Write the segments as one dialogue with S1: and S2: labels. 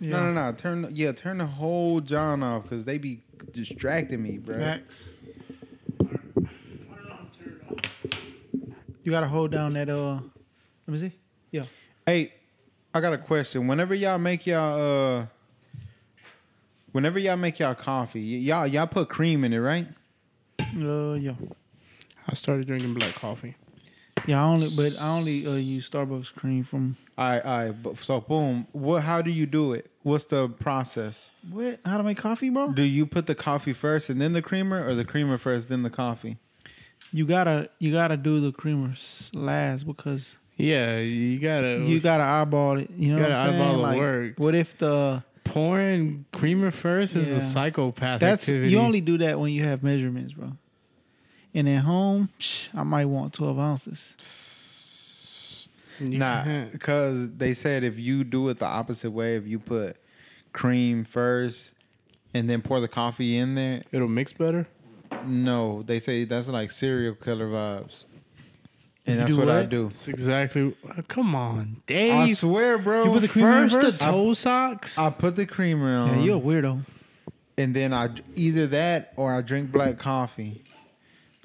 S1: No, no, no. Turn yeah, turn the whole John off because they be distracting me, bro.
S2: Facts.
S3: I don't know how to turn it off.
S2: You gotta hold down that uh. Let me see. Yeah.
S1: Hey, I got a question. Whenever y'all make y'all uh, whenever y'all make y'all coffee, y- y'all y'all put cream in it, right?
S2: Uh, yeah.
S4: I started drinking black coffee.
S2: Yeah. I only, but I only uh, use Starbucks cream from
S1: All right, all right. bu- So boom. What? How do you do it? What's the process?
S2: what? How to make coffee, bro?
S1: Do you put the coffee first and then the creamer, or the creamer first then the coffee?
S2: You gotta, you gotta do the creamers last because
S4: Yeah, you gotta
S2: you gotta eyeball it. You know,
S4: gotta
S2: what I'm saying?
S4: eyeball the
S2: Like,
S4: work.
S2: What if the
S4: pouring creamer first is
S2: Yeah.
S4: a psychopath
S2: that's
S4: activity.
S2: you only do that when you have measurements, bro. And at home, psh, I might want twelve ounces.
S4: You
S1: nah,
S2: Mm-hmm.
S4: can't.
S1: because they said if you do it the opposite way, if you put cream first and then pour the coffee in there,
S4: it'll mix better.
S1: no, they say that's like serial killer vibes. And
S2: You
S1: that's
S2: do
S1: what, I
S2: what?
S1: do.
S4: That's exactly. Come on,
S1: I
S4: Dave.
S1: swear, bro.
S2: You put the creamer in
S4: first the
S2: first?
S4: toe socks.
S1: I put the creamer on,
S4: Um,
S2: Yeah, you're a weirdo.
S1: and then I either that or I drink black coffee.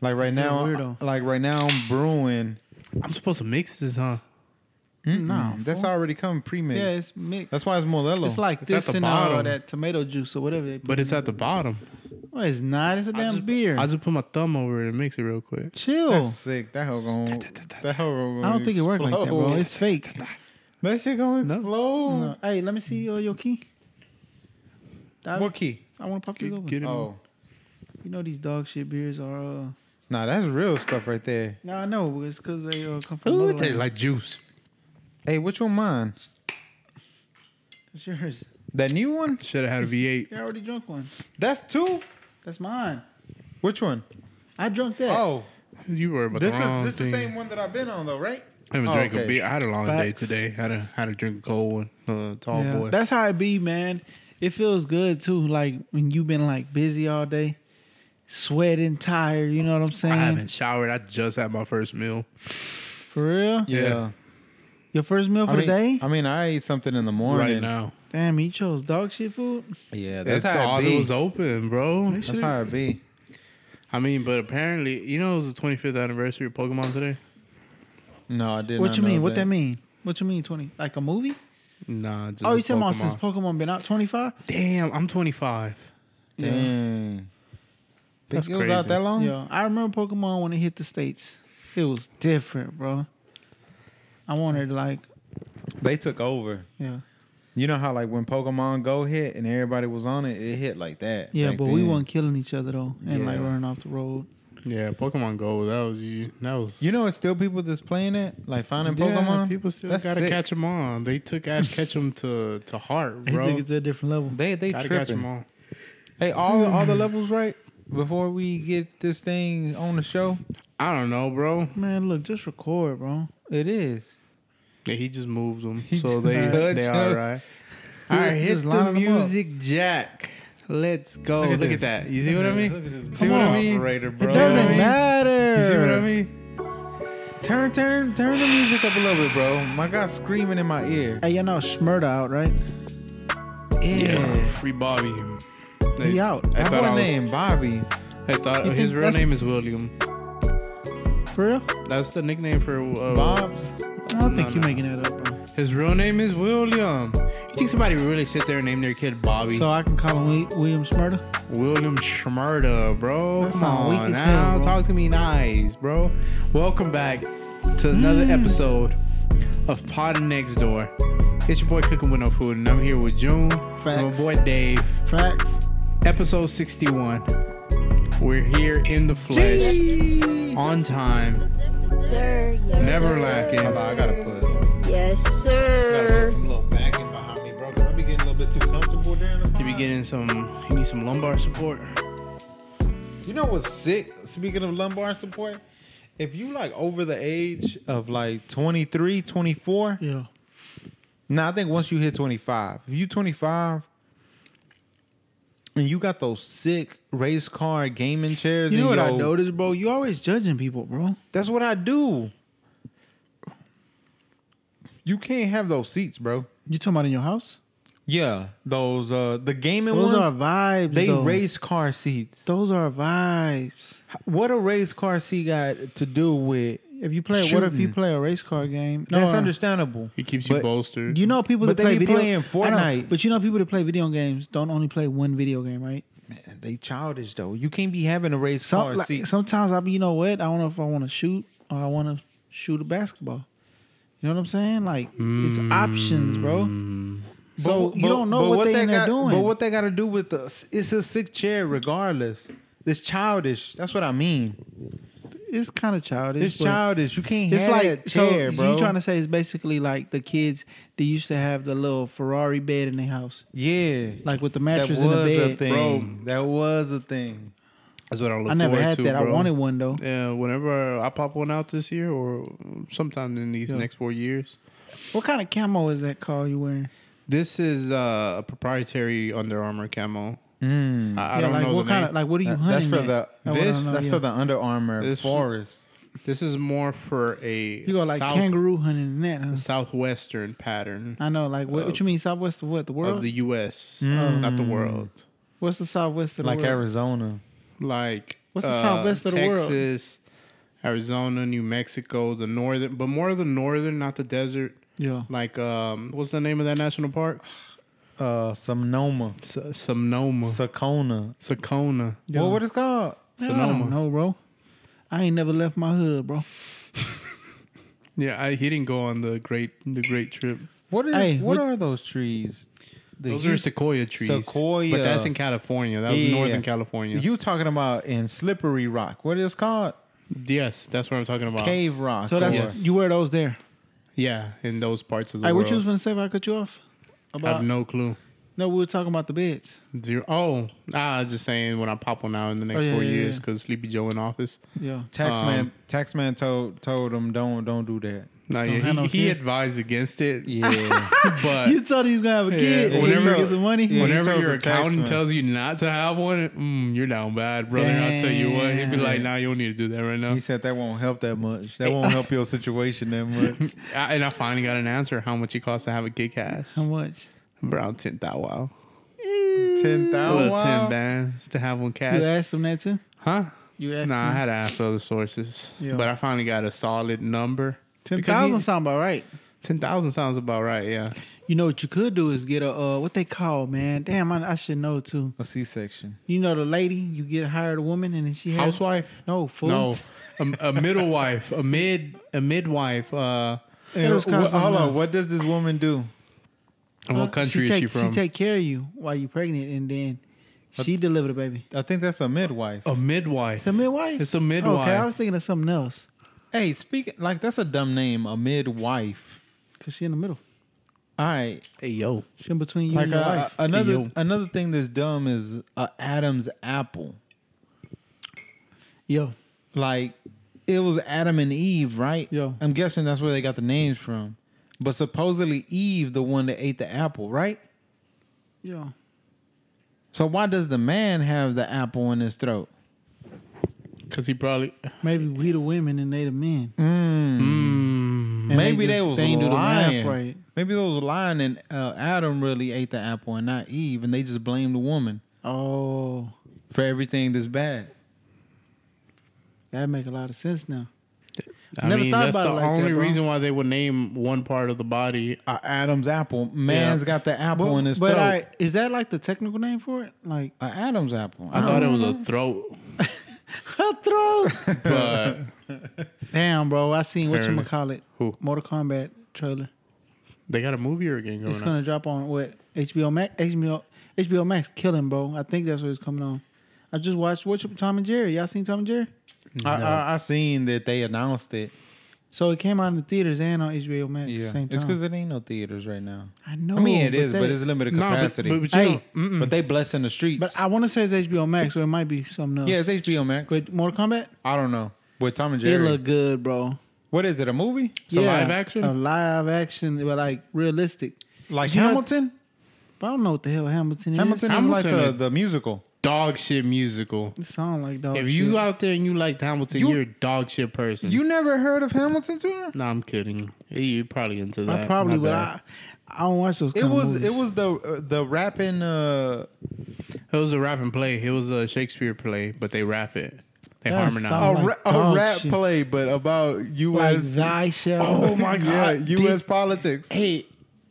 S1: Like right now,
S2: weirdo.
S1: like right now, I'm brewing.
S4: I'm supposed to mix this, huh?
S1: No, that's
S2: fool.
S1: already come pre-mixed.
S2: Yeah, it's mixed.
S1: that's why it's Modelo.
S2: it's like
S4: It's at
S2: this
S4: the
S2: and all
S4: bottom.
S2: that tomato juice or whatever. They put
S4: But it's
S2: in
S4: at the bottom.
S2: there. well, it's not. It's a damn
S4: just-
S2: beer.
S4: I just put my thumb over it and mix it real quick.
S2: Chill.
S1: that's sick. That hoe going. That hoe going.
S2: I don't think it worked like that, bro. It's fake.
S1: that shit going to explode.
S2: No. Hey, let me see uh, your key. Dive-
S1: What key?
S2: I want to pop these
S4: Get,
S2: open.
S4: get it.
S1: Oh,
S2: You know these dog shit beers are. uh
S1: nah, that's real stuff right there.
S2: No, I know but it's because they uh, come from.
S4: Ooh,
S2: Mother
S4: it tastes
S2: Land.
S4: like juice.
S1: Hey, which one mine?
S2: it's yours.
S1: That new one?
S4: Should have had a V8.
S2: You already drunk one.
S1: That's two.
S2: That's mine.
S1: Which one?
S2: I drunk that.
S1: Oh,
S4: You worry about
S1: this
S4: the
S1: is
S4: wrong
S1: this the
S4: thing.
S1: same one that I've been on though, right?
S4: I haven't
S1: Oh,
S4: drank
S1: okay.
S4: a beer. I had a long
S2: Facts.
S4: day today. Had a had a drink a cold one. Uh, tall
S2: Yeah,
S4: boy.
S2: That's how it be, man. It feels good too. Like when you've been like busy all day, sweating, tired. You know what I'm
S4: I haven't
S2: saying?
S4: showered. I just had my first meal.
S2: For real.
S4: Yeah.
S2: Your first meal for
S1: I mean,
S2: the day?
S1: I mean, I ate something in the morning.
S4: Right now,
S2: Damn, you chose dog shit food.
S1: Yeah, that's
S4: that's it's
S1: how
S4: all
S1: it
S4: that
S1: be.
S4: was open, bro.
S2: They
S1: That's
S2: should've-
S1: how it be.
S4: I mean, but apparently, you know, it was the 25th anniversary of Pokemon today.
S1: No, I didn't.
S2: What you mean? What that mean? What you mean? Twenty? Like a movie?
S4: Nah, just
S2: oh, you
S4: a
S2: talking about
S4: Pokemon.
S2: since Pokemon been out twenty five?
S4: Damn, I'm 25.
S1: Dang. Think
S4: That's
S1: it was out
S4: crazy.
S1: that long?
S2: Yeah, I remember Pokemon when it hit the states. It was different, bro. I wanted like
S1: They took over.
S2: yeah,
S1: You know how like when Pokemon Go hit and everybody was on it, it hit like that.
S2: yeah,
S1: back
S2: but we
S1: then.
S2: weren't killing each other though, and like
S1: Yeah.
S2: running off the road.
S4: Yeah, Pokemon Go. That was you. That was
S1: You know, it's still people that's playing it, like finding
S4: Yeah,
S1: Pokemon.
S4: People still
S1: That's
S4: gotta
S1: sick.
S4: catch them on. They took Ash Ketchum to to heart,
S2: He
S4: bro.
S2: took it to a different level.
S1: They they
S4: gotta catch
S1: tripping.
S4: them on.
S1: Hey, all all the levels right before we get this thing on the show.
S4: I don't know, bro.
S2: Man, look, just record, bro.
S1: It is.
S4: Yeah, he just moved them,
S1: He
S4: so
S1: just
S4: they
S1: touched
S4: they
S1: them.
S4: all right. All right,
S2: Just
S4: hit the
S2: lining 'em up.
S4: music, Jack. Let's go. Look at,
S1: this.
S4: that. You see what I mean?
S1: this
S4: See what I mean?
S1: Operator, bro.
S2: It
S4: It
S2: doesn't
S4: doesn't mean-
S2: matter.
S4: You see what I mean?
S1: Turn turn turn the music up a little bit, bro. My guy's screaming in my ear.
S2: Hey, you know Schmurda out, right?
S1: Yeah.
S4: Free Bobby. They-
S2: He out.
S4: I
S1: That
S4: thought,
S1: boy
S4: I was,
S1: named Bobby.
S4: I thought
S2: You
S4: his
S2: think
S4: real
S2: that's-
S4: name is William.
S2: For real?
S4: That's the nickname for
S1: Oh.
S4: uh,
S1: Bob's.
S2: I don't think
S4: No,
S2: you're
S4: no.
S2: making that up, bro.
S4: His real name is William. You think somebody would really sit there and name their kid Bobby?
S2: So I can call him Wi- William Schmurda.
S4: William Schmurda, bro.
S2: That
S4: Come
S2: sound
S4: on
S2: weak as
S4: now.
S2: hell, bro.
S4: Talk to me nice, bro. Welcome back to another
S2: Mm.
S4: episode of Pod Next Door. It's your boy Cooking with No Food, and I'm here with June.
S2: Facts.
S4: My boy Dave.
S2: Facts.
S4: Episode 61. We're here in the flesh, on time,
S5: sir. Yes,
S4: never
S5: sir.
S4: lacking.
S1: Hold on, I gotta put,
S5: Yes,
S1: gotta put
S5: sir.
S1: some little backing behind me, bro, because I be getting a little bit too comfortable during the
S4: You be getting some, you need some lumbar support.
S1: You know what's sick? Speaking of lumbar support, if you like over the age of like 23, 24,
S2: Yeah.
S1: now I think once you hit 25, if you 25 and you got those sick race car gaming chairs,
S2: You know
S1: in
S2: what I
S1: your-
S2: noticed, bro? You always judging people, bro.
S1: That's what I do. You can't have those seats, bro.
S2: You talking about in your house?
S1: Yeah, those uh the gaming
S2: Those
S1: ones.
S2: are vibes.
S1: they
S2: though.
S1: race car seats.
S2: Those are vibes.
S1: What a race car seat got to do with?
S2: If you play, what if you
S1: Shooting.
S2: play a race car game?
S1: that's
S2: uh,
S1: understandable.
S4: He keeps you
S1: But-
S4: bolstered.
S2: You know people
S1: But
S2: that
S1: they
S2: play
S1: be
S2: video.
S1: playing
S2: I know,
S1: Fortnite.
S2: but you know people that play video games don't only play one video game, right?
S1: Man, they childish though. You can't be having a race
S2: Some,
S1: car
S2: like,
S1: seat.
S2: sometimes I be, you know what? I don't know if I want to shoot or I want to shoot a basketball. You know what I'm saying? Like it's options, bro.
S4: Mm.
S2: So you don't know
S1: Mm. but
S2: what, they, in there
S1: got,
S2: doing.
S1: But what they got to do with the? It's a sick chair, regardless. It's childish. That's what I mean.
S2: it's kind of childish.
S1: It's
S2: but
S1: childish. You can't
S2: It's
S1: have
S2: like
S1: that chair,
S2: so
S1: bro.
S2: you trying to say it's basically like the kids they used to have the little Ferrari bed in their house,
S1: yeah.
S2: like with the
S1: That
S2: mattress
S1: was
S2: and the
S1: a
S2: bed.
S1: thing.
S4: Bro.
S1: That was a thing.
S4: That's what I look
S2: I never
S4: forward
S2: had
S4: to,
S2: that. I
S4: bro.
S2: wanted one though.
S4: Yeah, whenever I pop one out this year or sometime in these
S2: Yeah.
S4: next four years.
S2: What kind of camo is that car you wearing?
S4: This is uh, a proprietary Under Armour camo.
S1: Mm.
S4: I, I
S2: Yeah,
S4: don't
S2: like
S4: know
S2: what
S4: the
S2: kind
S4: name.
S2: of like what are Hmm. you
S1: That- that's
S2: hunting?
S1: for
S2: at?
S1: the
S2: I wanna
S4: this-
S2: know,
S1: That's
S2: yeah.
S1: for the Under Armour
S4: This-
S1: forest.
S4: This is more for a
S2: you go like
S4: south-
S2: kangaroo hunting and that. Huh?
S4: southwestern pattern
S2: I know. Like what,
S4: Uh,
S2: what you mean southwest of what the world?
S4: of the U.S.,
S1: Mm.
S4: not the world.
S2: What's the southwest of the
S1: like
S2: world?
S1: Arizona.
S4: Like
S2: What's the
S4: uh,
S2: southwest of the world?
S4: Texas, Arizona, New Mexico, the northern, but more of the northern, not the desert.
S2: yeah.
S4: Like um, what's the name of that national park?
S1: Uh, Sonoma,
S4: S- Sonoma,
S1: Sacona.
S4: Sacona,
S2: yeah.
S1: Well, what it's called?
S4: Sonoma.
S2: No, bro. I ain't never left my hood, bro.
S4: Yeah, I, he didn't go on the great the great trip.
S1: What is?
S2: Hey,
S1: what,
S2: what-
S1: are those trees? The
S4: Those
S1: hu-
S4: are sequoia trees.
S1: Sequoia.
S4: but that's in California. That was
S1: Yeah.
S4: northern California.
S1: You talking about in Slippery Rock? What is it called?
S4: yes, that's what I'm talking about.
S1: Cave Rock.
S2: So that's
S4: Yes.
S2: you wear those there.
S4: Yeah, in those parts of the
S2: Hey,
S4: world.
S2: what you was gonna say? If I cut you off
S4: I have
S2: about
S4: no clue.
S2: no, we were talking about the beds.
S4: Zero. Oh, ah, just saying when I pop one out in the next
S2: Oh, yeah,
S4: four
S2: yeah,
S4: years
S2: yeah.
S4: because Sleepy Joe in office.
S2: Yeah.
S1: Taxman.
S4: Um,
S1: Taxman told told him don't don't do that.
S4: No,
S2: Don't
S4: yeah,
S2: have
S4: he,
S2: no
S4: he
S2: kid.
S4: advised against it.
S1: Yeah.
S4: But
S2: you told he was gonna have a kid.
S4: Yeah,
S2: and
S4: whenever-
S2: you get some money.
S1: Yeah, he
S4: whenever
S1: told
S4: your
S1: the tax
S4: accountant
S1: man.
S4: tells you not to have one, mm, you're down bad, brother. I'll tell you what. He'd be like,
S1: Damn.
S4: nah, you don't need to do that right now.
S1: he said that won't help that much. That won't help your situation that much.
S4: I, and I finally got an answer how much it costs to have a gig cash.
S2: How much?
S4: Around 10,000. Wow.
S1: Ten
S4: A little
S1: thousand.
S4: 10 bands to have one
S2: You
S4: cash.
S2: asked him that too.
S4: Huh?
S2: You asked
S4: Nah, I
S2: him.
S4: had to ask other sources.
S2: Yeah.
S4: But I finally got a solid number.
S2: Ten
S4: Because he-
S2: thousand sound about right.
S4: 10,000 sounds about right, yeah.
S2: You know what you could do is get a uh, what they call man. Damn, I, I should know too.
S1: A C section.
S2: You know the lady you get hired a woman and then she has
S4: Housewife?
S2: no fool.
S4: No, a, a middle wife, a mid, a midwife. Uh,
S2: That was
S1: And wh-
S2: constantly
S1: hold on.
S2: nice.
S1: What does this woman do?
S4: and
S2: Huh?
S4: what country
S2: she
S4: is she
S2: take-
S4: from?
S2: She take care of you while you pregnant and then she delivered a baby.
S1: I think that's a midwife.
S4: a midwife.
S2: It's a midwife.
S4: It's a midwife.
S2: Okay, I was thinking of something else
S1: Hey, speaking like that's a dumb name. A midwife.
S2: because she in the middle.
S1: All right.
S4: hey yo,
S2: She in between you
S1: like
S2: and your
S1: uh,
S2: wife.
S1: another
S4: Yo.
S1: another thing that's dumb is uh, Adam's apple.
S2: Yo,
S1: Like it was Adam and Eve, right?
S2: Yo.
S1: I'm guessing that's where they got the names from. But supposedly Eve, the one that ate the apple, right?
S2: yo.
S1: So why does the man have the apple in his throat?
S4: because he probably.
S2: Maybe we the women and they the men.
S1: Mm.
S4: Mm,
S2: And
S1: Maybe
S2: just-
S1: they was
S2: ain't do the math
S1: lying.
S2: right.
S1: Maybe those was lying and uh, Adam really ate the apple and not Eve, and they just blamed the woman
S2: Oh,
S1: for everything that's bad.
S2: that make a lot of sense now.
S4: I
S2: Never
S4: mean,
S2: thought
S4: that's
S2: about
S4: the
S2: it like that,
S4: only
S2: bro.
S4: reason why they would name one part of the body.
S1: Uh, Adam's apple. Man's
S4: Yeah.
S1: got the apple in his
S2: but
S1: throat.
S2: alright, is that like the technical name for it? Like
S1: An Adam's apple.
S4: I thought it was
S2: Uh-huh.
S4: a throat,
S2: cutthroat.
S4: but
S2: Damn, bro, I seen what
S4: Fair
S2: you
S4: enough.
S2: call it.
S4: Who?
S2: Mortal Kombat trailer.
S4: they got a movie or a game going
S2: it's
S4: on.
S2: gonna drop on what HBO Max. HBO HBO Max killing, bro. I think that's what it's coming on. I just watched what you- Tom and Jerry. Y'all seen Tom and Jerry?
S1: I, I, I seen that they announced it.
S2: So it came out in the theaters and on HBO Max.
S1: Yeah,
S2: Yeah, same
S1: it's
S2: time. Oh,
S1: because it ain't no theaters right now.
S2: I know.
S1: I mean, it is,
S2: they-
S1: but it's limited
S4: No, but-
S1: capacity.
S4: but,
S1: but,
S4: but you
S2: Hey,
S4: don't- mm-mm.
S1: they blessing the streets.
S2: But I want to say it's HBO Max, so it might be something else.
S1: yeah, it's HBO Max.
S2: With Mortal Kombat,
S1: I don't know. With Tom and Jerry,
S2: it look good, bro.
S1: what is it? A movie
S4: It's a live action?
S2: a live action, but like realistic.
S1: like
S2: You know-
S1: Hamilton?
S2: But I don't know what the hell Hamilton is.
S1: Hamilton is
S4: Hamilton
S1: like the,
S4: is-
S1: the musical.
S4: dog shit musical.
S2: It sound like dog.
S4: if you
S2: shit.
S4: out there and you liked Hamilton,
S1: You-
S4: you, are a dog shit person.
S1: You never heard of Hamilton, too?
S4: No, I'm kidding. You probably into that.
S2: I probably
S4: My
S2: would.
S4: bad.
S2: I, I don't watch those.
S1: It
S2: kind of
S1: was it
S2: movies.
S1: was the uh, the rapping. Uh,
S4: It was a rap and play. It was a Shakespeare play, but they rap it. They
S2: That's
S4: harmonize.
S1: a,
S2: Oh my
S1: ra- a
S2: God,
S1: rap
S2: shit.
S1: play, but about
S2: like
S1: U.S.
S2: Thy Shall.
S4: Oh my God,
S1: yeah,
S4: dude.
S1: U.S. politics.
S4: Hey,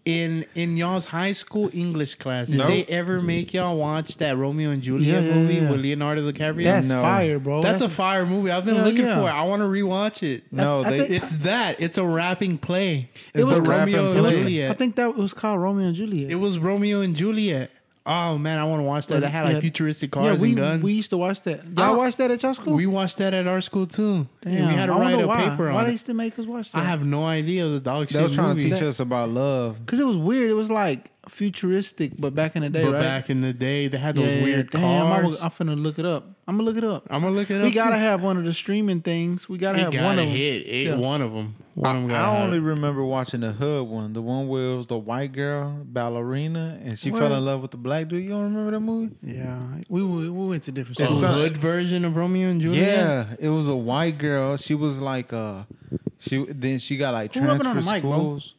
S4: in in y'all's high school English class, did
S1: No.
S4: they ever make y'all watch that Romeo and Juliet
S2: yeah,
S4: movie
S2: yeah.
S4: with Leonardo DiCaprio?
S2: That's
S1: No.
S2: fire, bro.
S4: That's a fire movie. I've been
S2: Hell
S4: looking
S2: yeah.
S4: for it. I want to rewatch it.
S1: No,
S2: I
S1: they.
S2: think-
S4: It's that. It's a rapping play.
S1: It
S4: It's
S1: was
S4: a Romeo
S1: rapping
S4: and
S1: play.
S4: Juliet.
S2: I think that was called Romeo and Juliet.
S4: it was Romeo and Juliet. Oh man, I want to watch that. It had like
S2: Yeah.
S4: futuristic
S2: yeah,
S4: cars
S2: we,
S4: and guns.
S2: we
S4: We,
S2: used to watch that. Y'all
S1: I-
S2: watch that at your school?
S4: watched that at our school too. And
S2: Damn,
S4: we had to
S2: I wonder
S4: write a
S2: why.
S4: paper
S2: Why
S4: on
S2: they
S4: it.
S2: used to make us watch that?
S4: I have no idea. It was a dog shit
S1: they was trying
S4: movie.
S1: to teach us about love.
S2: Cause it was weird. It was like futuristic, but back in the day,
S4: but
S2: right?
S4: back in the day, they had those
S2: Yeah,
S4: weird
S2: damn, I
S4: cars.
S2: was- I'm finna look it up. I'm gonna look it up.
S4: I'm gonna look it up.
S2: We gotta
S4: too.
S2: have one of the streaming things. We gotta
S4: It
S2: have
S4: gotta
S2: one of them.
S4: hit. It,
S2: Yeah.
S4: One of them.
S1: I,
S4: One of them got
S1: I only remember watching the hood one, the one where it was the white girl ballerina and she
S2: What?
S1: fell in love with the black dude. You don't remember that movie?
S2: Yeah, we, we we went to different.
S1: It's
S4: a
S2: schools.
S1: some-
S4: hood version of Romeo and Juliet.
S1: Yeah, it was a white girl. She was like uh she then she got like
S2: Who rubbing on
S1: transfer
S2: the mic, bro?
S1: schools.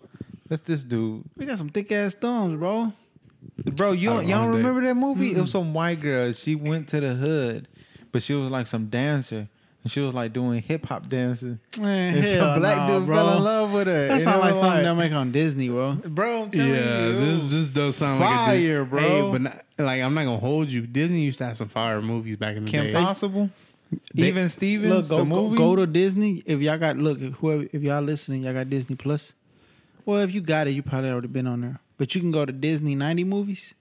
S1: That's this dude.
S2: we got some thick ass thumbs, bro.
S1: Bro, you
S4: I
S1: don't,
S4: don't
S1: y'all
S4: know that.
S1: remember that movie? It was some white girl. She went to the hood, but she was like some dancer. And she was like doing hip hop dancing.
S2: Man,
S1: And
S2: hell
S1: some black
S2: nah,
S1: dude
S2: bro.
S1: fell in love with her.
S2: That
S1: And it
S2: sounds like
S1: was
S2: something they'll make on Disney, bro.
S1: Bro, I'm telling you. it was-
S4: this does sound
S1: fire,
S4: like a Dis-
S1: bro.
S4: Hey, but not, like I'm not gonna hold you. Disney used to have some fire movies back in the
S1: Kim
S4: day.
S1: Possible?
S4: They-
S1: Even Stevens,
S2: Look, go,
S1: the
S2: go-
S1: movie?
S2: go to Disney. If y'all got look, if whoever, if y'all listening, y'all got Disney Plus. Well, if you got it, you probably already been on there. But you can go to Disney ninety movies.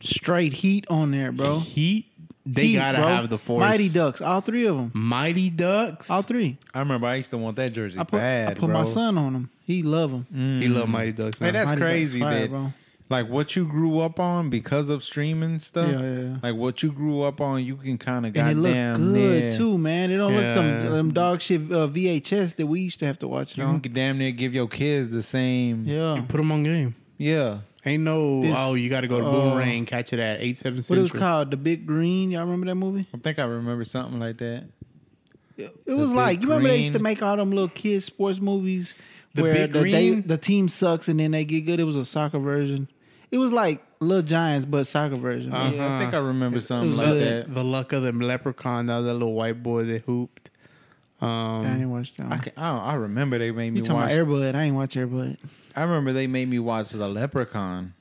S2: Straight heat on there, bro.
S4: Heat. They
S2: Heat,
S4: gotta
S2: bro.
S4: have the force.
S2: Mighty Ducks, all three of them,
S4: Mighty Ducks.
S2: all three.
S1: I remember I used to want that jersey
S2: I put
S1: bad,
S2: I put my
S1: bro.
S2: son on them. He love them.
S4: He loved Mighty Ducks.
S1: Hey,
S4: now.
S1: that's
S2: Mighty Ducks
S1: crazy
S2: fire,
S1: that
S2: bro.
S1: like what you grew up on because of streaming stuff.
S2: Yeah, yeah, yeah.
S1: Like what you grew up on, you can kind of
S2: And it look
S1: goddamn
S2: good
S1: near,
S2: too, man. It don't look
S4: Yeah.
S2: them, them dog shit uh, VHS that we used to have to watch it
S1: You
S2: on.
S1: can damn near give your kids the same.
S2: Yeah,
S4: Put them on game.
S1: yeah.
S4: Ain't no.
S2: This-
S4: oh, you gotta go to
S2: uh,
S4: Boomerang. Catch it at eight seven six.
S2: what it was called, The Big Green. Y'all remember that movie?
S1: I think I remember something like that.
S2: It, it was
S1: Big
S2: like you remember they used to
S1: Green.
S2: make all them little kids sports movies
S4: The
S2: where
S4: Big
S2: the, they-
S4: Green?
S2: the team sucks and then they get good. It was a soccer version. It was like Little Giants but soccer version.
S4: Uh,
S1: Yeah, I think I remember something
S2: Uh-huh. was
S1: like
S2: good.
S1: that.
S4: The luck of the leprechaun. That was that little white boy that hooped.
S2: I
S4: Um,
S2: ain't watched that.
S1: I,
S2: One.
S1: can, I, don't- I remember they made me
S2: You talking about
S1: watch.
S2: Airbud? I ain't watch Airbud.
S1: I remember they made me watch The Leprechaun.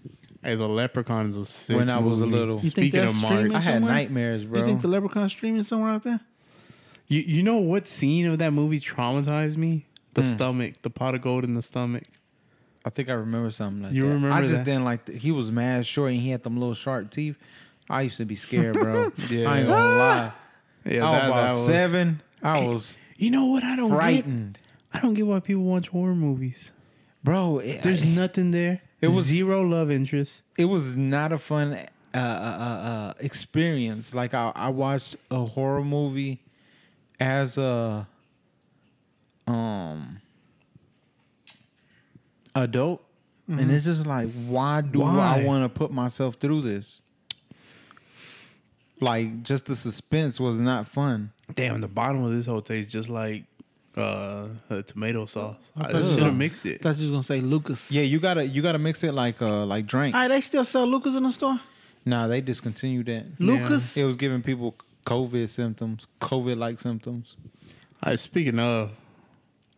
S4: hey, the leprechauns was sick.
S1: When I was a
S4: movie.
S1: little- You
S2: think
S4: Speaking
S2: that's
S4: of Mark,
S2: streaming?
S1: I had
S2: Somewhere?
S1: nightmares, bro.
S2: You think the Leprechaun streaming somewhere out there?
S4: You you know what scene of that movie traumatized me? The stomach, the pot of gold in the stomach.
S1: I think I remember something like
S4: You
S1: that.
S4: remember
S1: I just
S4: that?
S1: didn't like. The, he was mad short and he had them little sharp teeth. I used to be scared, bro.
S4: Yeah.
S1: I ain't gonna lie.
S4: Yeah,
S1: I was
S4: that-
S1: about
S4: that was-
S1: seven. I was
S4: You know what? I don't
S1: frightened,
S4: get. I don't get why people watch horror movies.
S1: bro. It,
S4: There's nothing there.
S1: It was-
S4: zero love interest.
S1: it was not a fun uh, uh, uh, uh, experience. Like I, I watched a horror movie as a um adult, and it's just like, why do
S4: Why?
S1: I want to put myself through this? Like, just the suspense was not fun.
S4: Damn, the bottom of this whole tastes just like uh, a tomato sauce. I,
S2: thought you
S4: should
S2: were-
S4: have mixed it.
S2: thought you was gonna say Lucas.
S1: Yeah, you gotta you gotta mix it like uh like drink.
S2: All right, they still sell Lucas in the store.
S1: nah, they discontinued that.
S2: Lucas.
S1: It was giving people COVID symptoms, COVID like symptoms.
S4: All right, speaking of,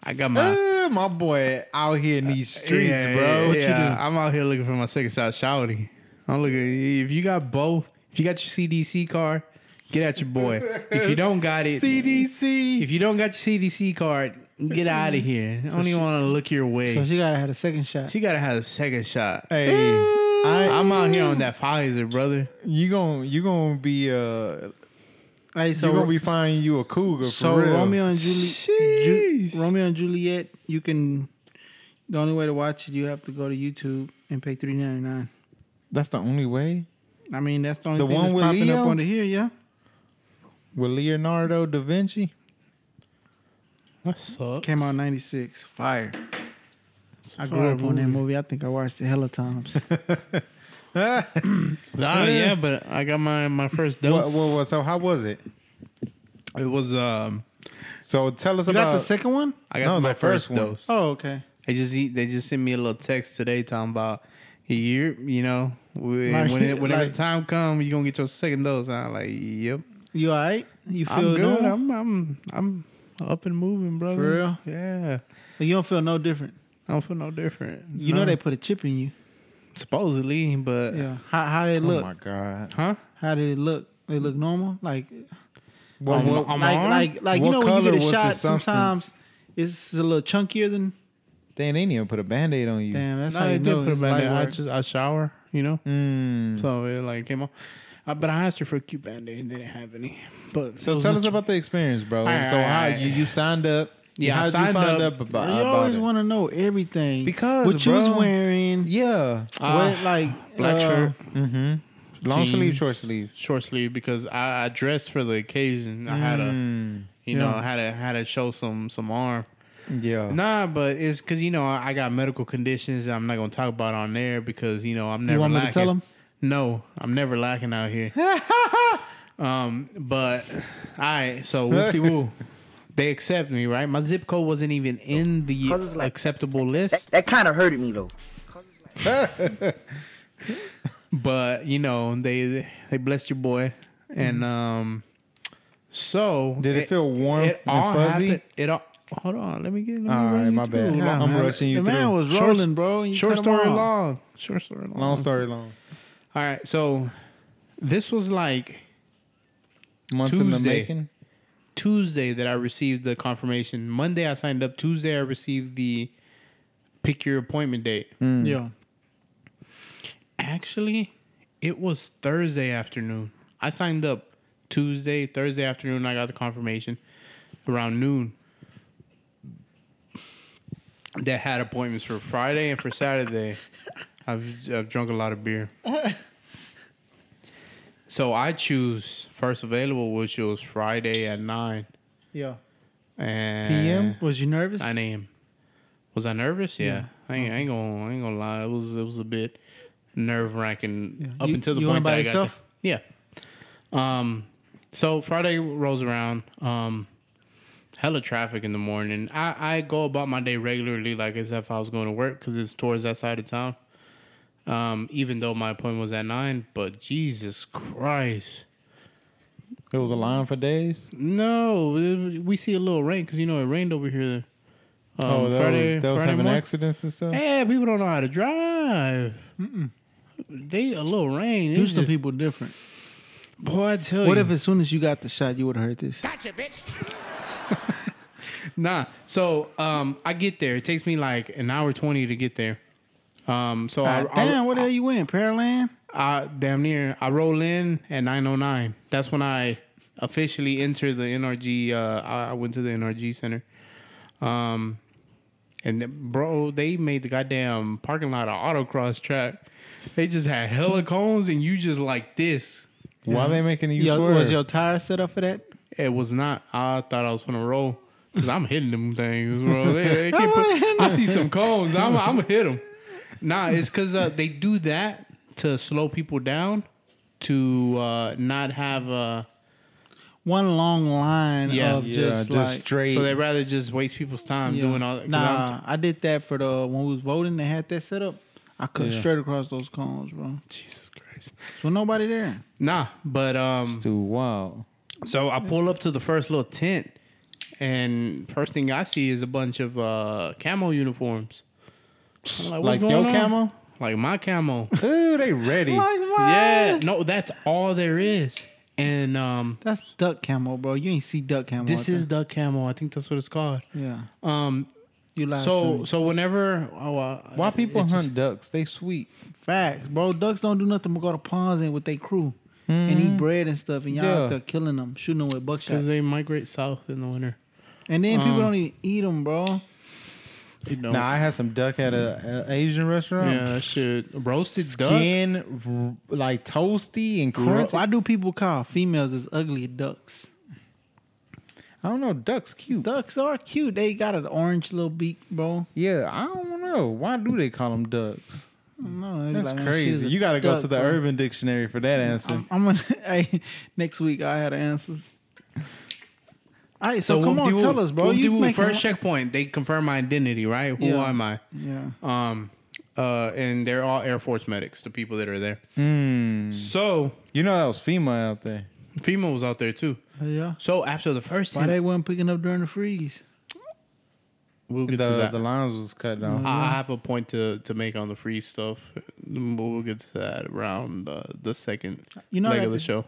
S4: I got my. Uh,
S1: Eh, my boy out here in these streets,
S4: Yeah,
S1: bro.
S4: yeah,
S1: what
S4: yeah.
S1: you
S4: I'm out here looking for my second shot, shouty. I'm looking. If you got both, if you got your CDC card, get at your boy. if you don't got it,
S1: do? CDC.
S4: If you don't got your CDC card, get out of here. I don't even want to look your way.
S2: So
S4: she,
S2: she gotta have a second shot.
S4: gotta have a second shot.
S1: Hey,
S4: I, am out here on that Pfizer, brother.
S1: you gon' you gonna be uh
S2: Hey, so
S1: you gonna be finding you a cougar
S2: so
S1: for real.
S2: Romeo and Juliet. Ju-
S4: Sheesh.
S2: Romeo and Juliet. You can. The only way to watch it, you have to go to YouTube and pay three ninety nine.
S1: That's the only way
S2: I mean, that's the only
S1: The
S2: thing
S1: one
S2: that's
S1: with
S2: popping up
S1: Leo?
S2: under here. Yeah.
S1: with Leonardo da Vinci.
S4: That sucks.
S2: Came out ninety six. Fire. I grew
S4: Fire
S2: up on that
S4: movie.
S2: movie. I think I watched it hella times.
S4: Nah, yeah, but I got my my first
S1: What,
S4: dose.
S1: what, what, so how was it?
S4: It was um,
S1: So tell us
S2: you got
S1: about
S2: the second one?
S4: I got
S1: No,
S4: my
S1: the first
S4: first,
S1: one.
S4: dose.
S2: Oh, okay.
S4: They just eat, they just sent me a little text today talking about you you know when,
S2: Like-
S4: when it, whenever
S2: like-
S4: the time comes you gonna get your second dose. And I'm like, yep,
S2: You all right? You feel
S4: I'm good.
S2: normal?
S4: I'm I'm I'm up and moving, brother.
S2: For real?
S4: Yeah,
S2: Like, you don't feel no different.
S4: I don't feel no different.
S2: You know
S4: No.
S2: they put a chip in you.
S4: supposedly, but
S2: Yeah. How how did it
S1: Oh
S2: look?
S1: my god.
S4: huh?
S2: how did it look? They look normal. Like
S1: What,
S4: I'm-
S1: what-
S4: I'm-
S2: like
S4: on?
S2: like like you
S1: What
S2: know when you
S1: color
S2: get a
S1: was the
S2: shot
S1: substance?
S2: sometimes it's a little chunkier than
S1: Damn, they didn't even put a band aid on you.
S2: damn. That's
S4: no,
S2: how
S4: I
S2: you
S4: did
S2: know
S4: put it
S2: it's
S4: back
S2: light
S4: there. I
S2: work.
S4: just I shower, you know,
S1: Mm.
S4: so it like came off. Uh, but I asked her for a cute band aid and they didn't have any. But
S1: So
S4: it was
S1: tell
S4: not-
S1: us about the experience, bro.
S4: Alright,
S1: so how
S4: alright.
S1: you, you signed up?
S4: Yeah, I
S1: how'd you
S4: signed
S1: find
S4: up.
S1: up, about,
S2: you
S1: about
S2: always
S1: it?
S2: want to know everything
S1: Because,
S2: what you was
S1: bro,
S2: wearing.
S1: yeah,
S4: Ah,
S2: what like
S4: black
S2: uh,
S4: shirt,
S1: mm-hmm. Long sleeve,
S4: jeans,
S1: short sleeve.
S4: short sleeve because I, I dressed for the occasion. I had a
S1: Mm,
S4: you
S2: Yeah.
S4: know had to had to show some some arm.
S1: yeah.
S4: Nah, but it's because you know I got medical conditions that I'm not gonna talk about on there because you know I'm never
S2: You want me
S4: lacking.
S2: to tell them?
S4: No, I'm never lacking out here. um, but all right, so whoopty woo. They accept me, right? My zip code wasn't even in the
S5: Cause it's like-
S4: acceptable list,
S5: That, that kind of hurted me though.
S4: but you know they they blessed your boy, and um, so
S1: Mm-hmm. Did it, feel warm
S4: it all
S1: and fuzzy?
S4: happened- It all hold on. Let me get. Let me
S1: All
S4: run
S1: right,
S4: you
S1: my
S4: through.
S1: bad.
S4: Long-
S1: I'm rushing you
S2: the man
S1: through.
S2: was
S4: Short-
S2: rolling, bro. and you
S4: Short
S2: cut him
S4: story
S2: off.
S4: long. Short story long.
S1: Long story long.
S4: All right, so this was like
S1: Months in the
S4: Tuesday.
S1: making.
S4: Tuesday that I received the confirmation. Monday I signed up. Tuesday I received the pick your appointment date.
S2: Yeah.
S4: Actually, it was Thursday afternoon. I signed up Tuesday, Thursday afternoon. I got the confirmation around noon. That had appointments for Friday and for Saturday. I've I've drunk a lot of beer. So I choose first available, which was Friday at nine
S2: Yeah.
S4: and
S2: Was you nervous?
S4: Eh. I am. Was I nervous? Yeah, I, ain't, I ain't gonna I ain't gonna lie. It was it was a bit nerve wracking
S2: Yeah.
S4: up
S2: You-
S4: until the
S2: you went
S4: point
S2: by
S4: that I
S2: yourself?
S4: got there. Yeah. Um. So Friday rolls around. Um. Hella traffic in the morning. I I go about my day regularly, like as if I was going to work, because it's towards that side of town. Um. Even though my appointment was at nine, but Jesus Christ.
S1: It was a line for days.
S4: Um, No, it- we see a little rain because you know it rained over here. Um,
S1: oh, that
S4: Friday,
S1: was, that was
S4: Friday
S1: having
S4: morning.
S1: accidents and stuff.
S4: Yeah, people don't know how to drive. They a little rain. It's
S2: Houston
S4: just-
S2: people different.
S4: boy, I tell
S2: What
S4: you.
S2: if as soon as you got the shot, you would have heard this?
S4: nah? So um, I get there. It takes me like an hour twenty to get there. Um, so I,
S2: God damn,
S4: I,
S2: what the hell you in? Pearland?
S4: I damn near I roll in at nine oh nine. That's when I officially enter the NRG. Uh, I, I went to the NRG center. Um, and the- bro, they made the goddamn parking lot an autocross track. They just had hella cones, and you just like this.
S1: Why they making you
S2: Yo,
S1: swear?
S2: was your tire set up for that?
S4: It was not. I thought I was gonna roll because I'm hitting them things, bro. They, they can't put, I see some cones. I'm I'm gonna hit them. Nah, it's because uh, they do that to slow people down, to uh, not have. Uh,
S2: One long line
S4: Yeah.
S2: of
S1: yeah,
S2: just,
S1: just,
S2: like,
S1: straight.
S4: so they rather just waste people's time
S2: yeah.
S4: doing all. 'cause I'm
S2: Nah, I did that for the when we was voting. They had that set up. I cut
S1: Yeah.
S2: straight across those cones, bro.
S4: t- Jesus Christ.
S2: So nobody there.
S4: Nah, but um.
S1: Dude, wow.
S4: So I pull up to the first little tent, and first thing I see is a bunch of uh, camo uniforms. I'm like,
S1: Like
S4: "What's
S1: your
S4: going on?"
S1: camo?
S4: Like my camo.
S1: Ooh, they ready.
S4: Yeah, no, that's all there is. And um,
S2: That's duck camo, bro. You ain't see duck camo.
S4: this
S2: out
S4: is duck camo. I think that's what it's called.
S2: there. yeah.
S4: Um,
S2: You lied to
S4: so
S2: me.
S4: so whenever oh, uh,
S1: Why people
S4: it's just-
S1: hunt ducks? They sweet.
S2: Facts, bro. Ducks don't do nothing but go to ponds and with their crew and eat bread and stuff, and y'all
S1: Yeah.
S2: out there killing them, shooting them with
S4: Mm-hmm. it's 'cause
S2: buckshots.
S4: they migrate south in the winter.
S2: and then people
S4: um,
S2: don't even eat them, bro.
S4: You know,
S1: Now I had some duck at a, a Asian restaurant.
S4: yeah, shit, roasted duck.
S1: Skin r- like toasty and crunchy.
S2: Why do people call females as ugly ducks?
S1: I don't know. Ducks cute.
S2: Ducks are cute. They got an orange little beak, bro.
S1: Yeah, I don't know. Why do they call them ducks?
S2: No,
S1: That's crazy. You got to go to the Urban Dictionary for that answer.
S2: I'm, I'm gonna. hey, next week I had answers. All right, so, come on,
S4: whoop-de-whoop.
S2: tell us, bro. You
S4: Whoop-de-whoop,
S2: making-
S4: first checkpoint, they confirm my identity, right? Who
S2: Yeah.
S4: am I?
S2: Yeah.
S4: Um, uh, and they're all Air Force medics, the people that are there.
S2: Hmm.
S4: So
S1: You know that was FEMA out there.
S4: FEMA was out there too.
S2: Yeah.
S4: So after the first
S2: Why
S4: hit,
S2: they weren't picking up during the freeze?
S4: we'll
S1: The,
S4: get to that.
S1: the lines was cut down.
S4: I I
S2: Mm-hmm.
S4: have a point to, to make on the free stuff, but we'll get to that around uh, the second
S2: You know, I,
S4: leg
S2: got
S4: of the
S2: the-
S4: show.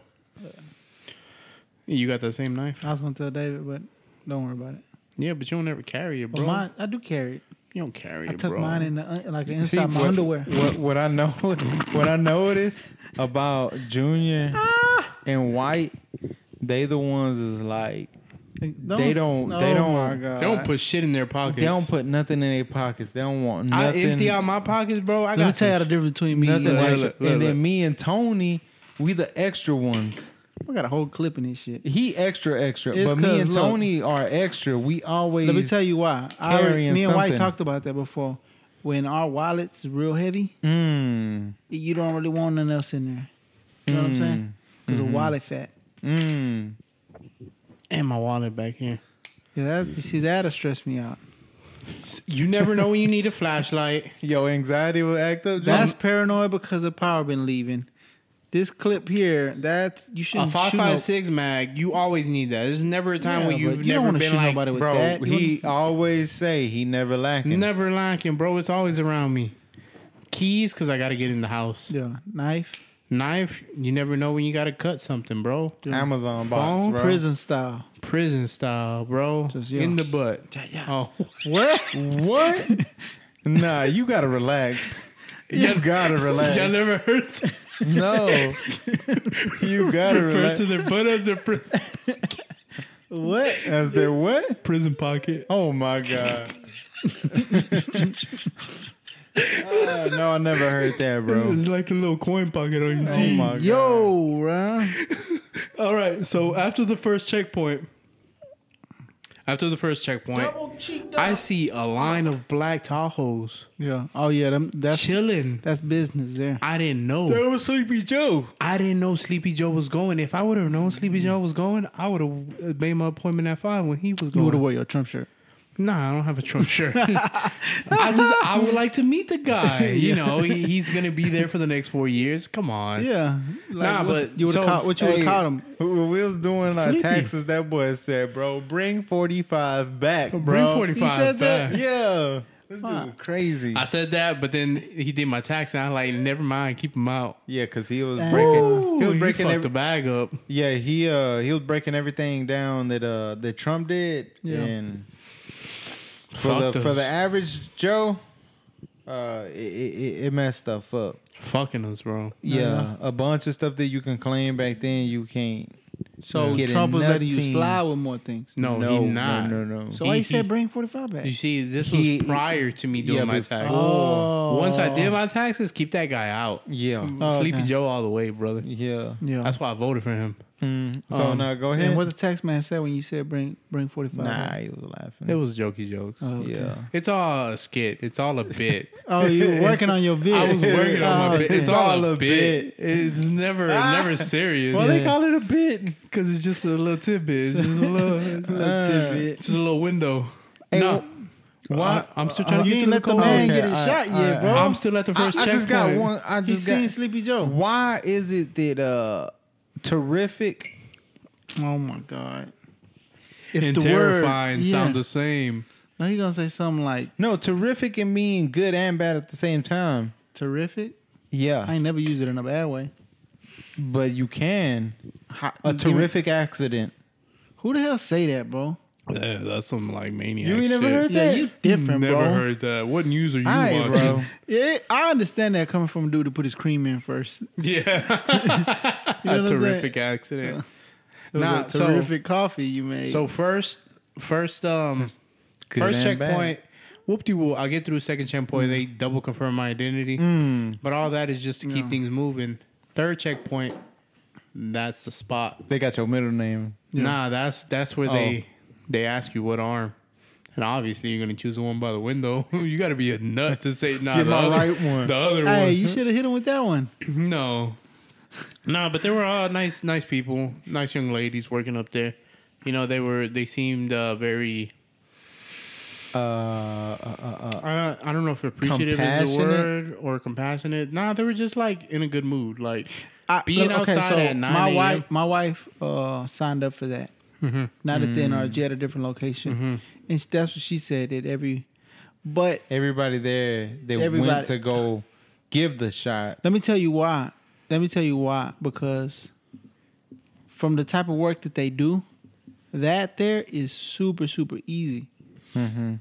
S4: You got that same knife?
S2: I was gonna tell David, but don't worry about it.
S4: Yeah, but you don't ever carry it,
S2: But
S4: bro.
S2: mine, I do carry it.
S4: you don't carry
S2: I
S4: it,
S2: took
S4: bro.
S2: mine in the un- like Mm, inside
S1: See,
S2: my
S1: what-
S2: underwear.
S1: What what I know what I know it is about Junior and White, they the ones is like they don't they
S2: oh
S1: don't
S2: my God.
S4: they don't put shit in their pockets.
S1: they don't put nothing in their pockets. They don't want
S4: I
S1: nothing.
S4: empty out my pockets, bro. I
S2: Let me
S4: got
S2: tell you the
S4: some
S2: difference between me.
S1: nothing
S2: and you.
S1: extra.
S4: look,
S1: and
S4: look,
S1: then
S4: look.
S1: me and Tony, we the extra ones.
S2: I got a whole clip in this shit.
S1: He extra extra,
S2: It's
S1: but me
S2: 'cause,
S1: and
S2: look.
S1: Tony are extra. We always
S2: Let me tell you why. I already,
S1: carrying
S2: me and White
S1: something.
S2: talked about that before. When our wallets is real heavy,
S1: Mm,
S2: you don't really want nothing else in there. You know what
S4: Mm-hmm.
S2: I'm saying? Because a wallet fat.
S1: mm.
S4: and my wallet back here.
S2: Yeah, that, you see that'll stress me out.
S4: You never know when you need a flashlight.
S1: Yo, anxiety will act up.
S2: That's paranoid because the power been leaving. This clip here, that you
S4: A
S2: shouldn't
S4: five
S2: shoot
S4: five
S2: no-
S4: six mag, you always need that. There's never a time
S2: Yeah,
S4: when
S2: but you
S4: you've
S2: don't
S4: never
S2: wanna
S4: been
S2: shoot
S4: like,
S2: nobody with
S1: bro.
S2: that. You
S1: he always say he never lacking.
S4: never lacking, bro. It's always around me. Keys, cause I gotta get in the house.
S2: wanna- yeah, knife,
S4: Knife, you never know when you gotta cut something, bro.
S1: Amazon box,
S4: Phone,
S1: bro.
S2: prison style.
S4: Prison style, bro.
S2: Just, yeah.
S4: in the butt. Oh,
S1: What? What? nah, you gotta relax. You gotta relax.
S4: y'all never heard
S1: no, you gotta
S4: refer
S1: relax.
S4: to their butt as their prison
S2: What?
S1: As their what?
S4: prison pocket.
S1: Oh my god. Ah, no, I never heard that, bro.
S4: It's like a little coin pocket on your
S1: Oh
S4: jeans.
S1: my god.
S2: Yo, bro.
S4: All right. So after the first checkpoint, after the first checkpoint, I see a line of black Tahoes
S2: Yeah. Oh yeah, them, that's
S4: chilling.
S2: that's business there.
S4: I didn't know.
S1: That was Sleepy Joe.
S4: I didn't know Sleepy Joe was going. If I would have known Sleepy Joe was going, I would have made my appointment at five when he was
S2: You would have
S4: going.
S2: wore your Trump shirt.
S4: Nah, I don't have a Trump shirt. I just I would like to meet the guy. You know, he, he's gonna be there for the next four years. Come on.
S2: Yeah. Like,
S4: Nah,
S2: what-
S4: but
S2: you would have
S4: so-
S2: caught what you would
S1: Hey,
S2: have caught him.
S1: When we was doing our
S4: Sleepy.
S1: taxes, that boy said, "Bro, bring forty five back, bro."
S4: Bring forty
S2: He said
S4: five.
S2: that?
S1: Yeah, this
S2: Huh.
S1: dude crazy.
S4: I said that, but then he did my tax, and I like, never mind, keep him out.
S1: Yeah, cause he was
S2: Ooh,
S1: breaking. he
S4: Ooh,
S1: was breaking
S4: fucked
S1: every,
S4: the bag up.
S1: Yeah, he uh he was breaking everything down that uh that Trump did,
S2: Yeah.
S1: and for
S4: Fuck
S1: the
S4: those.
S1: for the average Joe, uh it, it, it messed stuff up.
S4: Fucking us, bro.
S1: Yeah, a bunch of stuff that you can claim back then you can't.
S2: So
S1: Getting
S2: Trump was letting you
S1: nothing.
S2: slide with more things.
S4: No,
S1: no,
S4: he not.
S1: no, no, no.
S2: So why
S4: He-
S2: you said
S4: he-
S2: bring forty five back?
S4: You see, this
S1: He-
S4: was prior to me doing
S1: yeah,
S4: my
S1: before-
S4: tax.
S2: Oh.
S4: Once I did my taxes, keep that guy out.
S1: yeah,
S2: Oh,
S4: Sleepy
S2: okay.
S4: Joe all the way, brother.
S1: yeah.
S2: Yeah.
S4: That's why I voted for him.
S1: Mm, so
S4: Um,
S1: now go
S2: and
S1: ahead.
S2: what the tax man said when you said bring bring forty five.
S1: nah, he was laughing.
S4: It was jokey jokes.
S2: Oh, okay.
S1: yeah,
S4: It's all a skit. It's all a bit.
S2: Oh, you were working on your vid.
S4: I was working on my
S2: Oh,
S4: bit. It's
S1: damn.
S4: all
S1: All
S4: a
S1: a
S4: bit. It's never, never serious.
S1: well, they call it a bit.
S4: Because it's just a little tidbit. It's just a little,
S1: Uh,
S2: tidbit.
S4: just a little window.
S1: Hey,
S4: no.
S1: why-
S4: I, am still trying
S2: uh, you
S4: to get
S2: ain't
S4: to
S2: let the
S4: call.
S2: man
S1: Okay,
S2: get his
S1: I-
S2: shot yet,
S1: I-
S2: bro.
S4: I'm still at the
S1: I,
S4: first
S1: I
S4: checkpoint.
S1: just got one. I
S2: he
S1: just got.
S2: seen Sleepy Joe.
S1: Why is it that uh terrific
S2: Oh my god.
S4: and
S2: the word-
S4: terrifying
S2: yeah.
S4: sound the same.
S2: Now you gonna say something like
S1: No, terrific can mean good and bad at the same time.
S2: terrific?
S1: Yeah,
S2: I ain't never used it in a bad way.
S1: but you can a
S2: give me-
S1: terrific accident.
S2: Who the hell say that, bro?
S4: Yeah, that's some like maniac.
S1: You ain't never
S4: shit.
S1: heard
S2: Yeah,
S1: that?
S2: you different,
S4: Never
S2: bro.
S4: heard that. What news are you
S1: Aight,
S4: watching?
S1: bro.
S2: Yeah, I understand that coming from a dude who put his cream in first. You
S4: Yeah,
S2: know what
S4: a
S2: I'm
S4: terrific
S2: saying?
S4: accident.
S2: It was
S4: Nah,
S2: a
S4: so-
S2: terrific coffee you made.
S4: So first, first, um,
S1: good
S4: first
S1: and bad. Mm.
S4: checkpoint. Whoop de whoop. I get through second checkpoint. They double confirm my identity. But all that is just to keep things moving. Third checkpoint. That's the spot.
S1: They got your middle name.
S4: Nah, that's that's where they
S1: Oh.
S4: they ask you what arm. And obviously, you're gonna choose the one by the window. you got to be a nut to say nah.
S1: Get
S4: the
S1: my
S4: other-
S1: right one.
S4: The other
S2: hey,
S4: one.
S2: you should have hit him with that one.
S4: No. No, but they were all nice, nice people, nice young ladies working up there. You know, they were they seemed uh, very.
S1: Uh, uh, uh, uh,
S4: I, I don't know if appreciative is the
S1: Compassionate?
S4: word or compassionate. Nah, they were just like in a good mood. Like
S2: I,
S4: Being outside at 9
S2: My
S4: a.m.
S2: wife, my wife, uh, signed up for that.
S4: Mhm.
S2: Not at the NRG at a different location,
S4: Mm-hmm.
S2: and she- that's what she said. That every, but
S1: everybody there, they
S2: Everybody-
S1: went to go give the shot.
S2: let me tell you why. Let me tell you why. Because from the type of work that they do, that there is super super easy.
S1: hmm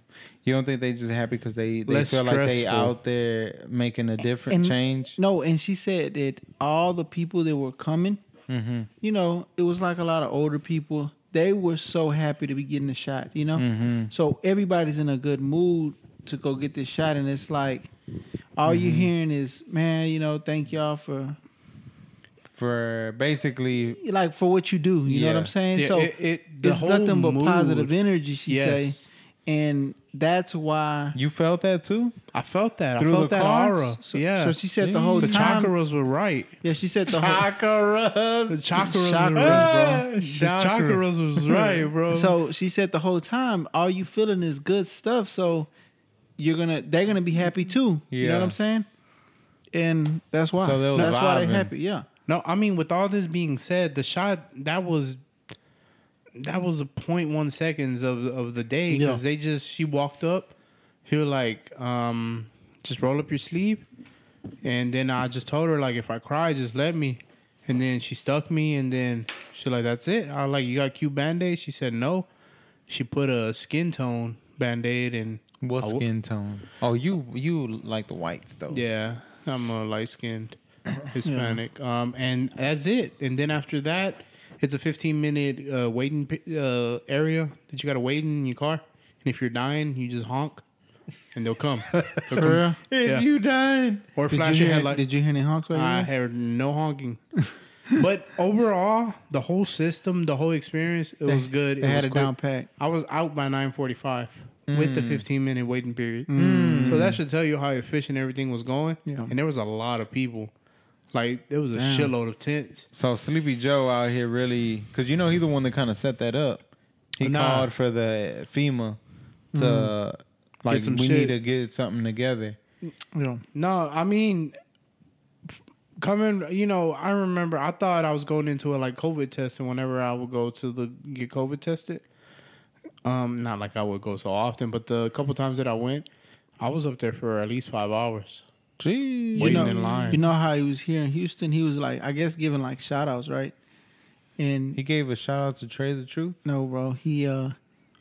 S1: You don't think they just happy because they, they
S4: Less
S1: feel like they
S4: stressful.
S1: out there making a different
S2: And-
S1: change?
S2: No, and she said that all the people that were coming,
S1: Mm-hmm.
S2: you know, it was like a lot of older people. They were so happy to be getting the shot, you know.
S4: Mm-hmm.
S1: Mhm.
S2: So everybody's in a good mood to go get this shot, and it's like all you're
S4: Mm-hmm.
S2: hearing is, "Man, you know, thank y'all for
S1: For basically,
S2: like for what you do." You know what
S1: Yeah.
S2: I'm saying?
S4: Yeah,
S2: so
S4: it- it- the
S2: it's
S4: whole
S2: nothing but
S4: mood.
S2: positive energy, she
S4: Yes,
S2: say, and that's why.
S1: you felt that too.
S4: I felt that.
S1: Through
S4: I felt
S1: the
S4: that
S1: car?
S4: aura.
S2: So,
S4: yeah.
S2: so she said the whole
S4: the
S2: time.
S4: chakras were right.
S2: Yeah, she said the whole.
S4: The
S1: Chakras.
S4: chakras,
S2: Chakras,
S4: were right.
S1: bro.
S4: The
S1: Chakra.
S4: chakras was right, bro.
S2: So she said the whole time, all you feeling is good stuff. So you're gonna, they're gonna be happy too. You know
S1: Yeah.
S2: what I'm saying? And that's why.
S1: So they was
S2: that's why they
S1: vibing.
S2: happy. Yeah.
S4: No, I mean, with all this being said, the shot that was that was a 0.1 seconds of of the day because they just she walked up, she was like, um, just roll up your sleeve, and then I just told her like, if I cry, just let me, and then she stuck me, and then she like, that's it. I was like, you got cute band aid? She said no. She put a skin tone band aid and
S1: What
S4: I wo-
S1: skin tone? Oh, you you like the whites though.
S4: yeah, I'm a light skinned Hispanic. Um, and that's it. And then after that, it's a 15 minute uh, waiting pe- uh, area that you got to wait in your car. And if you're dying, you just honk, and they'll come. They'll come.
S2: real?
S1: If
S4: Yeah.
S1: you done,
S4: Or
S2: Did
S4: flash
S2: you
S4: your
S2: hear?
S4: headlight.
S2: Did you hear any honks right
S4: I
S2: there?
S4: heard no honking. but overall, the whole system, the whole experience, it was good.
S2: They
S4: it
S2: had
S4: was
S2: it
S4: quick.
S2: down packed.
S4: I was out by 9:45 with
S2: Mm.
S4: the 15 minute waiting period. So that should tell you how efficient everything was going.
S2: Yeah.
S4: And there was a lot of people. Like there was a
S2: Damn.
S4: shitload of tents.
S1: so Sleepy Joe out here really, because you know he the one that kind of set that up. He
S4: Nah. Mm-hmm.
S1: called for the FEMA to like
S4: some
S1: we
S4: shit.
S1: need to get something together.
S2: Yeah.
S4: No, I mean f- coming, you know, I remember I thought I was going into a like COVID test and whenever I would go to the get COVID tested. Um not like I would go so often, but the couple times that I went, I was up there for at least 5 hours.
S1: Gee,
S4: Waiting
S2: you know,
S4: in line.
S2: You know how he was here in Houston? He was like, I guess giving like shout outs, right? And
S1: he gave a shout out to Trey the Truth.
S2: no, bro, he uh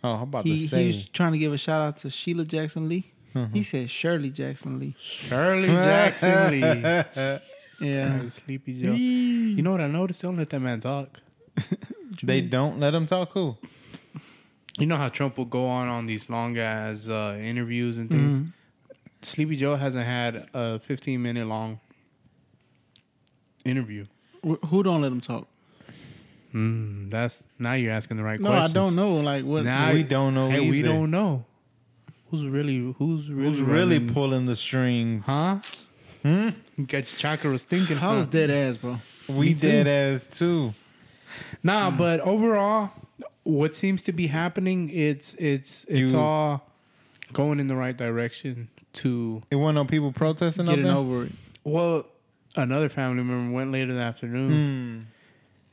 S1: Oh, I'm about
S2: he,
S1: to
S2: he
S1: say.
S2: was trying to give a shout out to Sheila Jackson Lee.
S4: Mm-hmm.
S2: He said Shirley Jackson Lee.
S4: Shirley Jackson Lee.
S2: Yeah.
S4: Yeah, Sleepy Joe. You know what I noticed? They don't let that man talk.
S1: they don't let him talk. Who?
S4: You know how Trump will go on on these long ass uh, interviews and things.
S2: Mhm.
S4: Sleepy Joe hasn't had a 15 minute long interview.
S2: Wh- Who don't let him talk?
S4: Mm, that's now you're asking the right
S2: No,
S4: questions.
S2: I don't know. Like what?
S4: Nah,
S1: we don't know.
S4: Hey, we
S1: either.
S4: don't know. Who's really? Who's really?
S1: Who's really
S4: running-
S1: pulling the strings?
S4: Huh?
S1: Hmm?
S4: Got your chakras thinking.
S2: I
S4: huh?
S2: was dead ass, bro.
S1: We dead ass too.
S4: Nah, but overall, what seems to be happening, it's it's it's
S1: You-
S4: all going in the right direction. To
S1: It wasn't no people protesting
S2: Getting
S1: out
S2: over it.
S4: well, another family member went later in the afternoon,
S2: Mm.
S1: there.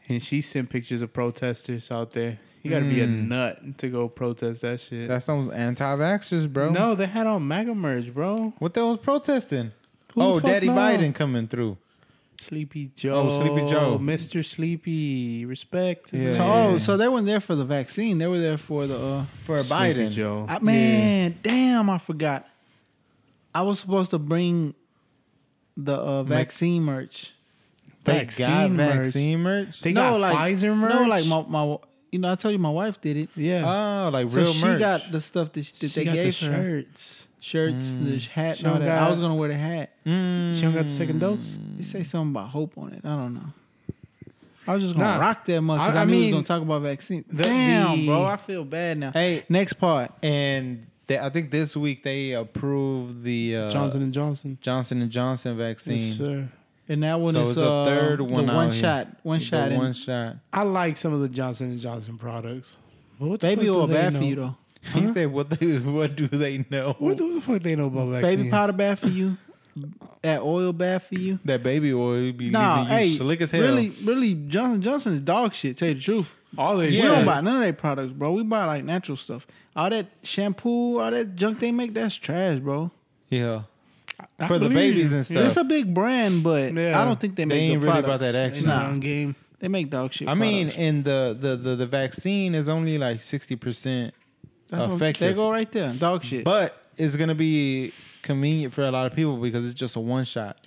S4: and she sent pictures of protesters out there. You got to be a
S1: Mm.
S4: nut to go protest that shit.
S1: That's those anti-vaxxers, bro.
S4: No, they had on MAGA merch, bro.
S1: what they was protesting?
S4: Who
S1: oh,
S4: the fuck
S1: Daddy
S4: know?
S1: Biden coming through.
S4: Sleepy Joe.
S2: Oh,
S1: Sleepy Joe.
S4: Mr. Sleepy. Respect.
S1: Yeah.
S2: so, oh, so they weren't there for the vaccine. They were there for the uh, for
S1: For
S4: Sleepy
S1: Biden.
S4: Joe.
S2: I, man, damn, I forgot. I was supposed to bring the uh, vaccine merch.
S1: They
S4: Vaccine
S1: got
S4: merch.
S1: vaccine merch.
S4: They
S2: No,
S4: got
S2: like-
S4: Pfizer merch.
S2: No, like my, my you know, I told you my wife did it.
S4: yeah.
S1: Oh, like
S2: So
S1: real
S2: she
S1: merch.
S2: got the stuff that, she, that
S4: She
S2: they
S4: got the
S2: gave her
S4: shirts.
S2: shirts, the hat,
S4: She
S2: and all
S4: don't
S2: that. I
S4: got- Mm.
S2: was gonna wear the hat.
S1: Mm.
S4: She don't got the second
S2: Hmm.
S4: dose.
S2: You say something about hope on it. I don't know. I was just gonna
S4: Nah,
S2: rock that much because
S4: I-
S2: I,
S4: I
S2: knew we
S4: mean,
S2: was gonna talk about vaccine.
S4: the-
S2: Damn,
S4: the-
S2: bro, I feel bad now.
S1: Hey,
S2: Next part.
S1: and they, I think this week they approved the uh,
S4: Johnson and Johnson.
S1: Johnson and Johnson vaccine.
S4: Yes, sir.
S2: And that one
S1: So
S2: is
S1: it's a
S2: uh,
S1: third
S2: the
S1: one
S2: one
S1: out here.
S2: shot, one
S1: The
S2: shot,
S1: one
S2: and
S1: shot.
S4: I like some of the Johnson and Johnson products. But what the
S2: baby
S4: fuck do
S2: oil
S4: they
S2: bad for
S4: know?
S2: you though.
S1: He said, "What they, what do they know?
S4: What the, what the fuck they know about vaccines?
S2: Baby powder bad for you. That oil bad for you.
S1: that baby oil be
S2: Nah,
S1: leaving you
S2: hey,
S1: slick as hell."
S2: really, really, Johnson Johnson is dog shit. Tell you the truth,
S4: All they
S2: we
S1: Yeah.
S2: don't buy none of their products, bro. We buy like natural stuff. All that shampoo, all that junk they make, that's trash, bro.
S1: Yeah, for the babies and
S2: It's
S1: stuff.
S2: a big brand, but
S4: Yeah.
S2: I don't think they make.
S1: They ain't
S2: good
S1: really about
S2: products.
S1: that action.
S2: Nah,
S4: game.
S2: they make dog shit.
S1: I mean,
S2: products.
S1: and the the the, the vaccine is only like sixty percent
S2: That's what-
S1: effective.
S2: They go right there, dog shit.
S1: But it's gonna be convenient for a lot of people because it's just a one shot.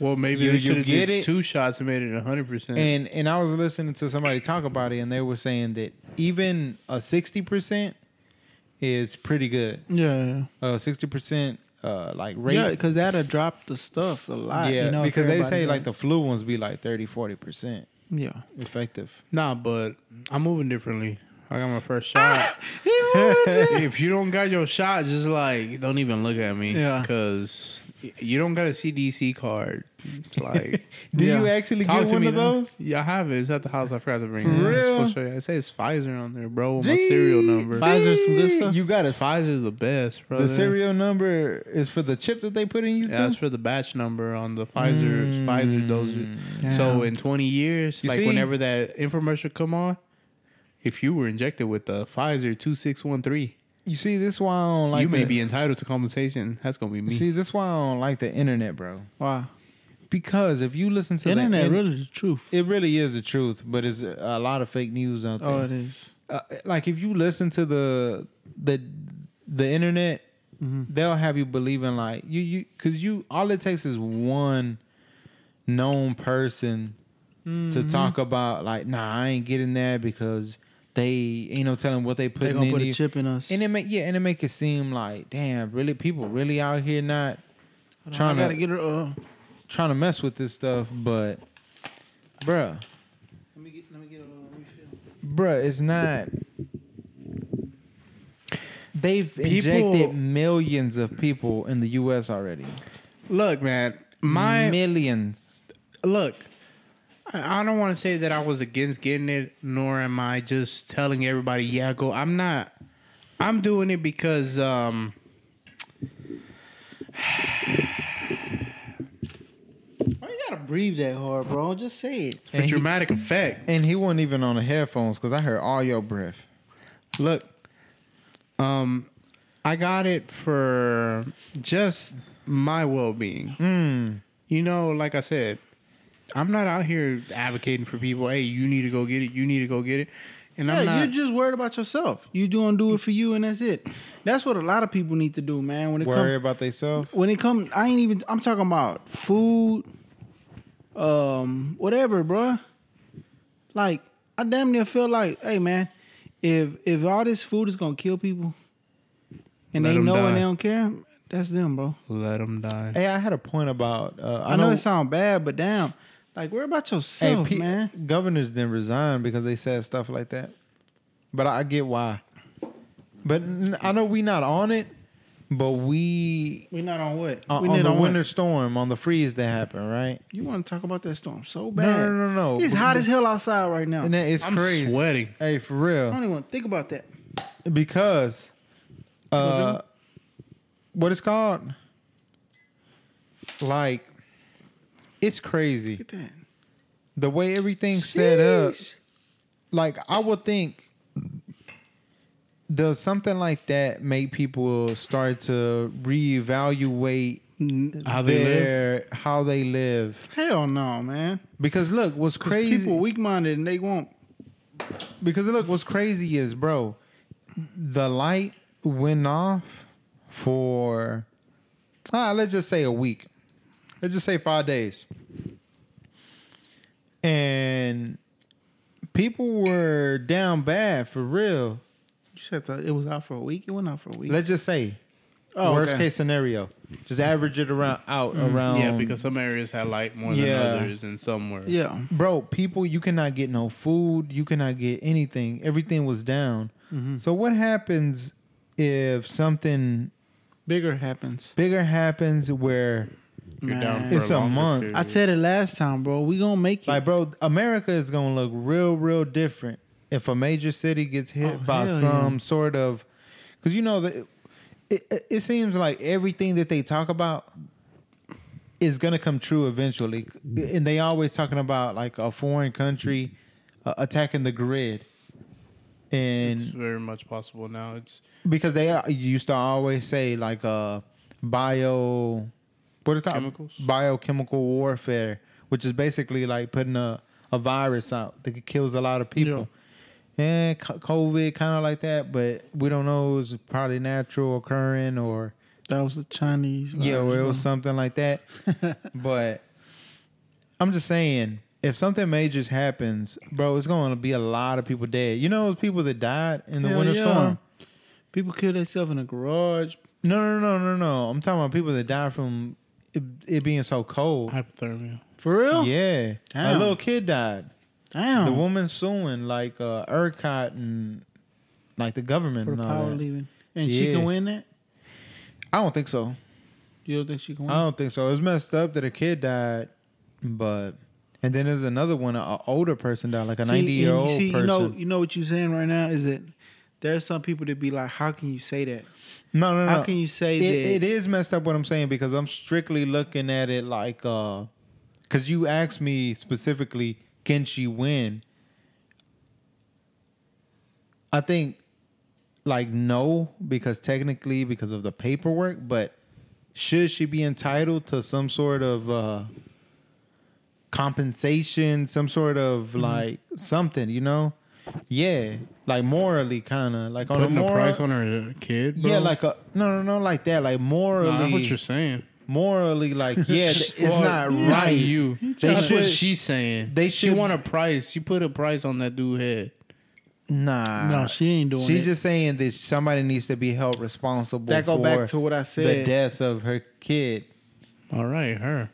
S4: Well, maybe
S1: You-
S4: they
S1: you
S4: should have
S1: get
S4: did
S1: it?
S4: two shots and made it hundred percent.
S1: And and I was listening to somebody talk about it, and they were saying that even a sixty percent is pretty good.
S2: yeah, yeah.
S1: A sixty percent uh like rate.
S2: Yeah, because that'll drop the stuff a lot.
S1: Yeah,
S2: you know, if
S1: because they
S2: everybody
S1: say like
S2: got
S1: the flu ones be like 30, 40 percent
S2: it. yeah.
S1: effective.
S4: Nah, but I'm moving differently. I got my first shot. if you don't got your shot, just like don't even look at me.
S2: Yeah.
S4: Because you don't got a CDC card. It's like
S1: Do
S2: Yeah.
S1: you actually
S4: talk
S1: get
S4: to
S1: one
S4: me
S1: of
S4: now.
S1: those?
S4: Yeah, I have it. It's at the house. I forgot to bring
S1: For
S4: it. I was
S1: real?
S4: supposed to show you. It says Pfizer on there, bro. With my serial number.
S2: Pfizer's some good stuff?
S1: You got a
S4: Pfizer's the best, bro.
S1: the serial number is for the chip that they put in you.
S4: Yeah, that's
S1: too? Mm,
S4: for the batch number on the Pfizer Pfizer dosage.
S2: Yeah.
S4: So in 20 years,
S1: You
S4: like
S1: see?
S4: whenever that infomercial come on, if you were injected with the Pfizer 2613,
S1: You see, this why I don't like.
S4: you may
S1: the-
S4: be entitled to compensation. That's gonna be me.
S1: See, this why I don't like the internet, bro.
S2: wow,
S1: Because if you listen to
S2: internet
S1: the in-
S2: really the truth.
S1: it really is the truth, but it's a lot of fake news out there.
S2: Oh, it is.
S1: uh, like if you listen to the the the internet,
S2: Mhm.
S1: they'll have you believing like you you because you all it takes is one known person to
S2: Mm-hmm.
S1: talk about like nah I ain't getting that because they ain't no telling what they put
S2: They
S1: in
S2: gonna put a
S1: you.
S2: chip in us.
S1: and it make yeah and it make it seem like damn really people really out here not
S2: Hold on,
S1: trying
S2: I gotta
S1: to
S2: get her. Uh,
S1: trying to mess with this stuff but bruh
S2: let me get. Let me get a little refill.
S1: Bruh, it's not. They've
S4: People-
S1: injected millions of people in the U.S. already.
S4: Look, man,
S1: Mm-hmm.
S4: my
S1: millions.
S4: look. I I don't want to say that I was against getting it, nor am I just telling everybody, yeah, go. I'm not. I'm doing it because um,
S2: Why you gotta breathe that hard, bro? Just say it.
S4: for
S1: And he-
S4: dramatic effect.
S1: And he wasn't even on the headphones because I heard all your breath.
S4: Look, um, I got it for just my well being.
S2: Hmm.
S1: Mm.
S4: You know, like I said, I'm not out here advocating for people. Hey, you need to go get it. You need to go get it. And
S2: Yeah,
S4: I'm not.
S2: you're just worried about yourself. You doing do it for you, and that's it. That's what a lot of people need to do, man. When it comes
S1: Worry about themselves.
S2: when it comes, I ain't even. I'm talking about food, um, whatever, bruh. Like I damn near feel like, hey man, if if all this food is gonna kill people, and
S4: Let
S2: they
S4: 'em
S2: know
S4: die.
S2: and they don't care, that's them, bro.
S4: Let them die.
S1: Hey, I had a point about. Uh,
S2: I, know, it sounds bad, but damn, like worry about
S1: hey,
S2: yourself,
S1: pe-
S2: man.
S1: governors didn't resign because they said stuff like that. But I, I get why. But n- I know we not on it, but we
S2: We not on what?
S1: on,
S2: we
S1: Uh, on
S2: not
S1: the
S2: what?
S1: winter storm, on the freeze that happened, right?
S2: You want to talk about that storm so
S1: No,
S2: bad?
S1: no, no, no.
S2: It's hot as hell outside right now.
S1: And that is
S4: I'm
S1: crazy.
S4: sweating.
S1: Hey, for
S2: I
S1: real,
S2: don't even want to think about that.
S1: because uh, what it's called, like, it's crazy
S2: Look at that.
S1: the way everything's set up.
S2: Sheesh.
S1: Like, I would think, does something like that make people start to reevaluate
S4: How they live.
S1: their how they live?
S2: Hell no, man.
S1: Because look, what's
S2: 'Cause
S1: crazy?
S2: People weak minded and they won't.
S1: Because look, what's crazy is, bro, the light went off for ah, let's just say a week. Let's just say five days. And people were down bad for real.
S2: You said that it was out for a week. It went out for a week.
S1: Let's just say
S2: Oh,
S1: worst
S2: okay.
S1: case scenario. Just average it around out around
S4: yeah, because some areas had light more
S1: um, Yeah.
S4: than others, and some were.
S2: Yeah.
S1: bro, people you cannot get no food, you cannot get anything. Everything was down. So what happens if something
S2: Bigger happens.
S1: bigger happens where
S4: You're down
S2: Man.
S4: for
S1: It's a
S4: longer
S1: month.
S4: period.
S2: I said it last time, bro. We gonna make it.
S1: Like, bro, America is gonna look real, real different if a major city gets hit
S2: Oh,
S1: by
S2: hell
S1: some sort of, because you know that it, it, it seems like everything that they talk about is gonna come true eventually, and they always talking about like a foreign country uh, attacking the grid, and
S4: it's very much possible now. It's
S1: because they are- used to always say like uh bio what is it called
S4: Chemicals?
S1: biochemical warfare which is basically like putting a, a virus out that kills a lot of people yeah, co- covid kind of like that but we don't know it's probably natural occurring or
S2: that was the Chinese.
S1: yeah or
S2: virus,
S1: it was
S2: bro.
S1: something like that but i'm just saying if something major happens bro it's going to be a lot of people dead you know those people that died in the
S2: Hell
S1: winter
S2: yeah.
S1: storm
S2: People kill themselves in a garage.
S1: No, no, no, no, no. I'm talking about people that die from it, it being so cold.
S4: hypothermia.
S2: For real?
S1: Yeah,
S2: Damn.
S1: a little kid died.
S2: Damn.
S1: The woman suing like uh, ERCOT and like the government
S2: for the
S1: and
S2: power
S1: all that.
S2: leaving, and she
S1: Yeah.
S2: can win that.
S1: I don't think so.
S2: You don't think she can win?
S1: I don't think so. It's messed up that a kid died, but and then there's another one, an older person died, like a
S2: See,
S1: 90 year
S2: and you
S1: old
S2: see,
S1: person.
S2: You know, you know what you're saying right now is that there's some people that be like, "How can you say that?
S1: no, no, no.
S2: How can you say that?"
S1: it, it is messed up what I'm saying because I'm strictly looking at it like uh cuz you asked me specifically can she win? I think like no because technically because of the paperwork but should she be entitled to some sort of uh compensation, some sort of like something, you know? Yeah, like morally kind of like on
S4: Putting
S1: a
S4: a
S1: moral
S4: price on her kid. Bro?
S1: yeah, like a no, no, no, like that, like
S4: Nah,
S1: morally,
S4: I know what you're saying.
S1: morally, like yeah, th- it's
S4: Well,
S1: not
S4: Not
S1: right.
S4: you.
S1: They
S4: That's what
S1: should-
S4: she's saying.
S1: they
S4: She
S1: should-
S4: want a price. She put a price on that dude head.
S1: Nah,
S2: no, she ain't doing
S1: she's
S2: it.
S1: just saying that somebody needs to be held responsible.
S2: that go
S1: for
S2: back to what I
S1: the
S2: said.
S1: death of her kid.
S4: All right, her.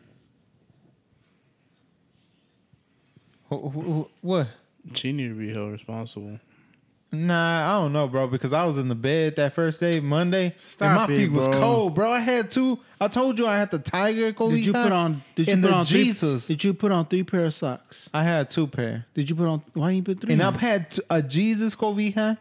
S1: Who- who- who- What?
S4: She need to be held responsible.
S1: Nah, I don't know, bro. Because I was in the bed that first day, Monday, and my
S2: Stop it,
S1: feet was
S2: bro.
S1: cold, bro. I had two. I told you I had the tiger. Kobe
S2: Did you
S1: Time,
S2: put on? Did you
S1: and
S2: put
S1: the
S2: on
S1: Jesus?
S2: Three, did you put on three pair of socks?
S1: I had two pair,
S2: Did you put on? Why you put three?
S1: and
S2: on?
S1: I've had t- a Jesus Kobe hat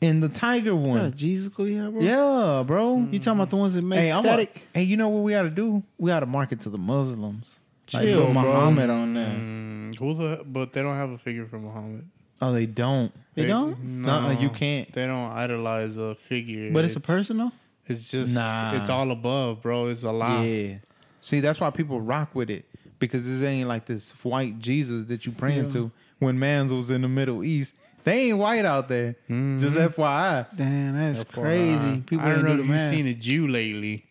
S1: and the tiger
S2: You got a
S1: one.
S2: Jesus go here, bro.
S1: Yeah, bro.
S2: You talking about the ones that make
S1: Mm-hmm. Hey, I'm a-
S2: static?
S1: hey, you know what we gotta do? We gotta market to the Muslims. Like
S2: Chill,
S1: put
S2: bro.
S1: Muhammad on there.
S4: Mm, who the? But they don't have a figure for Muhammad.
S1: Oh, they don't.
S2: They don't?
S1: No, you can't.
S4: They don't idolize a figure.
S2: But it's a person though.
S4: It's just.
S1: Nah.
S4: It's all above, bro. It's a lie.
S1: Yeah. See, that's why people rock with it because this ain't like this white Jesus that you praying
S2: Yeah.
S1: to. When man's was in the Middle East, they ain't white out there. Just FYI.
S2: Damn, that's
S4: That's
S2: crazy. People
S4: I don't
S2: ain't
S4: know
S2: do
S4: if
S2: the
S4: you've
S2: math.
S4: seen a Jew lately.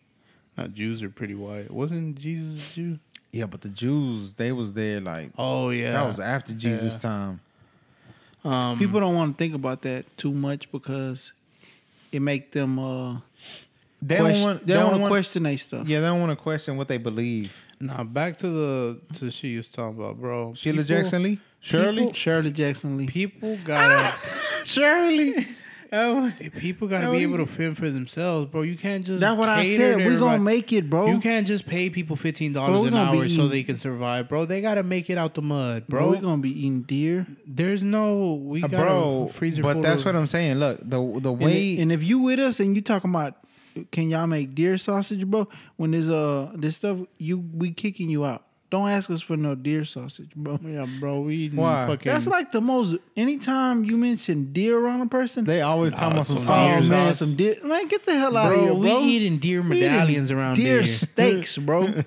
S4: Not Jews are pretty white. Wasn't Jesus a Jew?
S1: Yeah, but the Jews, they was there like
S4: Oh yeah,
S1: that was after Jesus'
S4: Yeah.
S1: time.
S4: um,
S2: People don't want to think about that too much because it make them uh
S1: They
S2: question,
S1: don't want.
S2: they don't want to
S1: want-
S2: question they stuff.
S1: Yeah, they don't want to question what they believe.
S4: Nah, back to the to she you was talking about, bro.
S1: Sheila
S4: People-
S1: Jackson Lee,
S2: People- Shirley Jackson Lee.
S4: People gotta
S2: Ah!
S1: Shirley.
S2: Oh,
S4: people gotta
S2: How
S4: be
S2: you-
S4: able to fend for themselves, bro. You can't just
S2: that's what I
S4: cater
S2: said.
S4: to
S2: We gonna
S4: everybody.
S2: make it, bro.
S4: You can't just pay people fifteen
S2: Bro,
S4: dollars
S2: we
S4: an
S2: gonna be
S4: hour so
S2: eating-
S4: they can survive, bro. They gotta make it out the mud,
S2: bro,
S4: bro.
S2: we gonna Uh, be eating deer.
S4: There's no we got
S1: bro,
S4: a freezer.
S1: but
S4: full
S1: that's
S4: of,
S1: what I'm saying. Look, the the
S2: And,
S1: way
S2: i- and if you with us and you talking about can y'all make deer sausage, bro? When there's uh this stuff, you we kicking you out. Don't ask us for no deer sausage, bro.
S4: yeah, bro. We eating
S1: Why?
S4: fucking
S2: That's like the most. Anytime you mention deer around a person,
S1: they always talking about some
S4: some
S2: oh
S1: sausage.
S4: deer
S2: man,
S4: sauce.
S2: some deer. Man, get the hell out of
S4: bro.
S2: here,
S4: we
S2: bro.
S4: eating deer medallions around
S2: deer
S4: here.
S2: steaks, bro.
S1: Deer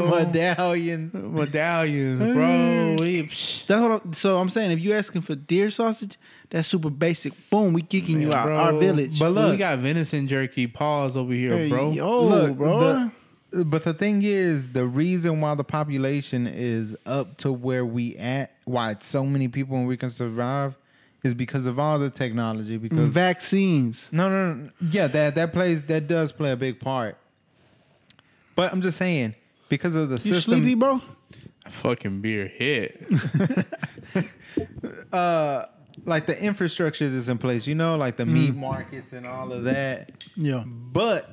S4: bro.
S1: medallions.
S4: medallions, bro. We, psh,
S2: That's what. I'm, so I'm saying, if you asking for deer sausage, that's super basic. Boom, we kicking you out.
S4: bro.
S2: Our village,
S1: But look,
S4: we got venison jerky paws over here,
S2: Hey,
S4: bro.
S2: Yo,
S1: look,
S2: bro.
S1: the- but the thing is, the reason why the population is up to where we at, why it's so many people and we can survive, is because of all the technology. Because
S2: vaccines.
S1: No, no, no. Yeah, that that plays that does play a big part. But I'm just saying because of the
S2: You
S1: system.
S2: sleepy, bro?
S4: Fucking beer hit.
S1: uh like the infrastructure that's in place, you know, like the meat markets and all of that.
S2: Yeah.
S1: But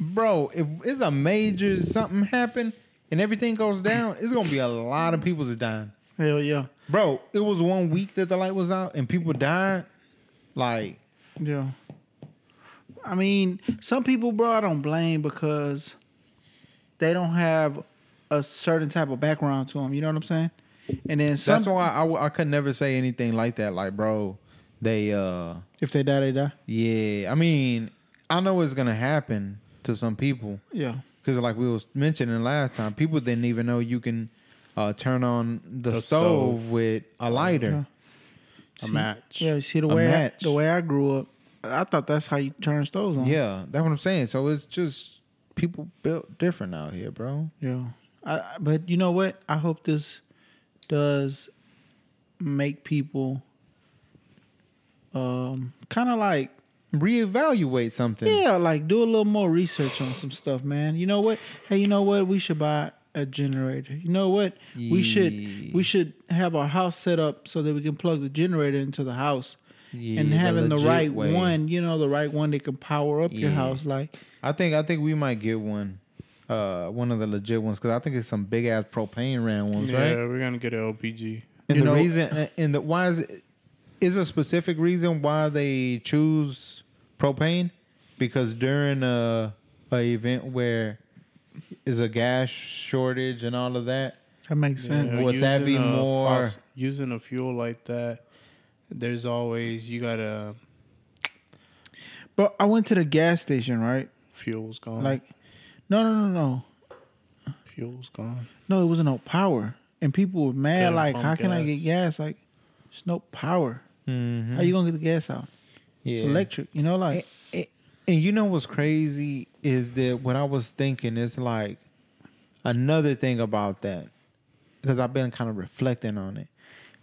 S1: bro, if it's a major something happen, and everything goes down, it's gonna be a lot of people that's dying.
S2: Hell yeah.
S1: Bro, it was one week that the light was out and people died. Like,
S2: Yeah. I mean, some people, bro, I don't blame because they don't have a certain type of background to them. You know what I'm saying? And then some,
S1: that's why I, w- I could never say anything like that. Like, bro, they uh
S2: if they die, they die.
S1: yeah. I mean, I know it's gonna happen to some people.
S2: Yeah.
S1: Cause like we was mentioning last time, people didn't even know you can uh turn on the,
S4: The
S1: stove,
S4: stove.
S1: with a lighter.
S4: A match.
S2: Yeah. You see the
S1: A
S2: way I,
S1: match.
S2: the way I grew up, I thought that's how you turn stoves on.
S1: Yeah, that's what I'm saying. So it's just people built different out here, bro.
S2: Yeah. I, I- but you know what? I hope this does make people um kind of like
S1: Reevaluate something.
S2: yeah, like do a little more research on some stuff, man. You know what? Hey, you know what? We should buy a generator. You know what? We should
S1: Yeah.
S2: we should have our house set up so that we can plug the generator into the house.
S1: Yeah,
S2: and
S1: the
S2: having the,
S1: legit
S2: right
S1: way.
S2: one, you know, the right one that can power up your
S1: Yeah.
S2: house like
S1: I think I think we might get one, uh, one of the legit ones because I think it's some big ass propane ran ones,
S4: Yeah,
S1: right?
S4: we're gonna get an LPG.
S1: And
S2: You
S1: the
S2: know-
S1: reason and the why is it, is a specific reason why they choose propane because during a, a event where is a gas shortage and all of that,
S2: that makes sense.
S4: Yeah,
S1: Would that be
S4: using a
S1: more-
S4: fos- using a fuel like that? There's always you gotta
S2: But I went to the gas station, right?
S4: fuel's
S1: Uh-huh.
S4: gone.
S2: Like no, no, no, no.
S4: fuel's gone.
S2: No, it wasn't no power. And people were mad,
S4: Couldn't
S2: like,
S4: pump
S2: how can I get gas? Like, there's no power. How you gonna get the gas out?
S1: Mm-hmm. yeah. Eh.
S2: It's electric. You know, Mm-hmm. like,
S1: and, and you know what's crazy is that what I was thinking is like another thing about that because I've been kind of reflecting on it.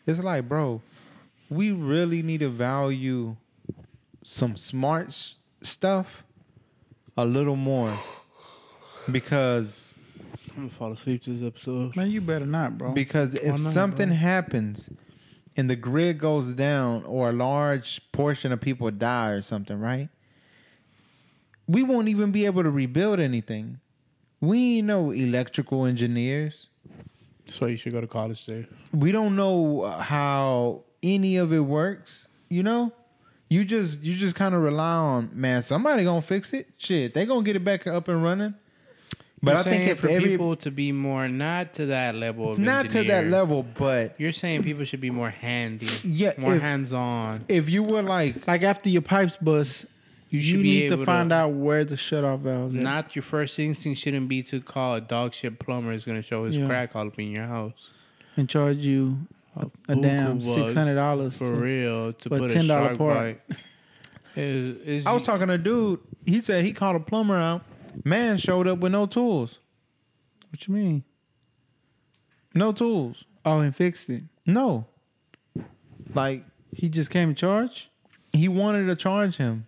S1: It's like, bro, we really need to value some smart s- stuff a little more because
S4: I'm gonna fall asleep this episode.
S2: man, you better not, bro.
S1: because if
S2: not,
S1: something happens and the grid goes down or a large portion of people die or something, right? We won't even be able to rebuild anything. We ain't no electrical engineers.
S4: So you should go to college, Dave.
S1: We don't know uh, how any of it works, you know? You just you just kind of rely on man. Somebody gonna fix it. Shit, they gonna get it back up and running. But
S4: You're
S1: I think
S4: saying
S1: if
S4: for
S1: every
S4: people to be more not to that level, of
S1: not to that
S4: engineer,
S1: level, but
S4: You're saying people should be more handy,
S1: Yeah,
S4: more
S1: if-
S4: hands on.
S1: if you were like
S2: like after your pipes bust, you,
S4: should be
S2: need to
S4: able to-
S2: find out where the shut off valves. Not
S4: Not your first instinct shouldn't be to call a dog shit plumber is gonna show his
S2: Yeah.
S4: crack all up in your house.
S2: and charge you a, a
S4: buku
S2: damn
S4: was
S2: six hundred dollars.
S4: For real, to
S2: for
S4: put a
S2: $10
S4: shark
S2: part.
S4: bite. Is, is
S1: I was talking to a dude. He said he called a plumber out. Man showed up with no tools.
S2: What you mean?
S1: No tools.
S2: Oh, and fixed it.
S1: No. Like
S2: He just came in charge.
S1: he wanted to charge him,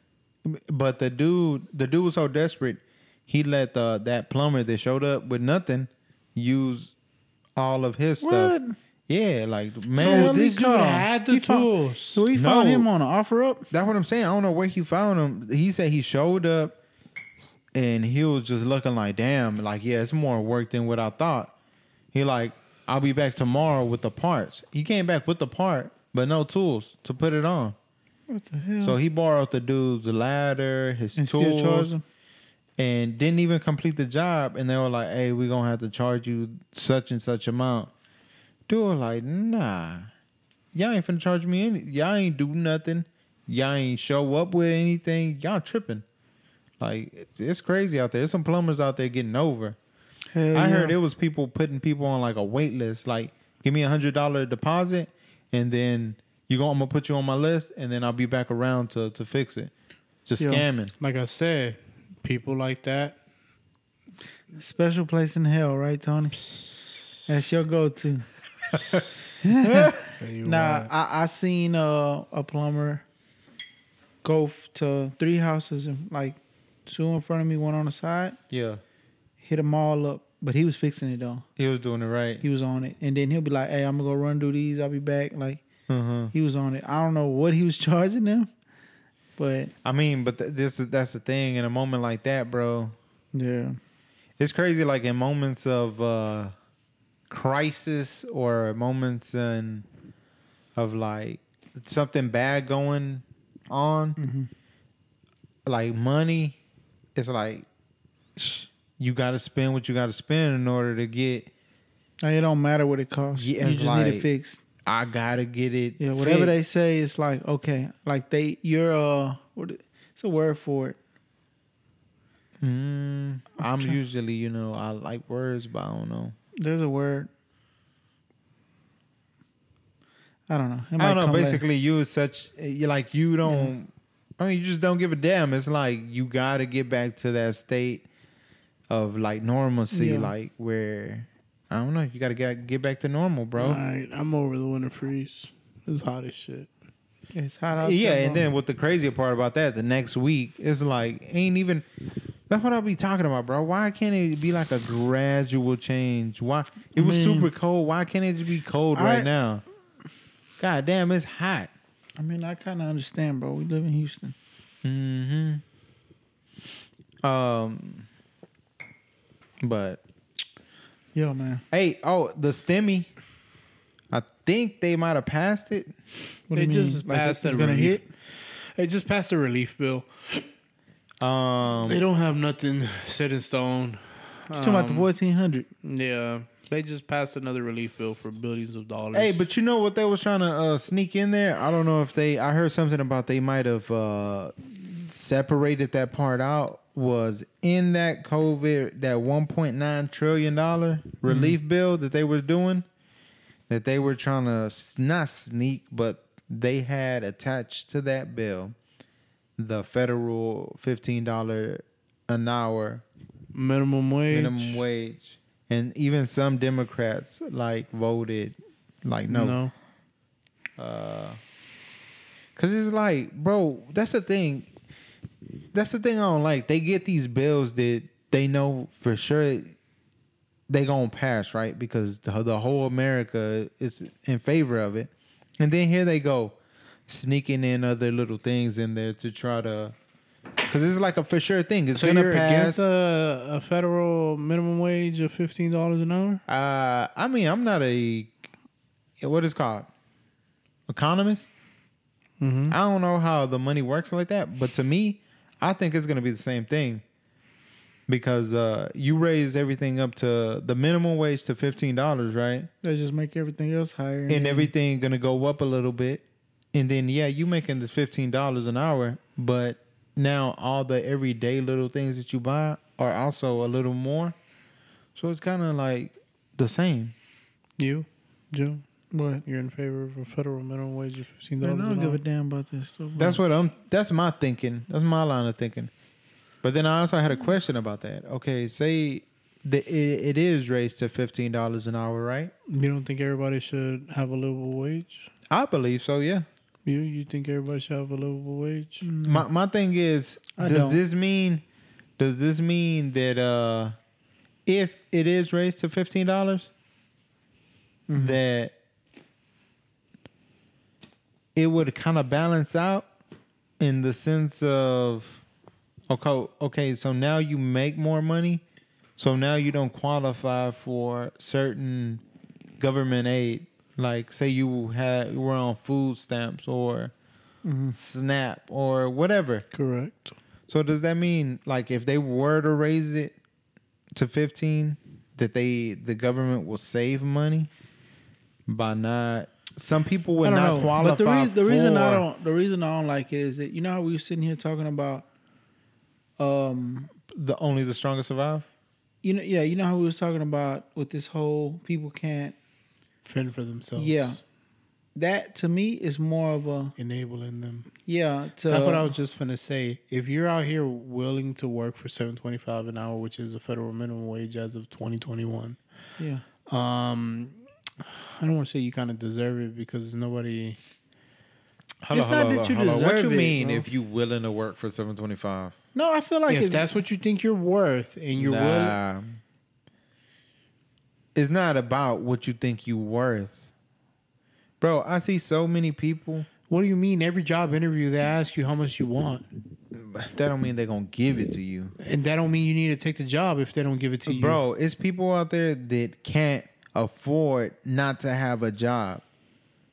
S1: but the dude, the dude was so desperate, he let the that plumber that showed up with nothing use all of his stuff.
S2: What?
S1: Yeah, like man,
S2: let me
S1: this
S4: this dude
S2: call.
S4: had the
S2: He found-
S4: tools.
S2: So we found
S1: No.
S2: him on an offer up.
S1: That's what I'm saying. I don't know where he found him. He said he showed up and he was just looking like, damn, like, yeah, it's more work than what I thought. He like, I'll be back tomorrow with the parts. He came back with the part, but no tools to put it on.
S2: What the hell?
S1: So he borrowed the dude's ladder, his
S2: and still charge
S1: tools,
S2: him.
S1: and didn't even complete the job. And they were like, hey, we're going to have to charge you such and such amount. Dude was like, nah, y'all ain't finna charge me any. Y'all ain't do nothing. Y'all ain't show up with anything. Y'all tripping. Like, it's- it's crazy out there. There's some plumbers out there getting over.
S2: Hell
S1: I
S2: yeah.
S1: heard it was people putting people on like a wait list. Like, give me a hundred dollar deposit, and then you go. I'm gonna put you on my list, and then I'll be back around to to fix it. Just
S2: Yeah.
S1: scamming.
S4: like I said, people like that.
S2: Special place in hell, right, Tony? That's your go-to.
S4: So you
S2: Nah,
S4: wanna-
S2: I, I seen uh, a plumber go f- to three houses and like two in front of me, one on the side,
S1: Yeah,
S2: hit them all up. But he was fixing it though.
S1: he was doing it right.
S2: He was on it, and then he'll be like, "Hey, I'm gonna go run do these. I'll be back." Like
S1: Uh-huh.
S2: he was on it. I don't know what he was charging them, but
S1: I mean, but th- this is that's the thing. In a moment like that, bro,
S2: yeah,
S1: it's crazy like in moments of uh crisis or moments in of like something bad going on
S2: Mm-hmm.
S1: like money it's like sh- you gotta spend what you gotta spend in order to get
S2: Like, it don't matter what it costs.
S1: Yeah,
S2: you
S1: it's
S2: just need
S1: like-
S2: it fixed.
S1: i gotta get it
S2: Yeah,
S1: fixed.
S2: whatever they say, it's like okay, like they you're uh, what, it's a word for it.
S1: Mm, I'm
S2: trying-
S1: usually, you know, I like words, but I don't know.
S2: There's a word. I don't know. It
S1: I
S2: might
S1: don't know.
S2: come later.
S1: Basically, you is such eh, you like you don't. I mean, you just don't give a damn. It's like you got to get back to that state of like normalcy,
S2: Yeah.
S1: like where I don't know. You got to get get back to normal, bro.
S4: All right, I'm over the winter freeze. It's hot as shit.
S2: it's hot out.
S1: yeah,
S2: there,
S1: and
S2: bro.
S1: then what the crazy part about that, the next week it's like ain't even. That's what I be talking about, bro. Why can't it be like a gradual change? Why it was
S2: Man.
S1: super cold. Why can't it just be cold
S2: I-
S1: right now? God damn, it's hot.
S2: I mean, I kind of understand, bro. We live in Houston.
S1: Hmm. Um. But
S2: Yo, man.
S1: hey, oh, the STEMI. I think they might have passed it.
S2: What do
S4: They
S2: you
S4: just
S2: mean? Like,
S4: passed
S2: it's
S4: that
S2: gonna
S4: relief.
S2: hit.
S4: It just passed a relief bill.
S1: Um.
S4: They don't have nothing set in stone.
S2: You talking about the
S4: Um,
S2: fourteen hundred?
S4: Yeah, they just passed another relief bill for billions of dollars.
S1: Hey, but you know what they was trying to uh, sneak in there? I don't know if they. I heard something about they might have uh, separated that part out. Was in that COVID that one point nine trillion dollar relief bill that they were doing, that they were trying to s- not sneak, but they had attached to that bill the federal fifteen dollar an hour
S4: minimum wage.
S1: minimum wage, and even some Democrats like voted like no.
S4: no.
S1: Cause it's like, bro, that's the thing. That's the thing I don't like. They get these bills that they know for sure they gonna pass, right? Because the, the whole America is in favor of it, and then here they go sneaking in other little things in there to try to. Cause it's like a for sure thing. It's
S4: So
S1: gonna
S4: you're
S1: pass.
S4: against a, a federal minimum wage of fifteen dollars an hour?
S1: uh, I mean, I'm not a what is it called economist.
S4: Mm-hmm.
S1: I don't know how the money works like that, but to me, I think it's gonna be the same thing because uh, you raise everything up to the minimum wage to fifteen dollars, right?
S2: They just make everything else higher.
S1: And everything gonna go up a little bit, and then yeah, you making this fifteen dollars an hour, but now all the everyday little things that you buy are also a little more, so it's kind of like the same.
S4: You, Jim,
S2: What?
S4: you're in favor of a federal minimum wage of fifteen dollars
S2: Man, I
S4: an
S2: don't give
S4: hour?
S2: a damn about this. stuff, bro.
S1: That's what I'm. That's my thinking. That's my line of thinking. But then I also had a question about that. Okay, say the, it, it is raised to fifteen dollars an hour, right?
S4: you don't think everybody should have a livable wage?
S1: I believe so. Yeah.
S4: You, you think everybody should have a livable wage?
S2: Mm.
S1: My my thing is,
S2: I
S1: does
S2: don't.
S1: this mean? Does this mean that uh, if it is raised to fifteen dollars,
S2: Mm-hmm.
S1: that it would kind of balance out in the sense of okay, okay, so now you make more money, so now you don't qualify for certain government aid. Like say you had you were on food stamps or SNAP or whatever.
S4: Correct.
S1: So does that mean like if they were to raise it to 15 that they the government will save money by not some people would
S2: I don't
S1: not
S2: know.
S1: qualify
S2: But the, reas- the reason I
S1: for-
S2: don't the reason I don't like it is that you know how we were sitting here talking about um
S1: the only the strongest survive
S2: you know yeah, you know how we was talking about with this whole people can't
S4: Fend for themselves.
S2: Yeah. that to me is more of a
S4: Enabling them.
S2: yeah to
S4: That's what I was just gonna say. If you're out here willing to work for seven twenty five an hour, which is the federal minimum wage as of twenty twenty one,
S2: yeah.
S4: um, I don't want to say you kind of deserve it because nobody.
S1: Hello,
S2: It's not
S1: hello,
S2: that you
S1: hello, hello. what you
S2: deserve it,
S1: mean
S2: bro.
S1: if you willing to work for 725
S2: No, I feel like
S4: if that's what you think you're worth and you're willing,
S1: nah. it's not about what you think you worth bro i see so many people
S4: what do you mean? Every job interview they ask you how much you want.
S1: that don't mean they're gonna give it to you,
S4: and that don't mean you need to take the job if they don't give it to you,
S1: bro. It's people out there that can't afford not to have a job.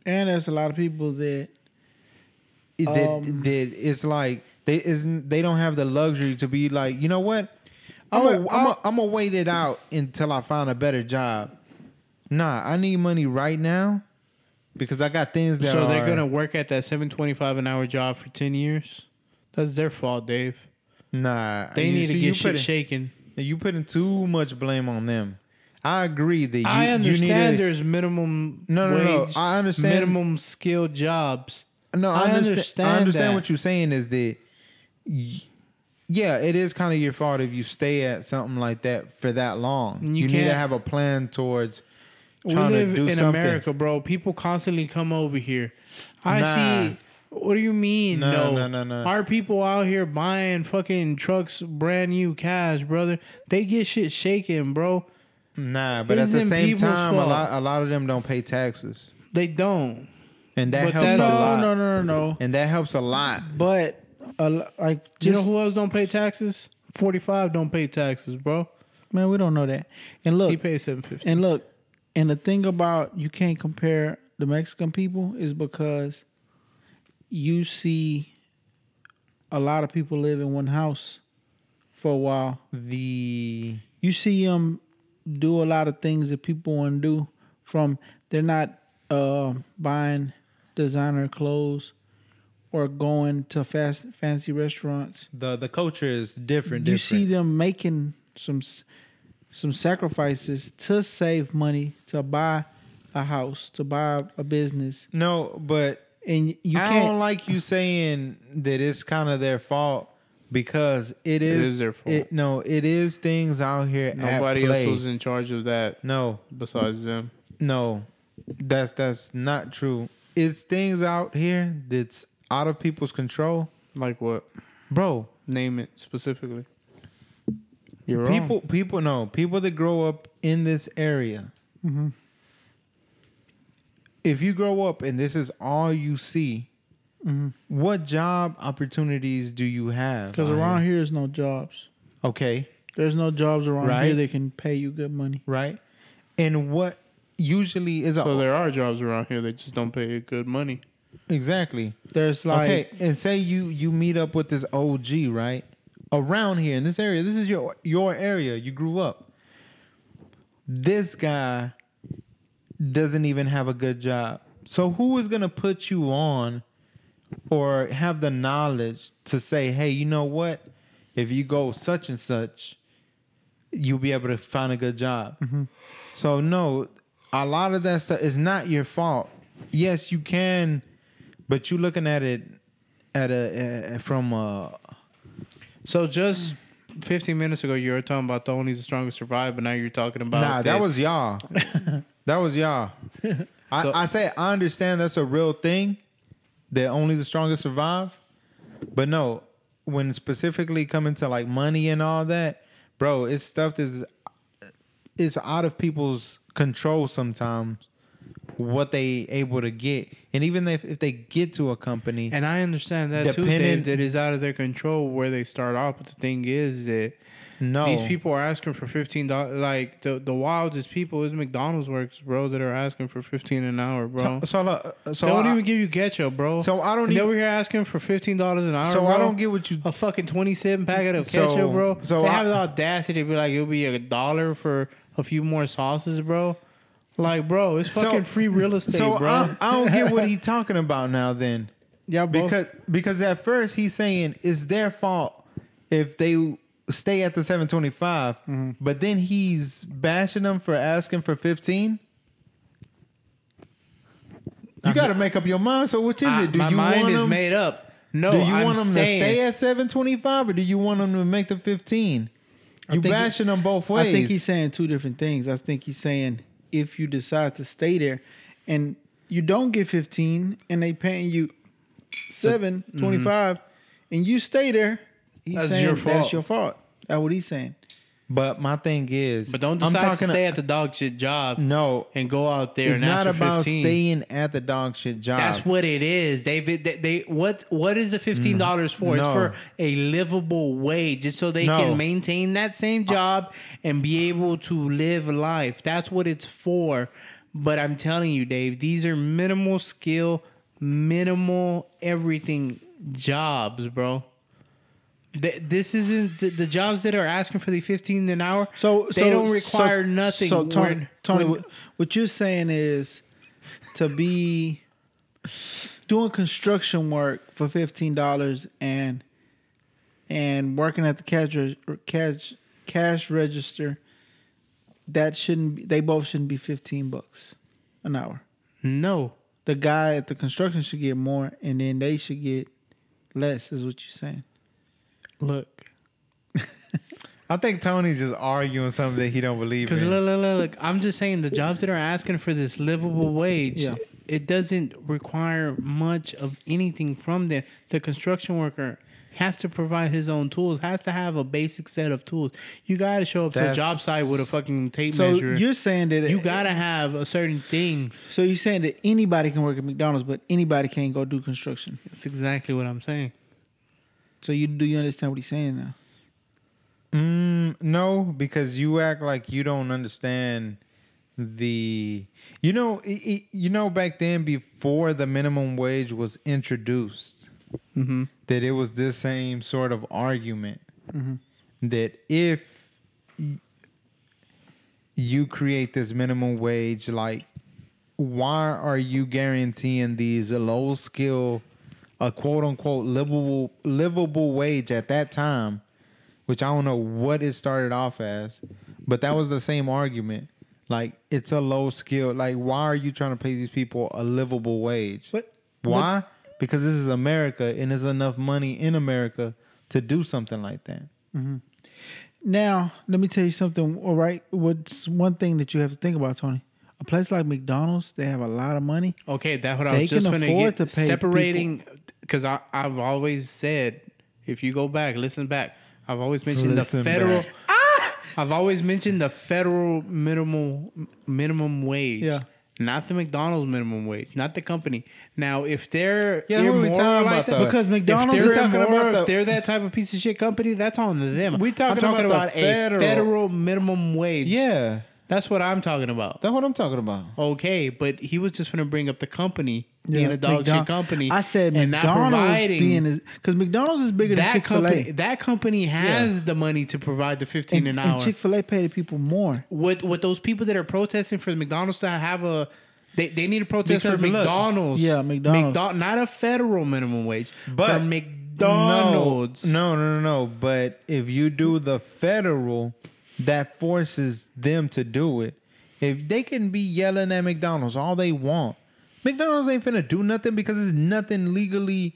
S2: And there's a lot of people that
S1: It, that,
S2: Um,
S1: that it's like they isn't they don't have the luxury to be like you know what I'm gonna I'm
S2: Oh, I-
S1: gonna- I'm gonna wait it out until I find a better job. Nah, I need money right now because I got things that
S4: So they're
S1: are-
S4: gonna work at that seven twenty five an hour job for ten years. That's their fault, Dave.
S1: nah.
S4: They
S1: you-
S4: need
S1: see,
S4: to
S1: you
S4: get shit
S1: putting-
S4: shaken.
S1: You putting too much blame on them. I agree that you,
S4: I understand
S1: you need to,
S4: there's minimum
S1: No, no, no.
S4: wage,
S1: I understand-
S4: minimum skilled jobs.
S1: No, I,
S4: I
S1: understand.
S4: understand
S1: I understand
S4: that.
S1: what you're saying is that, y- yeah, it is kind of your fault if you stay at something like that for that long.
S4: You
S1: You, need to
S4: can't-
S1: have a plan towards
S4: We
S1: trying
S4: live
S1: to do
S4: in
S1: something.
S4: America, bro. People constantly come over here. I
S1: Nah.
S4: see. What do you mean?
S1: No,
S4: No,
S1: no, no, no.
S4: Our people out here buying fucking trucks, brand new cash, brother. They get shit shaken, bro.
S1: Nah, but at
S4: It's
S1: the
S4: in
S1: same
S4: people's
S1: time, a
S4: fault.
S1: lot a lot of them don't pay taxes,
S4: They don't.
S1: and that
S4: But
S1: helps
S4: that's-
S1: a
S4: No,
S1: lot.
S2: no, no, no, no.
S1: And that helps a lot.
S2: But a lo- like just
S4: you know who else don't pay taxes? Forty five don't pay taxes, bro.
S2: man, we don't know that. And look,
S4: He pays seven fifty.
S2: And look, and the thing about you can't compare the Mexican people is because you see a lot of people live in one house for a while.
S1: The
S2: You see them do a lot of things that people want to do. From they're not uh, buying designer clothes or going to fast fancy restaurants.
S1: the the culture is different.
S2: You see them making some s- some sacrifices to save money to buy a house, to buy a business,
S1: no, but
S2: and you
S1: I
S2: can't.
S1: don't like you saying that it's kind of their fault because it is,
S4: is their fault.
S1: It, no, it is things out here.
S4: Nobody
S1: at
S4: else
S1: play.
S4: was in charge of that
S1: No,
S4: besides them.
S1: no, that's that's not true. It's things out here that's out of people's control,
S4: Like what?
S1: bro.
S4: Name it specifically. You're wrong.
S1: People, people, no, people that grow up in this area.
S2: Mhm.
S1: If you grow up and this is all you see,
S2: Mhm.
S1: what job opportunities do you have?
S2: Because
S1: out
S2: around here is no jobs.
S1: okay,
S2: There's no jobs around
S1: Right.
S2: here that can pay you good money.
S1: right? And what usually is a
S4: So there are jobs around here. They just don't pay good money.
S1: exactly
S2: There's like
S1: okay. And say you you meet up with this OG right around here in this area. This is your your area. You grew up. This guy doesn't even have a good job. So who is gonna put you on or have the knowledge to say, hey, you know what? If you go such and such, you'll be able to find a good job. So no, a lot of that stuff is not your fault. Yes, you can, but you looking at it at a, a from a
S4: So just 15 minutes ago, you were talking about the only the strongest survive, but now you're talking about
S1: nah. That was y'all. that was y'all.
S4: So-
S1: I, I say I understand that's a real thing. That only the strongest survive. But no, when specifically coming to like money and all that, bro, it's stuff that's it's out of people's control sometimes what they able to get, and even if if they get to a company,
S4: And I understand that too,
S1: Dependent-
S4: Dave. That is out of their control where they start off. But the thing is that
S1: no,
S4: these people are asking for fifteen dollars. Like the the wildest people is McDonald's workers, bro, that are asking for fifteen an hour, bro.
S1: So, so, look, so
S4: they don't
S1: I,
S4: even give you ketchup, bro.
S1: so I don't
S4: And they
S1: even-
S4: were here asking for fifteen dollars an hour.
S1: so I
S4: bro.
S1: don't get what you
S4: a fucking twenty cent packet of
S1: So-
S4: ketchup, bro.
S1: so
S4: they
S1: I-
S4: have the audacity to be like, it'll be a dollar for a few more sauces, bro. Like, bro, it's
S1: So-
S4: fucking free real estate,
S1: so
S4: bro.
S1: I, I don't get what he talking about now then
S2: yeah, both-
S1: because because at first he's saying it's their fault if they stay at the 725
S4: Mm-hmm.
S1: but then he's bashing them for asking for 15 you got to make up your mind so which is
S4: I-
S1: it do
S4: my
S1: you
S4: mind
S1: want
S4: is
S1: them,
S4: made up. No,
S1: do you
S4: I'm
S1: want them
S4: saying,
S1: to stay at 725 or do you want them to make the 15 you
S2: think-
S1: bashing them both ways
S2: I think he's saying two different things. I think he's saying if you decide to stay there, and you don't get fifteen, and they paying you seven
S1: mm-hmm.
S2: twenty five, and you stay there, he's
S4: That's
S2: saying
S4: your fault.
S2: that's your fault. That's what he's saying.
S1: But my thing is,
S4: But don't decide to stay at the dog shit job
S1: no.
S4: and go out there
S1: Mm. It's
S4: and
S1: not
S4: ask for
S1: about
S4: 15.
S1: staying at the dog shit job.
S2: Uh,
S4: That's what it is. They, they they what what is the
S2: Mm-hmm.
S4: fifteen dollars for? It's
S1: No.
S4: for a livable wage, just so they
S1: No.
S4: can maintain that
S2: Uh,
S4: same job and be able to live life. That's what it's for. But I'm telling you, Dave, these are minimal skill, minimal everything jobs, bro. Th- This isn't the, the jobs that are asking for the fifteen an hour.
S2: So
S4: they
S2: so-
S4: don't
S2: so-
S4: require nothing.
S2: So Tony,
S4: When-
S2: Tony
S4: when-
S2: what, what you're saying is to be doing construction work for fifteen dollars and and working at the cash reg- cash cash register. That shouldn't. Be, they both shouldn't be fifteen bucks an hour.
S4: no,
S2: The guy at the construction should get more, and then they should get less. Is what you're saying?
S4: look.
S1: I think Tony's just arguing something that he don't believe
S4: Because
S1: in.
S4: look, look, look, look, I'm just saying the jobs that are asking for this livable wage,
S2: Yeah.
S4: it doesn't require much of anything from them. The construction worker has to provide his own tools, has to have a basic set of tools. You got to show up to a
S1: That's-
S4: job site with a fucking tape
S2: So
S4: measure.
S2: you're saying that
S4: You got to have a certain things.
S2: So you're saying that anybody can work at McDonald's, but anybody can't go do construction.
S4: That's exactly what I'm saying.
S2: So you do you understand what he's saying now?
S1: Mm, no, because you act like you don't understand the. You know, i- i- you know, back then before the minimum wage was introduced,
S4: Mm-hmm.
S1: that it was this same sort of argument that if y- you create this minimum wage, like why are you guaranteeing these low skill, a quote unquote livable livable wage at that time, which I don't know what it started off as, but that was the same argument. Like it's a low skill. Like why are you trying to pay these people a livable wage?
S2: But
S1: Why? because this is America and there's enough money in America to do something like that.
S2: now let me tell you something. All right, what's one thing that you have to think about, Tony? A place like McDonald's, they have a lot of money.
S4: Okay, that's what I
S2: They
S4: was just
S2: can
S4: going to
S2: afford
S4: get.
S2: to pay
S4: separating, because I've always said, if you go back, listen back. I've always mentioned
S1: Listen
S4: the federal.
S1: back.
S4: I've always mentioned the federal minimal minimum wage.
S2: Yeah.
S4: Not the McDonald's minimum wage, not the company. Now, if they're
S1: Yeah, who we
S4: immoral
S1: talking
S4: like
S1: about,
S4: that,
S1: though?
S2: Because McDonald's-
S4: if
S1: We're
S4: they're,
S1: talking
S4: immoral,
S1: about
S4: if
S1: the-
S4: they're that type of piece of shit company, that's on them.
S1: We talking about
S4: I'm talking
S1: the
S4: about, a
S1: federal-
S4: federal minimum wage.
S1: Yeah,
S4: that's what I'm talking about.
S1: that's what I'm talking about.
S4: Okay, but he was just gonna bring up the company being
S2: Yeah,
S4: a dog
S2: McDon-
S4: shit company.
S2: I said
S4: and not
S2: McDonald's
S4: providing
S2: being because McDonald's is bigger than
S4: that
S2: Chick Fil
S4: company.
S2: A,
S4: That company has the money to provide the fifteen
S2: and,
S4: an hour.
S2: Chick Fil A pay the people more.
S4: what what those people that are protesting for McDonald's to have a they, they need to protest
S1: Because
S4: for
S1: look-
S4: McDonald's.
S2: Yeah, McDonald's.
S4: McDo- not a federal minimum wage,
S1: But
S4: for McDonald's.
S1: No, no, no, no. But if you do the federal, that forces them to do it. If they can be yelling at McDonald's all they want, McDonald's ain't finna do nothing because it's nothing legally.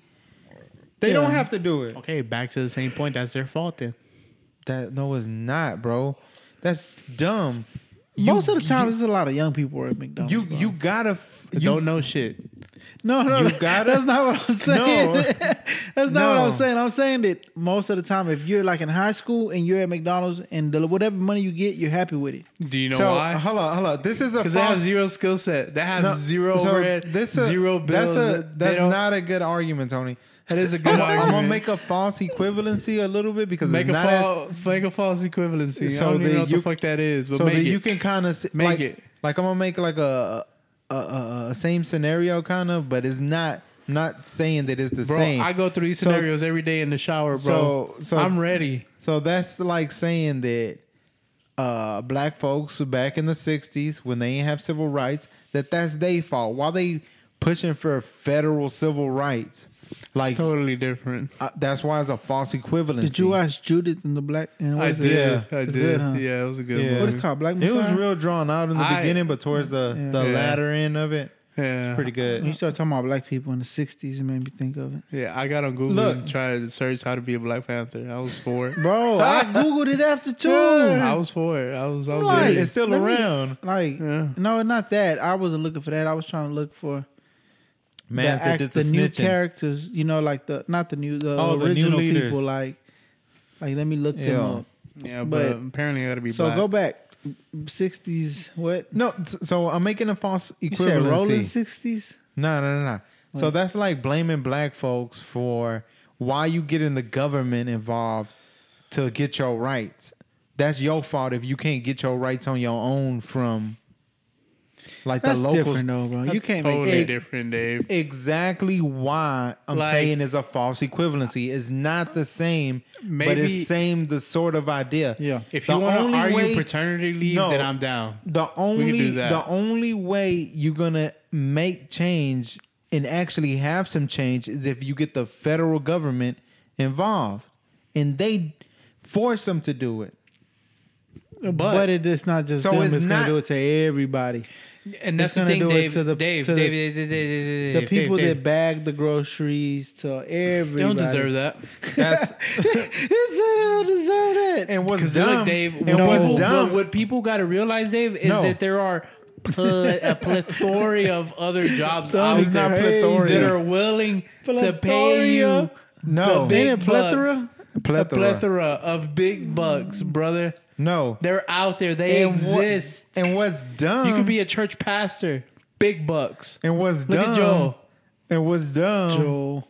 S1: They don't
S2: Yeah.
S1: have to do it.
S4: Okay, back to the same point. That's their fault then.
S1: That no, it's not, bro. That's dumb.
S2: Most of the times, there's a lot of young people work at McDonald's.
S1: you
S2: bro.
S1: you gotta f-
S4: They
S1: you
S4: don't know shit.
S2: No, no,
S1: You
S2: no.
S1: gotta-
S2: That's not what I'm saying.
S1: No.
S2: That's not what I'm
S1: No.
S2: saying. I'm saying that most of the time, if you're like in high school and you're at McDonald's and the, whatever money you get, you're happy with it.
S4: Do you know
S1: so
S4: why?
S1: hold on, hold on. This is a
S4: Because
S1: false.
S4: they have zero skill set. They have
S1: no,
S4: zero
S1: so
S4: overhead,
S1: this a-
S4: zero bills.
S1: That's, a,
S4: They
S1: that's
S4: don't-
S1: not a good argument, Tony.
S4: That is a good
S1: I'm, I'm
S4: argument.
S1: gonna make a false equivalency a little bit because
S4: make
S1: it's
S4: a
S1: not
S4: fal- make a false equivalency.
S1: So
S4: I don't even
S1: that
S4: know what the
S1: you-
S4: fuck that is,
S1: at,
S4: but
S1: so
S4: make
S1: that
S4: it.
S1: you can kind of
S4: Make
S1: like,
S4: it.
S1: Like I'm gonna make like a a, a, a same scenario kind of, but it's not not saying that it's the
S4: bro,
S1: same.
S4: I go through these
S1: So-
S4: scenarios every day in the shower, bro.
S1: So- so-
S4: I'm ready.
S1: So that's like saying that uh, black folks back in the '60s, when they ain't have civil rights, that that's their fault. While they pushing for federal civil rights,
S4: Like
S1: like
S4: totally different.
S1: uh, that's why it's a false equivalency.
S2: Did you watch Judith and the Black? And what
S4: I
S2: is
S4: did.
S2: It?
S4: I
S2: It's
S4: did.
S2: good, huh?
S4: Yeah, it was a good
S1: Yeah.
S2: What
S4: movie.
S2: is it called? Black
S1: It
S2: Messiah?
S1: was real drawn out in the
S4: I-
S1: beginning, but towards the
S2: Yeah. Uh-huh.
S1: the
S4: Yeah.
S1: latter end of it,
S4: yeah.
S1: it's pretty good.
S2: When you start talking about black people in the 60s, it made me think of it.
S4: Yeah, I got on Google
S1: Look.
S4: and tried to search how to be a Black Panther. I was for it.
S1: Oh,
S2: Bro, I Googled it after
S4: I
S2: too.
S4: was for it. I was. I was.
S2: Right.
S4: with
S1: It's
S4: it.
S1: still
S2: Let me-
S1: around,
S2: Like,
S4: Yeah.
S2: no, not that. I wasn't looking for that. I was trying to look for
S1: man.
S2: the,
S1: they
S2: act-
S1: did the,
S2: the new
S1: snitching.
S2: characters, you know, like the not the new the
S1: Oh, the new
S2: original
S1: leaders.
S2: people, like like let me look them
S1: Yeah.
S2: up.
S4: Yeah, but,
S2: But-
S4: apparently I gotta be
S2: So
S4: black.
S2: go back. 60s, what?
S1: No, t- so I'm making a false
S2: You said rolling
S1: equivalency.
S2: 60s?
S1: No, no, no, no. So that's like blaming black folks for why you getting the government involved to get your rights. That's your fault if you can't get your rights on your own from like
S2: That's
S1: the locals.
S2: different though, bro. you
S4: That's
S2: can't
S4: totally
S2: make
S4: different, Dave.
S1: Exactly why I'm
S4: Like-
S1: saying it's a false equivalency. It's not the same, but
S4: Maybe-
S1: it's same the sort of idea.
S2: Yeah.
S4: If
S1: The
S4: you want to
S1: only
S4: argue
S1: way-
S4: paternity leave,
S1: No.
S4: then I'm down.
S1: The
S4: can
S1: only
S4: do that.
S1: the only way you're gonna make change and actually have some change is if you get the federal government involved and they force them to do it.
S2: but,
S4: But
S2: it is not just
S1: So
S2: them.
S1: it's
S2: It's,
S1: not-
S2: gonna do it to everybody.
S4: And that's
S2: It's
S4: the
S2: gonna
S4: thing,
S2: do it
S4: Dave.
S2: to the-
S4: Dave,
S2: to the-
S4: Dave, Dave, Dave, Dave,
S2: The
S4: Dave,
S2: people
S4: Dave,
S2: that bag the groceries to everybody.
S4: They don't deserve that.
S1: That's
S2: It's they don't deserve that.
S1: and what's
S4: 'Cause look,
S1: dumb.
S4: Dave,
S1: and
S4: what
S1: what's
S4: people-
S1: dumb?
S4: What, what people got to realize, Dave, is
S1: No.
S4: that there are pl- a plethora of other jobs
S2: Son,
S4: out
S1: it's
S4: there
S1: not plethora.
S4: that are willing to pay you
S2: Plethora. Oh.
S1: no,
S4: the big
S2: Ain't it plethora?
S4: bucks.
S1: Plethora.
S4: a plethora of big bucks, brother.
S1: no.
S4: They're out there. They
S1: And what-
S4: exist.
S1: and what's dumb?
S4: you could be a church pastor. Big bucks.
S1: and what's
S4: Look
S1: dumb?
S4: at Joel.
S1: And what's dumb?
S2: Joel.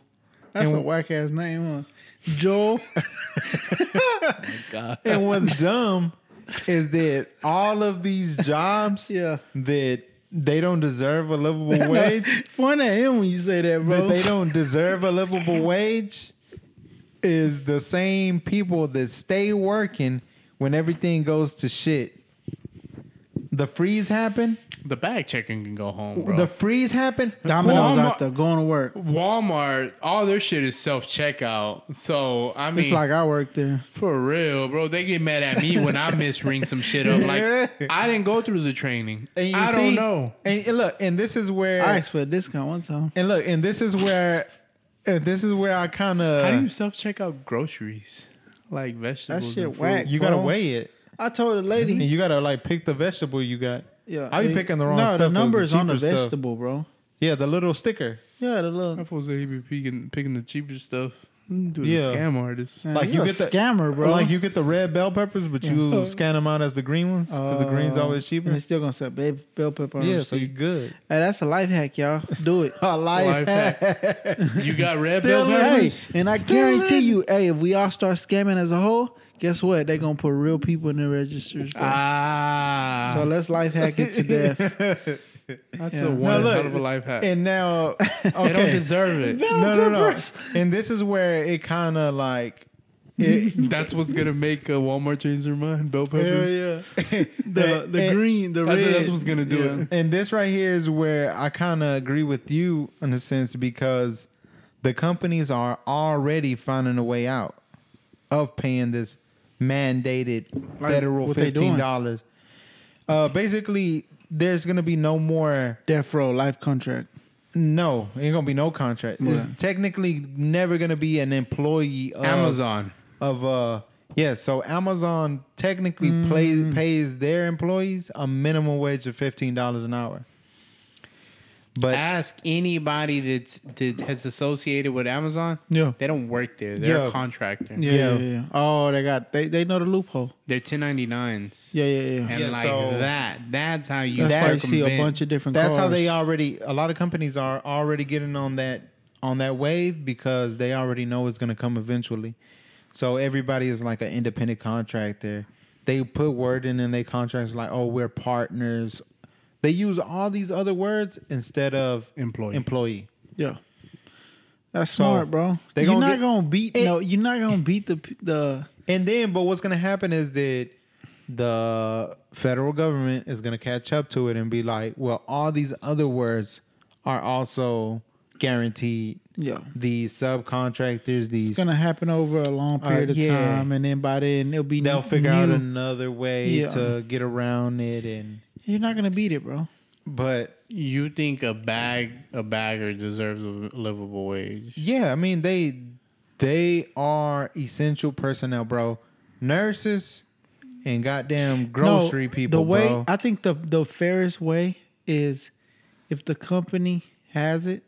S2: That's
S1: And
S2: a
S1: wh-
S2: whack ass name, huh? Joel.
S1: And what's dumb is that all of these jobs
S2: Yeah.
S1: that they don't deserve a livable wage,
S2: Point at him when you say that, bro.
S1: that they don't deserve a livable wage, is the same people that stay working when everything goes to shit. The freeze happen.
S4: The bag checking can go home, bro.
S1: The freeze happen.
S2: Domino's
S4: Walmart-
S2: out there going to work.
S4: Walmart, all their shit is self checkout. So I mean,
S2: It's like I work there.
S4: for real, bro. They get mad at me when I misring some shit up. Like
S1: Yeah.
S4: I didn't go through the training.
S1: And you
S4: I
S1: see-
S4: don't know.
S1: And and look, and this is where,
S2: I asked for a discount one time.
S1: and look, and this is where, and this is where I kind
S4: How do you
S1: of
S4: self check out groceries, like vegetables?
S2: shit
S4: and fruit?
S2: whack.
S1: you gotta
S2: Bro.
S1: weigh it.
S2: I told the
S1: And
S2: lady.
S1: you gotta like pick the vegetable you got.
S2: Yeah,
S1: I be
S2: it-
S1: picking the wrong
S2: no,
S1: stuff.
S2: the
S1: Those
S2: number
S1: are
S2: is on the
S1: cheaper stuff.
S2: vegetable, bro.
S1: Yeah, the little sticker.
S2: Yeah, the little.
S4: I'm supposed to be picking, picking the cheaper stuff. I'm doing
S1: Yeah.
S4: a scam artist.
S2: Man,
S1: Like, you
S2: a
S1: get the-
S2: scammer, bro.
S1: Like you get the red bell peppers, but you
S4: Yeah.
S1: scan them out as the green ones because the green's
S2: Uh,
S1: always cheaper.
S2: And it's still gonna say babe bell pepper. On
S1: Yeah,
S2: the
S1: so you're
S2: receipt.
S1: good.
S2: hey, that's a life hack, y'all. Do it.
S1: A life
S4: Life hack. You got red bell
S1: Still
S4: peppers.
S2: hey, and I
S1: Still
S2: guarantee
S1: in.
S2: you, hey, if we all start scamming as a whole, guess what? They're gonna put real people in the registers. bro.
S4: Ah,
S2: so let's life hack it to death.
S4: that's
S2: yeah. No,
S4: a one
S1: look,
S4: hell of a life hack.
S1: And now,
S4: They don't
S1: okay,
S4: deserve it.
S1: no, no, no.
S2: peppers.
S1: And this is where it kind of like, it,
S4: That's what's gonna make uh, Walmart change their mind. Bell peppers.
S1: yeah.
S2: The the
S1: and,
S2: green, the
S4: That's,
S2: red.
S4: that's what's gonna do
S2: Yeah.
S4: it.
S1: And this right here is where I kind of agree with you in a sense because the companies are already finding a way out of paying this mandated
S2: Like,
S1: federal
S2: what they doing?
S1: fifteen dollars. Uh, basically, there's gonna be no more.
S2: Death row life contract.
S1: No, ain't gonna be no contract. It's
S2: Yeah.
S1: technically never gonna be an employee
S4: Uh,
S1: of
S4: Amazon.
S1: of uh yeah so amazon technically plays
S2: Mm.
S1: pays their employees a minimum wage of $15 an hour but
S2: Ah,
S4: Ask anybody that's that has associated with Amazon.
S2: Yeah.
S4: They don't work there. They're
S1: Yeah.
S4: a contractor.
S2: Yeah, yeah, yeah. Oh, they got they they know the loophole.
S4: They're 1099s.
S2: Yeah, yeah, yeah.
S4: And
S1: Yeah,
S4: like
S1: so-
S4: that, that's how you
S2: That's why you see
S4: circumvent.
S2: a bunch of different.
S1: that's how
S2: cars.
S1: they already a lot of companies are already getting on that on that wave because they already know it's going to come eventually so everybody is like an independent contractor they put word in in their contracts like oh we're partners they use all these other words instead of
S4: employees.
S1: employee
S2: Yeah. That's
S1: So,
S2: smart, bro.
S1: they
S2: you're
S1: gonna
S2: not
S1: get-
S2: gonna beat
S1: It-
S2: no. You're not gonna beat the p- the
S1: And then, but what's going to happen is that the federal government is going to catch up to it and be like, well, all these other words are also guaranteed.
S2: yeah.
S1: These subcontractors,
S2: It's
S1: these
S2: gonna happen over a long
S1: Uh,
S2: period of
S1: yeah.
S2: time, and then by then it'll be
S1: they'll
S2: n-
S1: figure out
S2: new.
S1: another way
S2: Yeah.
S1: to get around it. And
S2: You're not gonna beat it, bro.
S1: but
S4: you think a bag a bagger deserves a livable wage?
S1: yeah, I mean they they are essential personnel, bro. Nurses and goddamn grocery
S2: No,
S1: people,
S2: The way
S1: bro.
S2: I think the the fairest way is if the company has it,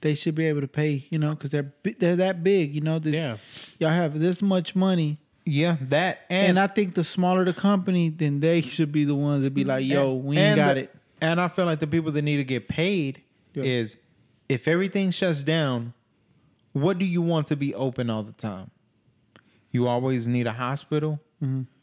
S2: they should be able to pay. You know, because they're bi- they're that big. You know, that
S4: Yeah.
S2: y'all have this much money.
S1: yeah, that
S2: And
S1: and
S2: I think the smaller the company, then they should be the ones that be like, "Yo,
S1: Mm, and-
S2: we ain't
S1: and
S2: got
S1: the-
S2: it."
S1: And I feel like the people that need to get paid
S2: Yeah.
S1: is if everything shuts down, what do you want to be open all the time? You always need a hospital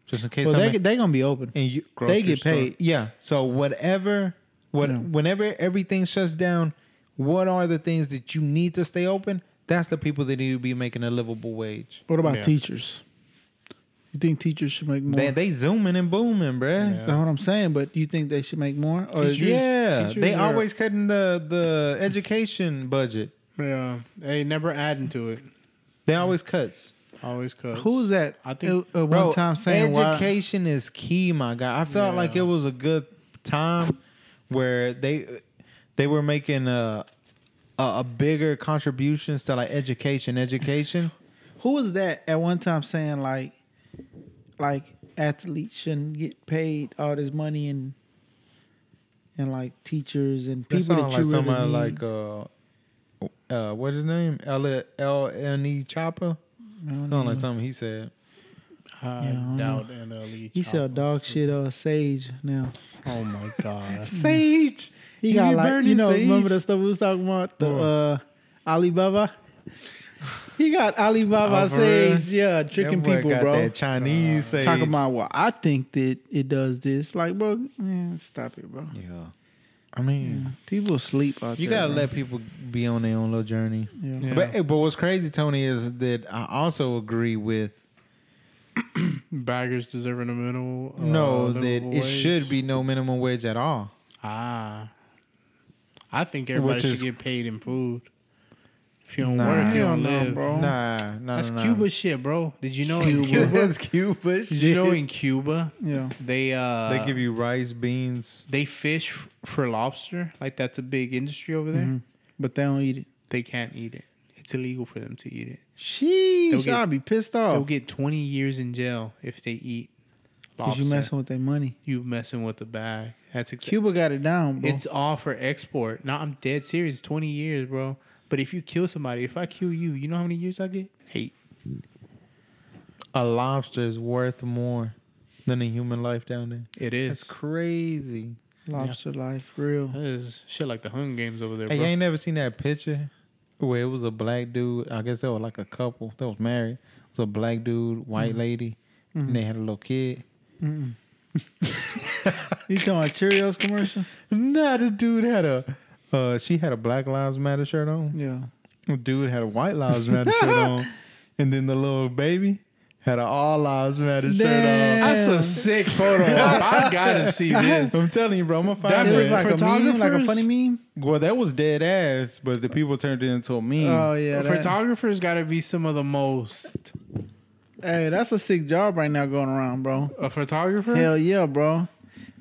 S1: just in case.
S2: Mm-hmm. Well,
S1: something-
S2: they they gonna be open.
S1: and you
S2: They get
S4: store.
S2: paid.
S1: yeah. So whatever, what
S2: Yeah.
S1: whenever everything shuts down, what are the things that you need to stay open? That's the people that need to be making a livable wage.
S2: What about
S4: Yeah.
S2: teachers? You think teachers should make more?
S1: They they zooming and booming, bruh.
S2: That's what I'm saying. But you think they should make more? Or is
S4: Teachers-
S1: Oh, Yeah,
S4: teachers
S1: they
S4: are-
S1: always cutting the the education budget.
S4: Yeah, they never adding to it.
S1: They always cuts.
S4: Always cuts.
S2: who's that?
S4: I think-
S2: at, at one
S1: Bro,
S2: time saying why,
S1: education is key, my guy. I felt
S4: Yeah.
S1: like it was a good time where they they were making uh a, a bigger contributions to like education, education.
S2: who was that at one time saying like like athletes shouldn't get paid all this money and and like teachers and
S1: That
S2: people
S1: sound
S2: that,
S1: like
S2: you really
S1: somebody
S2: need.
S1: like uh uh what's his name? L L N E Chopper.
S2: I don't
S1: Sound like
S2: know.
S1: something he said.
S4: I
S2: Yeah, I don't
S4: doubt NLE.
S2: He sell dog shit uh sage now.
S4: Oh my god.
S1: Sage.
S2: He got
S1: You
S2: like
S1: burning
S2: you know
S1: sage?
S2: remember the stuff we was talking about the uh, Alibaba. he got Alibaba
S1: Oh, for real?
S2: sage, yeah, tricking
S1: That boy
S2: people,
S1: got
S2: bro.
S1: That Chinese sage.
S2: Talking about well, I think that it does this, like bro, man, stop it, bro.
S1: yeah. I mean,
S2: People sleep out
S1: you
S2: there.
S1: gotta
S2: bro.
S1: let people be on their own little journey.
S2: Yeah.
S4: Yeah.
S1: But but what's crazy, Tony, is that I also agree with
S4: Baggers deserving a minimal. uh,
S1: no that
S4: livable
S1: it
S4: wage.
S1: should be no minimum wage at all.
S4: Ah. I think everybody
S1: Which
S4: should
S1: is-
S4: get paid in food. If you don't
S1: Nah.
S4: work, you
S2: Hell
S4: don't
S2: no,
S4: live.
S2: bro.
S1: Nah, nah, nah,
S4: That's
S1: nah.
S4: Cuba shit, bro. Did you know in Cuba?
S1: That's Cuba.
S4: Did you
S1: Shit.
S4: know in Cuba
S2: Yeah.
S4: they uh
S1: they give you rice, beans.
S4: they fish f- for lobster? Like that's a big industry over there.
S1: Mm-hmm.
S2: Mhm. But they don't eat it.
S4: They can't eat it. It's illegal for them to eat it. They'll
S2: Sheesh,
S4: get-
S2: I'll be pissed
S1: Oh.
S4: They'll
S2: off.
S4: get 20 years in jail if they eat
S2: Because
S4: lobster.
S2: you messing with their money.
S4: You messing with the bag. That's exactly.
S2: Cuba got it down, bro.
S4: It's all for export. No, I'm dead serious. 20 years, bro. But if you kill somebody, if I kill you, you know how many years I get? Eight.
S1: A lobster is worth more than a human life down there.
S4: It
S1: It's
S4: is.
S1: crazy.
S2: Lobster life, real.
S4: That is shit like the Hunger Games over there,
S1: Hey,
S4: bro.
S1: you ain't never seen that picture where it was a black dude. I guess they were like a couple that was married. It was a black dude, white
S4: Mm-hmm.
S1: lady, and they had a little kid.
S2: Mm-mm. you talking about Cheerios commercial?
S1: Nah, this dude had a. Uh, she had a Black Lives Matter shirt on.
S2: Yeah.
S1: Dude had a White Lives Matter shirt on, and then the little baby had an All Lives Matter
S2: Damn.
S1: shirt
S4: That's a sick photo. op. I gotta see this.
S1: on. I'm telling you, bro, I'm gonna
S4: That
S1: find
S2: It
S1: that.
S2: was
S4: for
S2: like a meme, like a
S4: photographers?
S2: funny meme.
S1: well, that was dead ass, but the people turned it into a meme.
S2: Oh yeah, that-
S4: Photographers gotta be some of the most.
S2: hey, that's a sick job right now going around, bro.
S4: A photographer?
S2: Hell yeah, bro.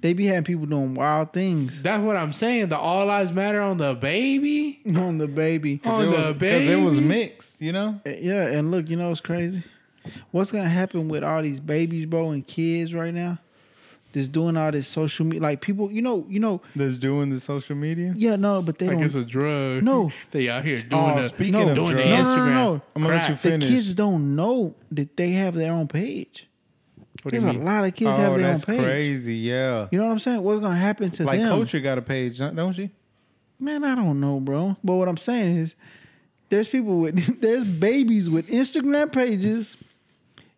S2: They be having people doing wild things
S4: That's what I'm saying. The All Lives Matter on the baby.
S2: on the baby.
S4: Oh. on
S1: it was,
S4: the
S1: it was
S4: baby.
S1: mixed, you know.
S2: Eh, Yeah, and look, you know what's crazy? What's gonna happen with all these babies, bro, and kids right now? That's doing all this social media, like people, you know, you know,
S1: That's doing the social media.
S2: yeah, no, but they
S4: Like
S2: don't.
S4: it's a drug.
S2: No.
S4: They out here doing
S1: Oh,
S4: the,
S1: speaking
S4: no,
S1: of
S4: doing the
S1: drugs.
S2: No, no, no,
S4: Instagram.
S2: no.
S1: I'm gonna let
S4: crap.
S1: you
S2: the
S1: finish.
S2: kids don't know that they have their own page.
S4: What do you
S2: There's a
S4: mean?
S2: lot of kids
S1: oh,
S2: have their own
S1: that's
S2: page.
S1: crazy. Yeah.
S2: You know what I'm saying? What's gonna happen to
S1: Like
S2: them?
S1: culture got a page, don't don't she?
S2: Man, I don't know, bro. But what I'm saying is, there's people with there's babies with Instagram pages.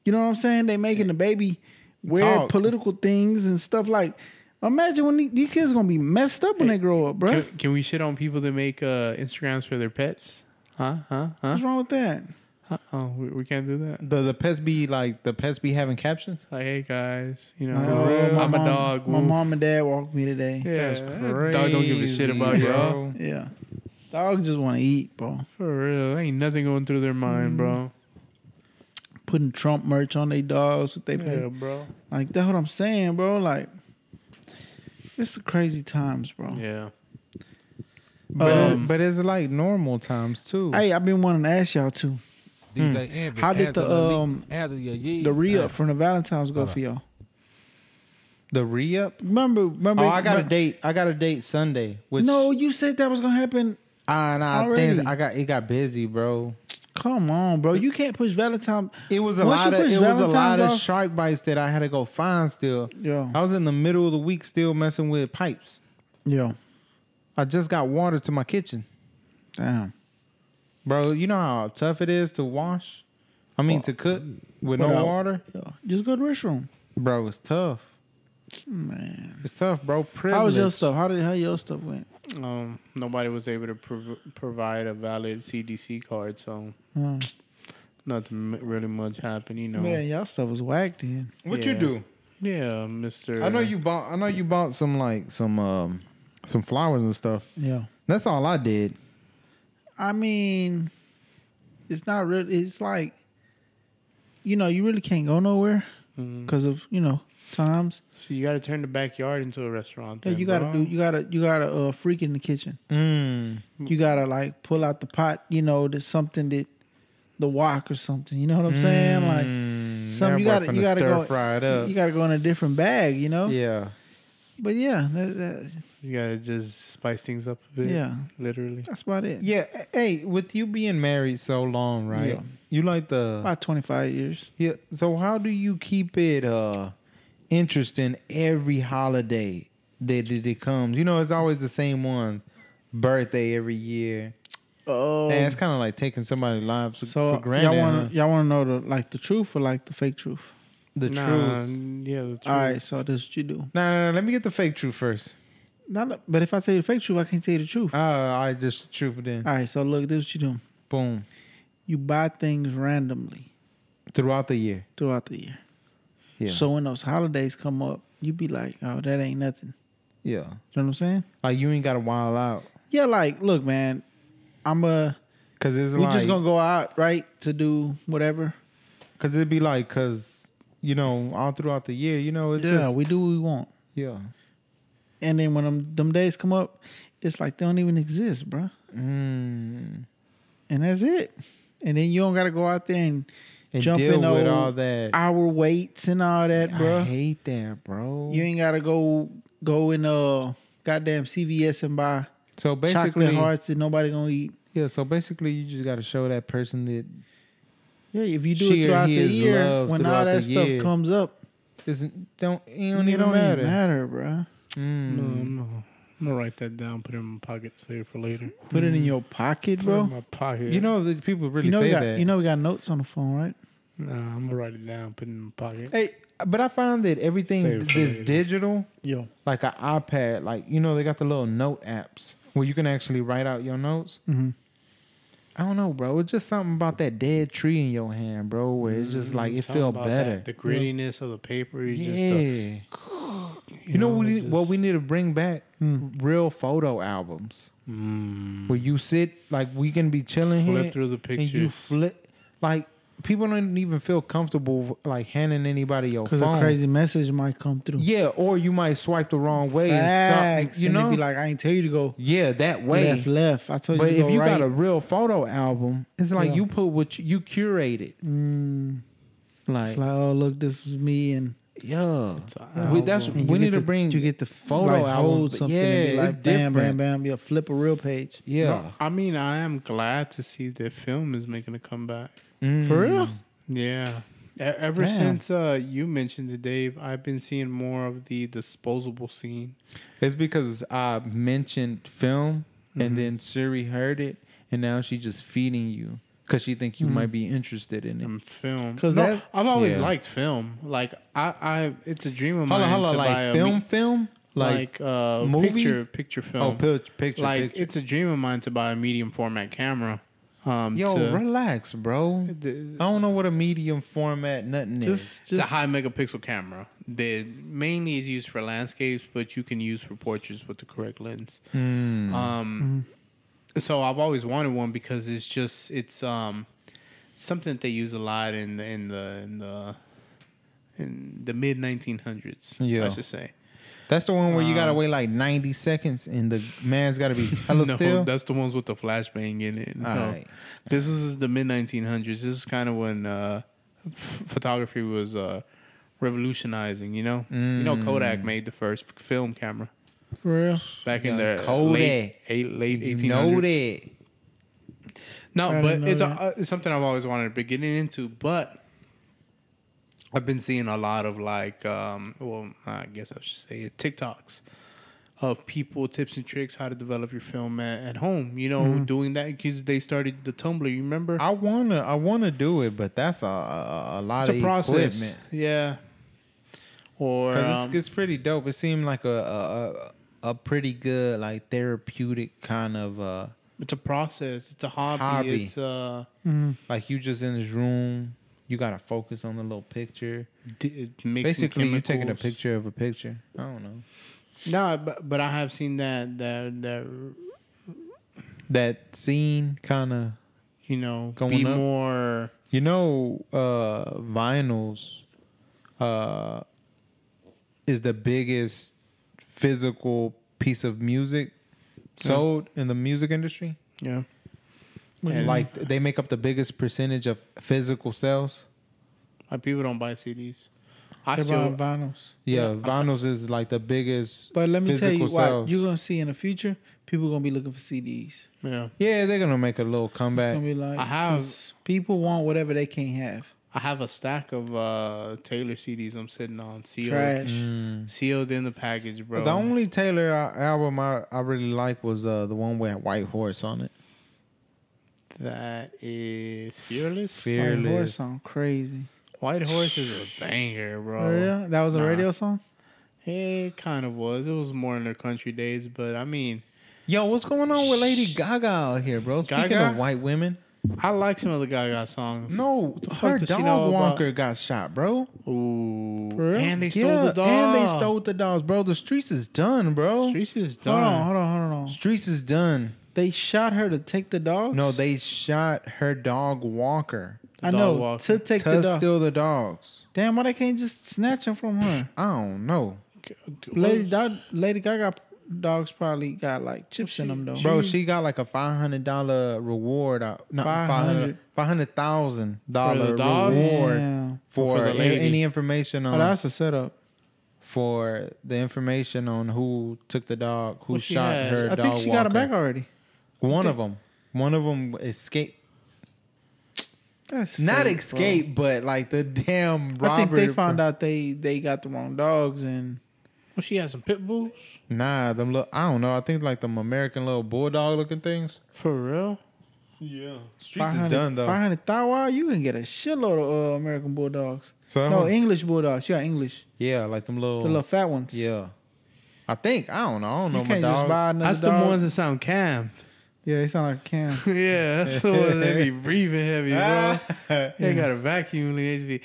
S2: You know what I'm saying? They making the baby wear
S1: Talk.
S2: political things and stuff like. Imagine when the- these kids gonna be messed up when they grow up, bro.
S4: Can, can we shit on people that make uh, Instagrams for their pets? Huh? Huh? Huh?
S2: What's wrong with that?
S4: Uh oh, we, we can't do that.
S1: The the pets be like the pets be having captions.
S4: Like, hey guys, you know,
S2: Oh, my
S4: I'm a
S2: mom-
S4: dog.
S2: My
S4: woo.
S2: mom and dad walked me today. Yeah,
S4: yeah,
S1: That's
S4: that Dog don't give a shit
S1: crazy,
S4: about y'all.
S1: bro.
S2: dog just want to eat, bro.
S4: For real, ain't nothing going through their mind, bro.
S2: Putting Trump merch on their dogs with Mm-hmm. they
S4: Yeah,
S2: pay.
S4: bro.
S2: Like that's what I'm saying, bro. Like it's crazy times, bro. Uh,
S4: Yeah.
S1: But, it-
S4: Um,
S1: but it's like normal times too.
S2: Hey, I've been wanting to ask y'all too.
S5: DJ Envy.
S2: Hmm. How did the,
S5: Angela Lee,
S2: um,
S5: Angela Yee,
S2: The re
S5: uh,
S2: up from the Valentine's go for y'all.
S1: the re up.
S2: Remember, remember.
S1: Oh, I got a
S2: remember-
S1: date. I got a date Sunday. Which
S2: No, you said that was gonna happen.
S1: I, nah,
S2: Already.
S1: things I got it got busy, bro.
S2: Come on, bro. You can't push Valentine.
S1: It was a
S2: Once
S1: lot
S2: you
S1: of
S2: push
S1: it was a lot
S2: Valentine's
S1: of
S2: off-
S1: shark bites that I had to go find still.
S2: Yeah.
S1: I was in the middle of the week still messing with pipes.
S2: Yeah.
S1: I just got water to my kitchen.
S2: Damn.
S1: Bro, you know how tough it is to wash? I mean
S2: Well,
S1: to cook with
S2: without-
S1: no water?
S2: Yeah. Just go to the restroom.
S1: Bro, it's tough.
S2: Man.
S1: It's tough, bro. Privilege.
S2: How was your stuff? How did how your stuff went?
S4: Um, nobody was able to prov- provide a valid CDC card, so
S2: Hmm.
S4: nothing m- really much happened. You know.
S2: Man, y'all stuff was whacked in.
S1: What you
S4: Yeah.
S1: do?
S4: Yeah, Mister.
S1: I know you bought I know you bought some like some um some flowers and stuff.
S2: Yeah.
S1: That's all I did.
S2: I mean, it's not really. It's like, you know, you really can't go nowhere
S4: Mhm.
S2: because of you know times.
S4: So you got to turn the backyard into a restaurant.
S2: Yeah,
S4: then,
S2: you gotta
S4: bro.
S2: do. You gotta. You gotta uh, freak in the kitchen.
S1: Mm.
S2: You gotta like pull out the pot. You know, there's something that the wok or something. You know what I'm saying? Like,
S1: Mm, that
S2: something you
S1: boy
S2: gotta.
S1: finna
S2: You gotta
S1: stir
S2: go.
S1: fry it up.
S2: You gotta go in a different bag. You know.
S1: Yeah.
S2: But yeah, that, that,
S4: You gotta just spice things up a bit.
S2: yeah,
S4: literally.
S2: that's about it.
S1: Yeah. a- Hey, with you being married so long, right?
S2: Yeah.
S1: You like the
S2: About 25 years.
S1: yeah. So how do you keep it uh interesting every holiday that, that it comes? You know, it's always the same ones. Birthday every year.
S2: Oh.
S1: and it's kind of like taking somebody's lives for,
S2: so uh,
S1: for granted.
S2: y'all want
S1: huh?
S2: to y'all want to know the like the truth or like the fake truth?
S1: the
S4: Nah,
S1: truth.
S4: Yeah, the truth.
S2: All right, so this is what you do.
S1: Nah, nah, nah, let me get the fake truth first.
S2: Not, no- but if I tell you the fake truth, I can't tell you the truth.
S1: Uh, I just truth it in.
S2: All right, so look, this is what you do.
S1: Boom.
S2: You buy things randomly
S1: Throughout the year.
S2: throughout the year.
S1: Yeah.
S2: So when those holidays come up, you be like, oh, that ain't nothing.
S1: yeah.
S2: You know what I'm saying?
S1: Like you ain't got to wild out
S2: Yeah, like, look, man, I'm a.
S1: because it's
S2: we
S1: like
S2: just gonna go out, right, to do whatever.
S1: Cause it'd be like, cause you know, all throughout the year, you know, it's
S2: yeah,
S1: just
S2: we do what we want.
S1: yeah.
S2: And then when them, them days come up, it's like they don't even exist, bruh.
S1: Mm.
S2: And that's it. And then you don't gotta go out there and,
S1: And
S2: jump
S1: deal
S2: in
S1: with
S2: old
S1: all that.
S2: hour waits and all that,
S1: I
S2: bruh.
S1: hate that, bro.
S2: You ain't gotta go go in uh goddamn CVS and buy
S1: so
S2: chocolate
S1: basically,
S2: hearts that nobody gonna eat.
S1: yeah. So basically, you just got to show that person that
S2: Yeah, if you do
S1: She
S2: it
S1: or
S2: throughout the
S1: he is
S2: year,
S1: loved
S2: when all
S1: throughout
S2: that
S1: the
S2: stuff
S1: year.
S2: comes up,
S1: isn't don't it
S2: it
S1: don't even matter.
S2: bruh.
S1: Mm.
S4: No, I'm, gonna- I'm gonna write that down. Put it in my pocket. Save for later.
S2: Put it in your pocket,
S4: Put it
S2: bro.
S4: in my pocket.
S1: You know that people really
S2: you know,
S1: say
S2: we got,
S1: that.
S2: you know we got notes on the phone, right?
S4: Nah, I'm gonna write it down. Put it in my pocket.
S1: hey, but I find that everything
S4: Save it for
S1: that's
S4: later.
S1: digital,
S2: Yo.
S1: like an iPad, like you know, they got the little note apps where you can actually write out your notes.
S2: hmm
S1: I don't know, bro. It's just something about that dead tree in your hand, bro, where it's just like it
S4: Mm, Something
S1: feel
S4: Mm-hmm. about
S1: better.
S4: that, the grittiness of the paper. You
S1: yeah.
S4: just, uh, you,
S1: you, know, what, we,
S4: it's
S1: what
S4: just-
S1: we need to bring back?
S2: Mm.
S1: Real photo albums
S2: Hmm.
S4: Mm,
S1: where you sit like we can be chilling
S4: flip
S1: here
S4: through the
S1: and
S4: pictures.
S1: you flip like people don't even feel comfortable like handing anybody your
S2: Because a
S1: phone.
S2: crazy message might come through.
S1: Yeah, or you might swipe the wrong way and
S2: Facts.
S1: something, you
S2: and
S1: know?
S2: they be like, I ain't tell you to go
S1: yeah, that way.
S2: left, left. I told
S1: but
S2: you to
S1: if
S2: go
S1: you
S2: right.
S1: got a real photo album, it's like
S2: Yeah.
S1: you put what you, you curated.
S2: Mm,
S1: Like,
S2: it's like, oh look, this was me, and, oh,
S1: yeah.
S4: It's a
S1: We- that's-
S4: album.
S2: and
S1: we
S2: you
S1: need
S2: get
S1: to bring
S2: you get the
S1: photo
S2: like,
S1: album,
S2: hold
S1: but
S2: something, and be
S1: yeah,
S2: like,
S1: it's
S2: bam, bam,
S1: different.
S2: bam. Yeah, flip a real page.
S1: Yeah.
S4: No, I mean, I am glad to see that film is making a comeback.
S1: Mm.
S2: For real?
S4: Yeah. E- Ever
S2: Damn.
S4: since uh, you mentioned it, Dave, I've been seeing more of the disposable scene.
S1: It's because I mentioned film
S4: Mm-hmm.
S1: and then Siri heard it and now she's just feeding you because she think
S4: Mm-hmm.
S1: you might be interested in it.
S4: um, film.
S2: 'Cause
S4: No,
S2: that's-
S4: I've always
S1: Yeah.
S4: liked film. Like I, I, it's a dream of
S1: Hold
S4: mine
S1: on, hold on.
S4: to buy
S1: Like
S4: a
S1: film,
S4: me-
S1: film? Like,
S4: like, uh,
S1: movie?
S4: picture, picture film.
S1: oh, picture, picture.
S4: like
S1: picture.
S4: it's a dream of mine to buy a medium format camera. Um,
S1: Yo,
S4: to,
S1: relax, bro. I
S4: the,
S1: don't know what a medium format nothing is.
S2: Just,
S4: it's a
S2: just
S4: high megapixel camera that mainly is used for landscapes, but you can use for portraits with the correct lens.
S1: Mm.
S4: Um, so I've always wanted one because it's just it's um something that they use a lot in the in the in the in the mid 1900s. I
S1: Yeah.
S4: should say.
S1: That's the one where you gotta
S4: Um,
S1: wait like ninety seconds, and the man's gotta be hella
S4: no,
S1: still.
S4: that's the ones with the flashbang in it. No.
S1: Alright.
S4: This is the mid 1900s. This is kind of when uh, f- photography was uh, revolutionizing. You know, you
S1: Mm.
S4: know, Kodak made the first f- film camera
S2: for real.
S4: back in
S1: Yeah,
S4: the
S1: Kodak.
S4: late eight, late
S1: You
S4: 1800s.
S1: know that.
S2: I
S4: No,
S2: didn't
S4: but
S2: know
S4: it's,
S2: that.
S4: a, uh, it's something I've always wanted to be getting into. But I've been seeing a lot of like, um, well, I guess I should say it, TikToks of people tips and tricks how to develop your film at, at home. You know,
S1: Mm-hmm.
S4: doing that because they started the Tumblr. You remember?
S1: I wanna, I wanna do it, but that's a a, a lot
S4: it's a
S1: of
S4: process.
S1: equipment.
S4: Yeah. Or
S1: 'Cause
S4: um,
S1: it's, it's pretty dope. It seemed like a a, a a pretty good like therapeutic kind of uh
S4: it's a process. It's a hobby.
S1: Hobby.
S4: It's uh,
S1: like you just in this room. You gotta focus on the little picture.
S4: d- mixing
S1: Basically, you're taking a
S4: chemicals.
S1: picture of a picture. I don't know
S4: No, but but I have seen that that that
S1: that scene kind of.
S4: you know
S1: Going
S4: be
S1: up.
S4: more.
S1: You know, uh, vinyls uh, is the biggest physical piece of music sold in the music industry.
S4: Yeah. And-
S1: Like they make up the biggest percentage of physical sales.
S4: Like people don't buy CDs. I
S2: They
S4: still
S2: buying vinyls.
S1: Yeah, vinyls is like the biggest.
S2: But let me tell you
S1: physical
S2: what
S1: sales.
S2: you're gonna see in the future. People gonna be looking for CDs.
S4: yeah.
S1: yeah, they're gonna make a little
S2: It's
S1: comeback.
S2: gonna be like
S4: I have-
S2: 'cause people want whatever they can't have.
S4: I have a stack of uh Taylor CDs I'm sitting on sealed,
S2: Trash.
S4: sealed in the package, bro.
S1: The only Taylor al- album I, I really like was uh, the one with White Horse on it.
S4: that is fearless.
S1: Fear-
S2: White Horse
S1: Fearless.
S2: song crazy.
S4: White horse is a banger,
S2: Oh,
S4: bro.
S2: yeah, that was a
S4: nah.
S2: radio song.
S4: It kind of was. It was more in their country days, but I mean,
S1: Yo, what's going on with Lady Gaga out here, bro? Speaking
S4: Gaga?
S1: of white women,
S4: I like some of the Gaga songs.
S1: no,
S4: the fuck
S1: her
S4: does
S1: dog
S4: she know about-
S1: walker got shot, bro.
S4: Ooh.
S2: For real?
S4: And they stole the dog.
S1: and they stole the dogs, bro. The streets is done, bro.
S4: Streets is
S2: Hold on,
S4: done.
S2: hold on, hold on, hold on.
S1: Streets is done.
S2: They shot her to take the dogs.
S1: No, they shot her dog walker
S2: I
S4: dog
S2: know
S4: walker.
S2: to take
S1: to
S2: the dog.
S1: steal the dogs.
S2: Damn, why they can't just snatch them from her?
S1: I don't know,
S2: Lady dog, Lady Gaga dogs probably got like chips in them though.
S1: bro. She got like a five hundred dollar reward, uh, not five hundred,
S2: 500.
S1: five hundred thousand
S4: For
S1: dollar
S4: the dogs?
S1: reward
S2: Damn.
S1: for,
S4: For
S1: a-
S4: the lady.
S1: any information on
S2: Oh, that's a setup.
S1: for the information on who took the dog, who
S4: Well, she
S1: shot
S4: has-
S1: her
S2: I
S1: dog.
S2: think she
S1: walker.
S2: got it back already.
S1: One of them. One of them escaped.
S2: That's
S1: Not
S2: fake, bro.
S1: escape, but like the damn robber.
S2: I think they found out they they got the wrong dogs and
S4: Well, she had some pit bulls.
S1: Nah, them look. I don't know. I think like them American little bulldog looking things.
S4: For real?
S5: Yeah.
S1: Streets is done
S2: Five
S1: though.
S2: hundred thousand. Wow, you can get a shitload of uh, American bulldogs.
S1: So
S2: No, English bulldogs. Yeah, English.
S1: yeah, like them little.
S2: The little fat ones.
S1: Oh. yeah, I think I don't know. I don't
S2: you
S1: know my
S2: can't
S1: dogs.
S2: just buy another
S4: That's
S2: dog.
S4: the ones that sound cammed.
S2: Yeah, they sound like Cam.
S4: yeah, that's the ones that be breathing heavy,
S2: Ah.
S4: bro. They got a vacuum. They just be.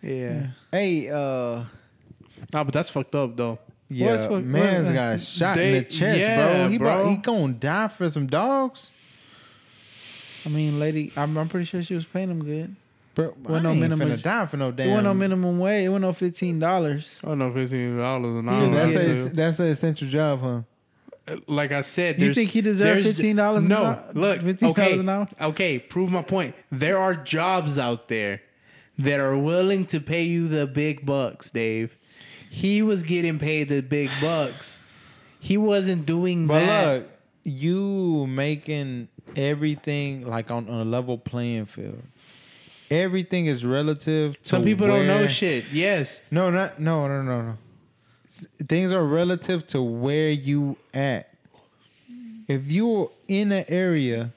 S4: Yeah.
S1: hey, uh,
S4: Nah, but that's fucked up, though.
S1: yeah,
S2: What's- what-
S1: man's
S2: what-
S1: got shot
S4: They-
S1: in the chest,
S4: yeah,
S1: bro. He
S4: bro.
S1: About, he gonna die for some dogs.
S2: I mean, lady, I'm, I'm pretty sure she was paying them good.
S1: Bro, I
S2: no
S1: ain't
S2: minimum-
S1: finna die for no damn.
S2: It wasn't no minimum wage. It wasn't no fifteen dollars.
S4: I don't know, fifteen dollars an
S2: Yeah,
S4: hour.
S1: That's
S2: Yeah.
S1: a, that's an essential job, huh?
S4: like I said,
S2: You
S4: there's,
S2: think he deserves
S4: there's-
S2: $15 an
S4: No,
S2: hour?
S4: look,
S2: $15
S4: okay,
S2: an hour?
S4: Okay, prove my point. There are jobs out there that are willing to pay you the big bucks, Dave. He was getting paid the big bucks. He wasn't doing
S1: But
S4: that.
S1: look, you making everything like on, on a level playing field. Everything is relative. To
S4: Some people don't know
S1: where-
S4: shit. Yes,
S1: No, not no, no, no, no. S- Things are relative to where you at. If you're in an area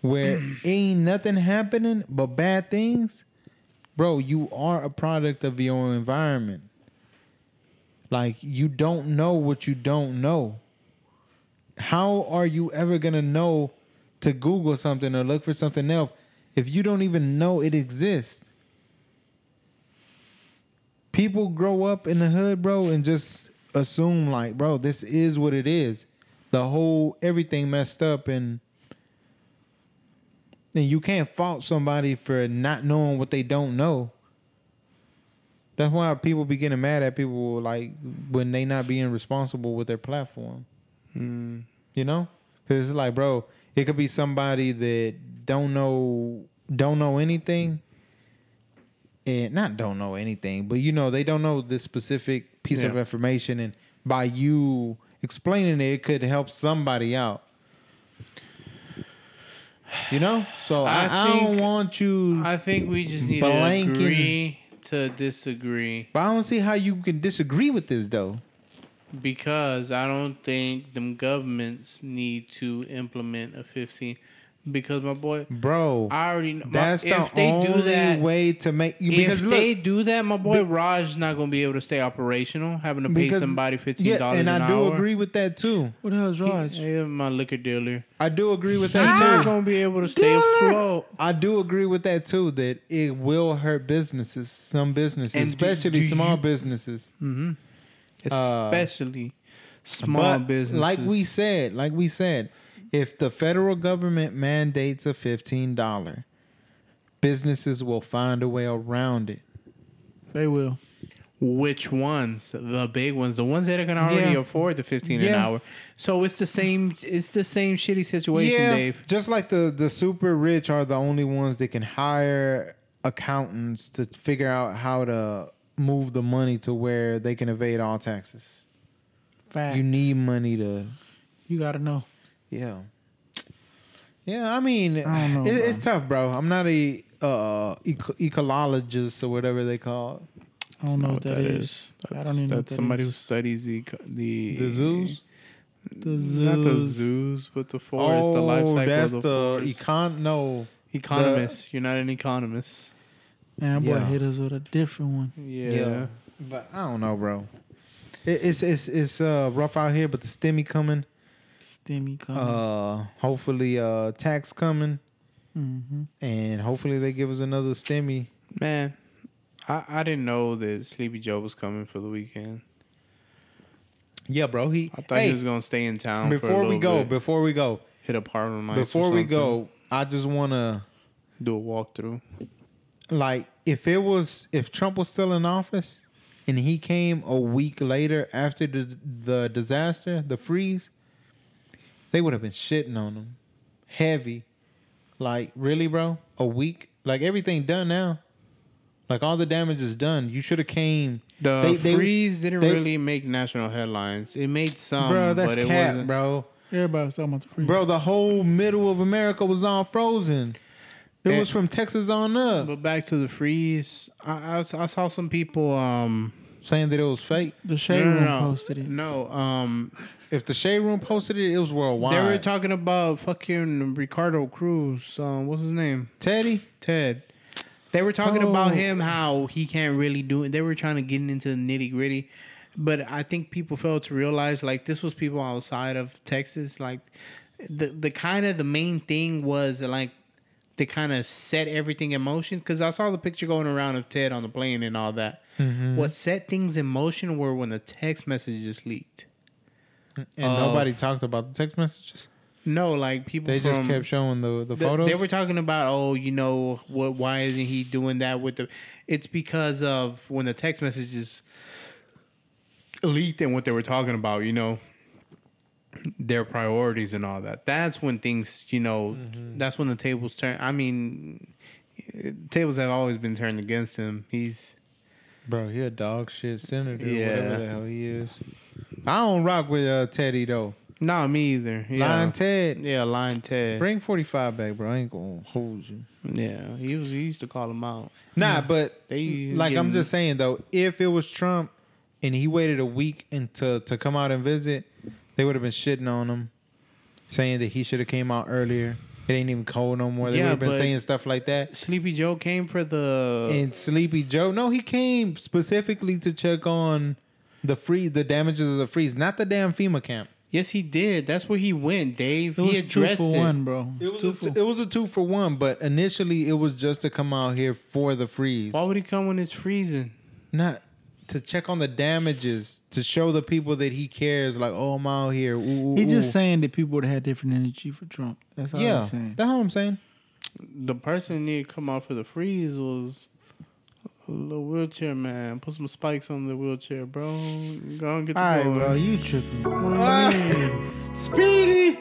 S1: where ain't nothing happening but bad things, bro, you are a product of your environment. Like you don't know what you don't know. How are you ever gonna know to Google something or look for something else if you don't even know it exists? People grow up in the hood, bro, and just assume like, bro, this is what it is. The whole everything messed up and and you can't fault somebody for not knowing what they don't know. That's why people be getting mad at people like when they not being responsible with their platform.
S4: Hmm.
S1: You know, because it's like, bro, it could be somebody that don't know don't know anything, and not don't know anything, but you know they don't know this specific piece of
S4: Yeah.
S1: information, and by you explaining it, it could help somebody out. You know? So I,
S4: I
S1: I, don't
S4: think-
S1: want you.
S4: I think we just need
S1: Blanking.
S4: to agree to disagree
S1: but I don't see how you can disagree with this though.
S4: because I don't think them governments need to implement a 15 because my boy,
S1: Bro,
S4: I already know my-
S1: that's the
S4: if they
S1: only
S4: do that
S1: way to make you because
S4: if
S1: look,
S4: they do that, my boy Raj's not gonna be able to stay operational, having to pay
S1: because-
S4: somebody fifteen dollars
S1: Yeah, and
S4: an
S1: I
S4: hour.
S1: do agree with that too.
S2: What the hell is Raj?
S4: Yeah, my liquor dealer.
S1: I do agree with
S4: He's
S1: that
S4: not
S1: too.
S4: gonna be able to stay afloat.
S1: I do agree with that too. That it will hurt businesses, some businesses,
S4: And do-
S1: especially
S4: do
S1: small
S4: you-
S1: businesses. Uh,
S4: Especially small
S1: But
S4: businesses.
S1: Like we said, like we said, if the federal government mandates a fifteen dollar, businesses will find a way around it.
S2: They will.
S4: which ones? The big ones, the ones that can already
S1: Yeah.
S4: afford the fifteen an
S1: Yeah.
S4: hour. So it's the same it's the same shitty situation, Dave.
S1: just like the the super rich are the only ones that can hire accountants to figure out how to move the money to where they can evade all taxes.
S2: Facts.
S1: You need money to
S2: You gotta know.
S1: Yeah. Yeah, I mean,
S2: I don't know,
S1: it, it's tough, bro. I'm not a uh, eco- ecologist or whatever they call it.
S2: I don't know what that is. I
S4: That's,
S2: don't even know what
S4: that's
S2: that
S4: somebody
S2: is.
S4: who studies the co- the
S1: The zoos?
S2: The
S4: Not the
S2: zoos.
S4: zoos, but the forest, the life cycle
S1: Oh, that's
S4: of
S1: the,
S4: forest.
S1: econ. No,
S4: Economist. You're not an economist.
S2: Man, boy,
S1: Yeah.
S2: hit us with a different one.
S4: Yeah.
S1: but I don't know, bro. It, it's it's it's uh, rough out here, but the stimmy coming.
S2: Stimmy coming.
S1: Uh, hopefully, uh, tax coming,
S2: mm-hmm.
S1: and hopefully they give us another stimmy.
S4: Man, I, I didn't know that Sleepy Joe was coming for the weekend.
S1: Yeah, bro. He.
S4: I thought
S1: hey,
S4: he was going to stay in town for a
S1: before we
S4: little
S1: go,
S4: bit,
S1: before we go,
S4: hit a Harlem Nights or
S1: before we
S4: something,
S1: go, I just wanna.
S4: do a walkthrough.
S1: like if it was if Trump was still in office and he came a week later after the the disaster, the freeze, they would have been shitting on him heavy. Like really, bro? A week? Like everything done now. Like all the damage is done. You should have came,
S4: The
S1: They- they-
S4: freeze didn't
S1: they-
S4: really make national headlines. It made some,
S1: bro. That's
S4: Um, but it
S1: cat,
S4: wasn't.
S1: bro.
S2: Everybody was talking about the freeze.
S1: Bro, the whole middle of America was all frozen. It
S4: Eh.
S1: was from Texas on up,
S4: But back to the freeze, I, I, s- I saw some people. Um,
S1: saying that it was fake.
S2: the shade
S4: no, no,
S2: room
S4: no.
S2: posted it.
S4: No, um,
S1: If the shade room posted it, it was worldwide.
S4: They were talking about fucking Ricardo Cruz. Um, what's his name?
S1: Teddy.
S4: Ted. They were talking
S2: Oh.
S4: about him how he can't really do it. They were trying to get into the nitty gritty, but I think people failed to realize like this was people outside of Texas. Like the the kind of the main thing was like they kind of set everything in motion because I saw the picture going around of Ted on the plane and all that.
S1: Mm-hmm.
S4: What set things in motion were when the text messages leaked.
S1: And
S4: of-
S1: nobody talked about the text messages.
S4: No, like people
S1: They just
S4: from-
S1: kept showing the the
S4: Th-
S1: photos.
S4: They were talking about, oh, you know, what? Why isn't he doing that with the? It's because of when the text messages leaked and what they were talking about. You know, their priorities and all that. That's when things, you know,
S1: Mm-hmm.
S4: that's when the tables turn. I mean, eh, tables have always been turned against him. He's
S1: Bro, he a dog shit senator,
S4: Yeah.
S1: whatever the hell he is. I don't rock with uh, Teddy though.
S4: not me either. Yeah.
S1: Lion Ted,
S4: Yeah, Lion Ted.
S1: bring forty five back, bro. I ain't gonna hold you.
S4: Yeah, he was. He used to call him out.
S1: Nah, but
S4: They
S1: like I'm
S4: getting-
S1: just saying though, if it was Trump and he waited a week and to to come out and visit, they would have been shitting on him, saying that he should have came out earlier. It ain't even cold no more. They
S4: Yeah,
S1: would have been
S4: but-
S1: saying stuff like that.
S4: Sleepy Joe came for the
S1: and Sleepy Joe. No, he came specifically to check on the free the damages of the freeze, not the damn FEMA camp.
S4: Yes, he did. That's where he went, Dave.
S2: It was
S4: he addressed
S2: two for
S4: it.
S2: one, bro. It
S1: It
S2: was
S1: was,
S2: two
S1: a,
S2: for
S1: t- it was a two for one, but initially it was just to come out here for the freeze,
S4: Why would he come when it's freezing?
S1: not to check on the damages to show the people that he cares. Like, oh, I'm out here. Ooh, ooh,
S2: He's just
S1: ooh.
S2: saying that people would have had different energy for Trump. That's all
S1: yeah,
S2: I'm saying.
S1: that's what I'm saying.
S4: The person that needed to come out for the freeze was the wheelchair man. Put some spikes on the wheelchair, bro. Go and get the
S2: All right,
S4: blower.
S2: bro, you tripping? Bro.
S1: Speedy.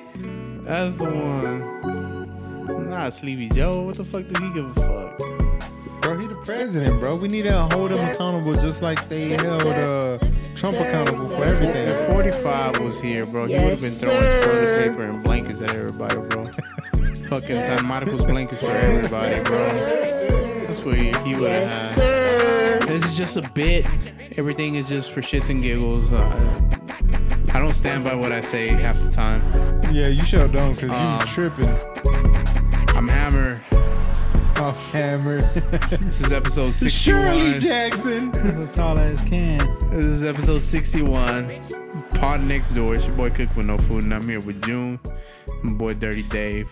S4: That's the one. Nah, Sleepy Joe. What the fuck did he give a fuck?
S1: Bro, he the president, bro. We need to hold him accountable just like they held uh, Trump accountable for everything.
S4: If 45 was here, bro, he would have been throwing toilet paper and blankets at everybody, bro. fucking San Marcos blankets for everybody, bro. That's what he, he would have had. This is just a bit. Everything is just for shits and giggles. Uh, I don't stand by what I say half the time.
S1: Yeah, you sure don't, cause
S4: Um,
S1: you tripping.
S4: I'm Hammer.
S1: Off hammered.
S4: This is episode 61.
S1: Shirley Jackson.
S2: That's a tall ass can.
S4: This is episode 61. Pod next door. It's your boy Cook with No Food, and I'm here with June, my boy Dirty Dave.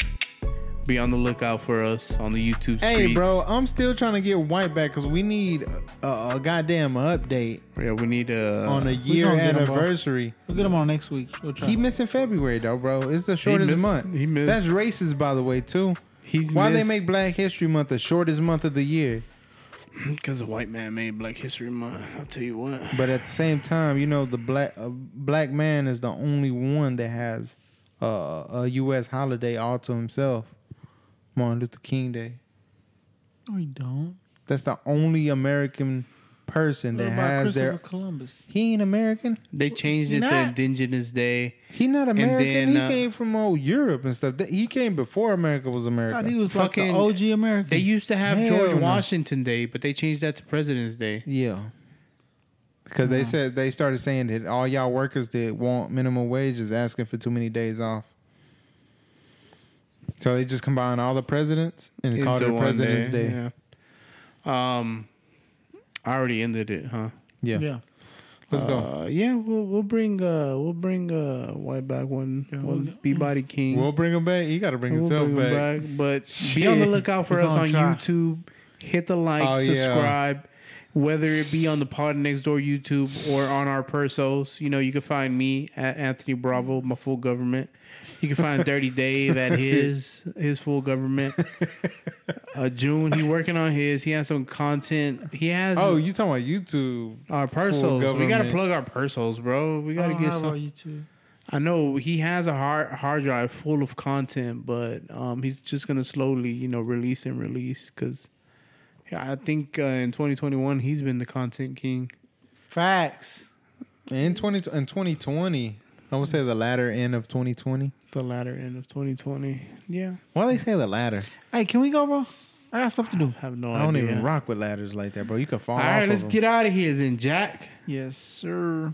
S4: Be on the lookout for us on the YouTube streets.
S1: Hey, bro, I'm still trying to get White back because we need a, a goddamn update
S4: Yeah, we need uh, a.
S1: on a year
S2: Uh, gonna get him, bro.
S1: anniversary.
S2: We'll get him on next week. We'll try.
S1: He missing February though, bro. It's the shortest
S4: missed-
S1: month.
S4: he missed-
S1: That's racist, by the way, too.
S4: He's
S1: Why they make Black History Month the shortest month of the year?
S4: because a white man made Black History Month. I'll tell you what.
S1: But at the same time, you know the black uh, black man is the only one that has uh, a U.S. holiday all to himself. Martin Luther King Day.
S2: no, he don't.
S1: That's the only American person
S2: What
S1: that
S2: about
S1: has
S2: Christopher
S1: their.
S2: Columbus.
S1: He ain't American.
S4: They changed it
S1: Not-
S4: to Indigenous Day.
S1: He not
S4: And
S1: American.
S4: then,
S1: he
S4: uh,
S1: came from old Europe and stuff. Th- He came before America was
S2: I
S1: America.
S2: thought he was like the
S4: Fucking-
S2: OG American.
S4: They used to have
S1: Hell
S4: George
S1: no.
S4: Washington Day, but they changed that to President's Day.
S1: Yeah. Because they said they started saying that all y'all workers that want minimum wage is asking for too many days off. So they just combined all the presidents and
S4: Into
S1: called it
S4: one
S1: President's Day.
S4: Yeah. Um, I already ended it, huh?
S1: Yeah.
S2: yeah.
S1: Let's go.
S4: Uh, yeah, we'll we'll bring uh we'll bring uh white back one
S2: Yeah,
S4: one
S2: we'll-
S4: Peabody King.
S1: We'll bring him back. You got to bring
S4: We'll
S1: himself
S4: bring
S1: back.
S4: him back, But be on the
S1: Shit.
S4: lookout for
S2: We
S4: us
S2: gonna
S4: on
S2: try.
S4: YouTube. Hit the like,
S1: Oh, yeah.
S4: subscribe. Whether it be on the Pod Next Door YouTube or on our persos, you know you can find me at Anthony Bravo, my full government. You can find Dirty Dave at his his full government. Uh, June, he working on his. He has some content. He has
S1: Oh, you talking about YouTube?
S4: our
S1: full
S4: persos. We gotta
S1: government.
S4: plug our persos, bro. We
S2: I
S4: gotta
S2: don't
S4: get
S2: have
S4: some.
S2: all Oh, you two.
S4: I know he has a hard hard drive full of content, but um, he's just gonna slowly, you know, release and release because I think uh, in 2021 he's been the content king.
S2: Facts.
S1: In twenty in twenty twenty, I would say the latter end of twenty twenty.
S4: The latter end of 2020, yeah,
S1: Why they say the latter?
S2: Hey, can we go, bro? I got stuff to do.
S4: I have no
S1: I don't
S4: idea.
S1: even rock with ladders like that, bro. You can fall
S4: All
S1: off.
S4: right,
S1: of
S4: let's
S1: them.
S4: get out of here then, Jack.
S2: Yes, sir.